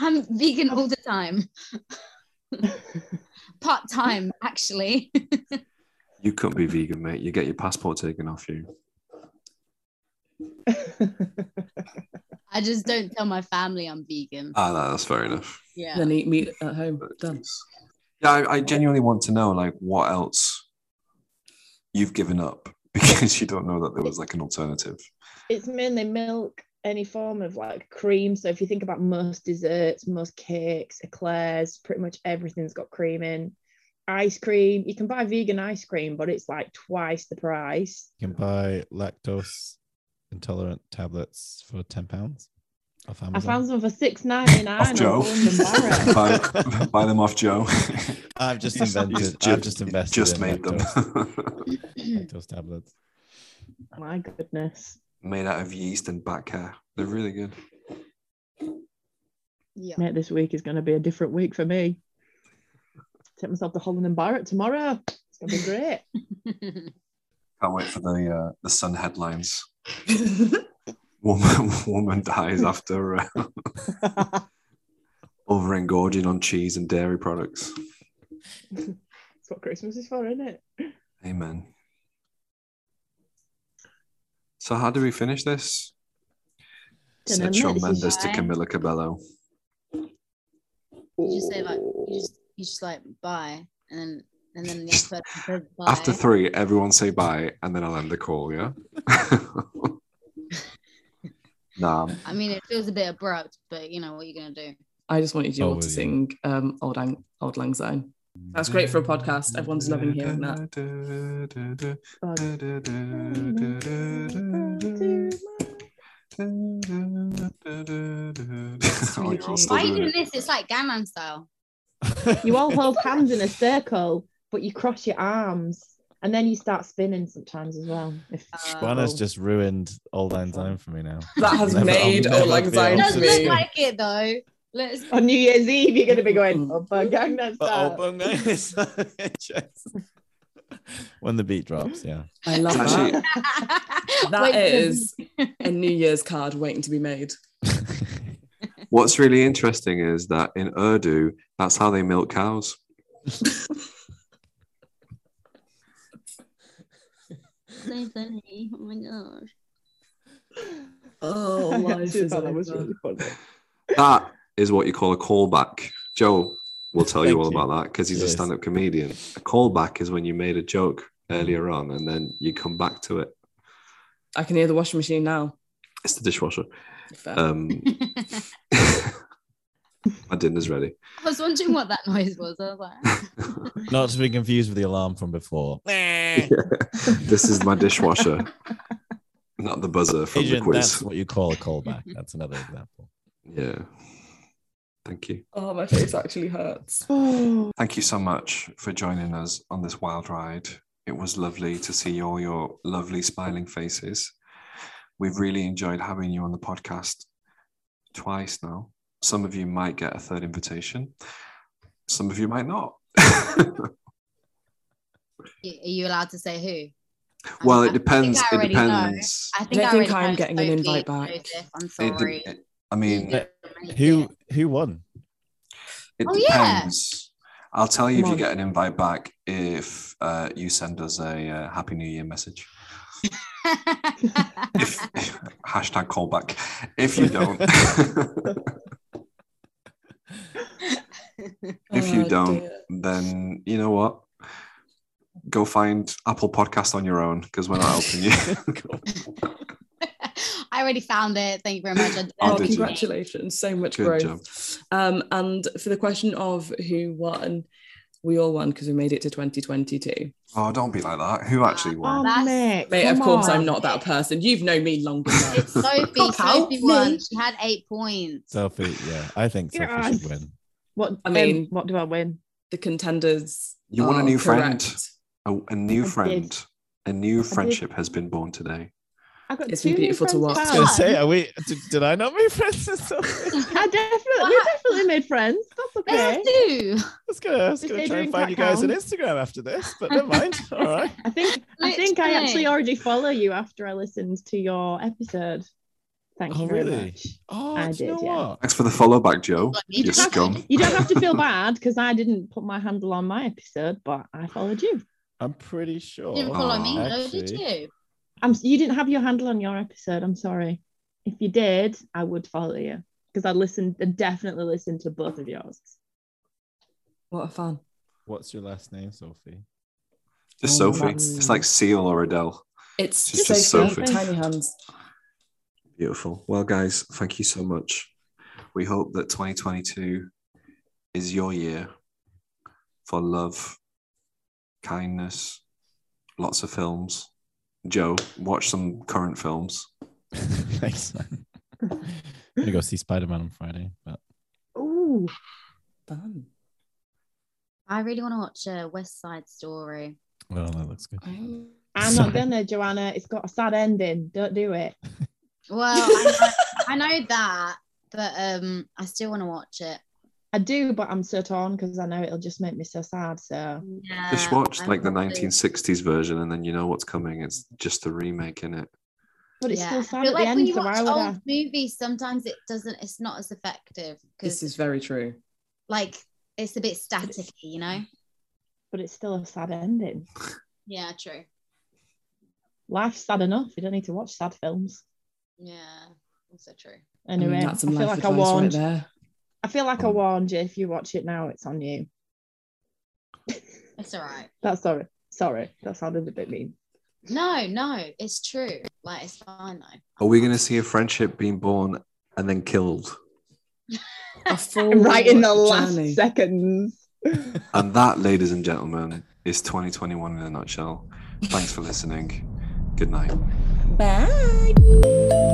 Speaker 5: I'm vegan all the time. Part time, actually.
Speaker 4: You couldn't be vegan, mate. You get your passport taken off you.
Speaker 5: I just don't tell my family I'm vegan.
Speaker 4: Ah, no, that's fair enough.
Speaker 5: yeah.
Speaker 3: And Then eat meat at home. Done.
Speaker 4: Yeah, I, I genuinely want to know like what else you've given up because you don't know that there was like an alternative.
Speaker 6: it's mainly milk, any form of like cream. So if you think about most desserts, most cakes, eclairs, pretty much everything's got cream in. Ice cream, you can buy vegan ice cream, but it's like twice the price.
Speaker 2: You can buy lactose intolerant tablets for ten pounds off Amazon.
Speaker 6: I found some for six ninety
Speaker 4: Off
Speaker 6: nine.
Speaker 4: Joe. buy, buy them off Joe.
Speaker 2: I've just
Speaker 4: He's-
Speaker 2: invented.
Speaker 4: he's
Speaker 2: I've just invested.
Speaker 4: Just
Speaker 2: in
Speaker 4: made them.
Speaker 2: lactose- lactose tablets.
Speaker 6: My goodness.
Speaker 4: made out of yeast and back hair. They're really good.
Speaker 5: Yeah.
Speaker 6: Mate, this week is going to be a different week for me. Take myself to Holland and Barrett tomorrow. It's going to be great.
Speaker 4: Can't wait for the uh, the Sun headlines. Woman woman dies after uh, over engorging on cheese and dairy products.
Speaker 6: That's what Christmas is for, isn't it?
Speaker 4: Amen. So how do we finish this?
Speaker 6: Dunno,
Speaker 4: Said
Speaker 6: mate,
Speaker 4: Shawn
Speaker 6: this is
Speaker 4: Mendes to
Speaker 5: why.
Speaker 4: Camilla Cabello.
Speaker 5: You just say like you just, you just like bye, and then and then the next person says bye.
Speaker 4: After three, everyone say bye, and then I'll end the call. Yeah. nah,
Speaker 5: I mean, it feels a bit abrupt, but you know what you're gonna do.
Speaker 3: I just wanted you
Speaker 2: Oh,
Speaker 3: all to
Speaker 2: yeah.
Speaker 3: sing um, Old, Ang- Old Lang Syne. That's great for a podcast. Everyone's loving hearing that.
Speaker 6: Oh,
Speaker 4: oh, you're all still
Speaker 5: Why are you
Speaker 4: doing it.
Speaker 5: doing this? It's like Gangnam style.
Speaker 6: You all hold hands in a circle, but you cross your arms and then you start spinning sometimes as well. If
Speaker 5: Uh,
Speaker 2: Juana's just ruined all that time for me now.
Speaker 3: That has
Speaker 2: Never- I'll
Speaker 3: made
Speaker 2: never
Speaker 3: Old Lang
Speaker 2: be
Speaker 5: It
Speaker 3: Syne
Speaker 2: able
Speaker 5: does
Speaker 3: to
Speaker 2: to
Speaker 5: look
Speaker 3: me.
Speaker 2: sing.
Speaker 5: like it though. Let's.
Speaker 6: on New Year's Eve, you're going to be going up a Gangnam
Speaker 2: But
Speaker 6: Style.
Speaker 2: open eyes. Yes. when the beat drops, yeah.
Speaker 3: I love
Speaker 4: It's
Speaker 3: that.
Speaker 4: actually-
Speaker 3: That
Speaker 5: Wait,
Speaker 3: is a New Year's card waiting to be made.
Speaker 4: What's really interesting is that in Urdu, that's how they milk cows.
Speaker 5: so funny. Oh my gosh.
Speaker 3: Oh,
Speaker 6: I
Speaker 3: life
Speaker 6: actually
Speaker 3: is
Speaker 6: thought that was
Speaker 3: over.
Speaker 6: really funny.
Speaker 4: That is what you call a callback. Joe will tell you
Speaker 2: Thank
Speaker 4: all
Speaker 2: you.
Speaker 4: about that because he's
Speaker 2: Yes.
Speaker 4: a stand-up comedian. A callback is when you made a joke earlier on and then you come back to it.
Speaker 3: I can hear the washing machine now.
Speaker 4: It's the dishwasher.
Speaker 3: Fair.
Speaker 4: Um, my dinner's ready.
Speaker 5: I was wondering what that noise was. I was like, "Ah."
Speaker 2: Not to be confused with the alarm from before.
Speaker 4: this is my dishwasher, not the buzzer from
Speaker 2: Agent,
Speaker 4: the
Speaker 2: that's
Speaker 4: quiz.
Speaker 2: what you call a callback. That's another example.
Speaker 4: Yeah. Thank you.
Speaker 3: Oh, my face actually hurts.
Speaker 6: Oh,
Speaker 4: Thank you so much for joining us on this wild ride. It was lovely to see all your lovely smiling faces. We've really enjoyed having you on the podcast twice now. Some of you might get a third invitation, some of you might not.
Speaker 5: "Y- are you allowed to say who? I'm-
Speaker 4: well,
Speaker 5: I
Speaker 4: it
Speaker 5: think
Speaker 4: depends.
Speaker 5: I
Speaker 4: It
Speaker 5: already know.
Speaker 4: depends.
Speaker 5: I think
Speaker 3: don't
Speaker 5: I
Speaker 3: think
Speaker 5: already
Speaker 3: I'm
Speaker 5: know
Speaker 3: getting an
Speaker 5: Sophie
Speaker 3: invite
Speaker 5: and
Speaker 3: back.
Speaker 5: Joseph, I'm
Speaker 4: It de-
Speaker 5: sorry.
Speaker 4: it- I mean,
Speaker 5: You
Speaker 4: it
Speaker 5: didn't
Speaker 2: Who
Speaker 5: make it.
Speaker 2: who won?
Speaker 5: Oh, yeah.
Speaker 4: depends. I'll tell you if
Speaker 6: Come
Speaker 4: you
Speaker 6: on.
Speaker 4: get an invite back if uh, you send us a uh, Happy New Year message. if hashtag callback if you don't if you
Speaker 3: Oh,
Speaker 4: don't
Speaker 3: dear.
Speaker 4: then you know what go find apple podcast on your own because we're not helping you
Speaker 5: I already found it. Thank you very much. I did
Speaker 4: Oh, did
Speaker 3: Oh,
Speaker 4: you?
Speaker 5: everything.
Speaker 3: congratulations. So much
Speaker 4: Good
Speaker 3: growth.
Speaker 4: job.
Speaker 3: Um, and for the question of who won, we all won because we made it to 2022.
Speaker 4: oh don't be like that who actually
Speaker 6: Um,
Speaker 4: won
Speaker 5: That's-
Speaker 6: mate,
Speaker 3: Mate, of
Speaker 6: come
Speaker 3: course,
Speaker 6: on.
Speaker 3: I'm not that person. You've known me longer now.
Speaker 5: It's Sophie.
Speaker 3: Cop out,
Speaker 5: Sophie won.
Speaker 6: me.
Speaker 5: She had eight points.
Speaker 2: Sophie, yeah. I think Sophie
Speaker 6: Yes.
Speaker 2: should win.
Speaker 6: What
Speaker 3: I
Speaker 6: I mean,
Speaker 3: mean-
Speaker 6: what do I win?
Speaker 3: the contenders.
Speaker 4: You want a
Speaker 3: are
Speaker 4: new
Speaker 3: correct.
Speaker 4: friend. a, Oh, a new
Speaker 6: did.
Speaker 4: friend a new friendship has been born today
Speaker 6: I got
Speaker 3: It's
Speaker 6: two
Speaker 3: been
Speaker 6: new
Speaker 3: beautiful to watch.
Speaker 6: friends
Speaker 2: I was
Speaker 6: back.
Speaker 2: gonna say, are we did, did I not meet Princess Sophie?
Speaker 6: I definitely, we
Speaker 5: What?
Speaker 6: definitely made friends. That's
Speaker 5: They
Speaker 6: okay.
Speaker 5: have two.
Speaker 2: I was gonna, I was
Speaker 6: Did
Speaker 2: gonna
Speaker 6: they
Speaker 2: try and
Speaker 6: drink
Speaker 2: find you
Speaker 6: that
Speaker 2: guys on Instagram after this, but never mind. All right.
Speaker 6: I think I think I actually
Speaker 5: Literally.
Speaker 6: already follow you after I listened to your episode. Thank
Speaker 2: Oh,
Speaker 6: you very
Speaker 2: really?
Speaker 6: much.
Speaker 2: Oh,
Speaker 6: I
Speaker 2: do you
Speaker 6: did,
Speaker 2: know
Speaker 6: yeah.
Speaker 2: what?
Speaker 4: thanks for the follow back joe
Speaker 5: Like, you
Speaker 4: you
Speaker 5: just have to-
Speaker 4: scum
Speaker 6: You don't have to feel bad because I didn't put my handle on my episode, but I followed you.
Speaker 2: I'm pretty sure.
Speaker 4: Oh,
Speaker 5: You didn't follow me,
Speaker 2: Aw.
Speaker 5: though, did
Speaker 2: Actually.
Speaker 5: you?
Speaker 6: I'm s- you didn't have your handle on your episode. I'm sorry. If you did, I would follow you because I listened and definitely listened to both of yours.
Speaker 3: What a fan.
Speaker 2: What's your last name, Sophie?
Speaker 4: just
Speaker 3: Oh,
Speaker 4: sophie
Speaker 3: that's-
Speaker 4: it's like seal or adele
Speaker 3: It's
Speaker 4: She's
Speaker 3: Sophie,
Speaker 4: just Sophie.
Speaker 3: Tiny Hands.
Speaker 4: Beautiful. Well, guys, thank you so much. We hope that 2022 is your year for love, kindness, lots of films. Joe, watch some current films.
Speaker 2: Thanks. man. I'm gonna go see Spider Man on Friday, but
Speaker 6: Ooh,
Speaker 3: Fun.
Speaker 5: I really want to watch uh, West Side Story.
Speaker 2: well, that looks good.
Speaker 6: I'm
Speaker 2: Sorry.
Speaker 6: not gonna, Joanna. It's got a sad ending. Don't do it.
Speaker 5: Well, I know, I know that, but um, I still want to watch it.
Speaker 6: I do, but I'm so torn because I know it'll just make me so sad. So
Speaker 5: Yeah,
Speaker 4: Just watch
Speaker 5: Uh, I'm
Speaker 4: like the
Speaker 5: probably-
Speaker 4: 1960s version, and then you know what's coming. It's just the remake in it.
Speaker 6: but it's
Speaker 5: Yeah,
Speaker 6: still
Speaker 5: I
Speaker 6: sad
Speaker 5: feel
Speaker 6: at
Speaker 5: like
Speaker 6: the
Speaker 5: when
Speaker 6: end.
Speaker 5: you
Speaker 6: So why
Speaker 5: watch
Speaker 6: would
Speaker 5: old
Speaker 6: I?
Speaker 5: movies, sometimes it doesn't. It's not as effective
Speaker 3: This
Speaker 5: because
Speaker 3: is very true.
Speaker 5: like it's a bit staticky, you know.
Speaker 6: But it's still a sad ending.
Speaker 5: Yeah, true.
Speaker 6: Life's sad enough. You don't need to watch sad films.
Speaker 5: Yeah, also true.
Speaker 3: I mean,
Speaker 6: Anyway, I
Speaker 3: that's some
Speaker 6: feel
Speaker 3: life
Speaker 6: like I
Speaker 3: advice right
Speaker 6: warned.
Speaker 3: there.
Speaker 6: I feel like I warned you. If you watch it now, it's on you.
Speaker 5: It's all right.
Speaker 6: That's sorry. Sorry, that sounded a bit mean.
Speaker 5: No, no, it's true. Like it's fine though.
Speaker 4: Are we going to see a friendship being born and then killed?
Speaker 3: A full
Speaker 6: Right in the
Speaker 3: journey.
Speaker 6: last seconds.
Speaker 4: And that, ladies and gentlemen, is 2021 in a nutshell. Thanks for listening. Good night.
Speaker 3: Bye.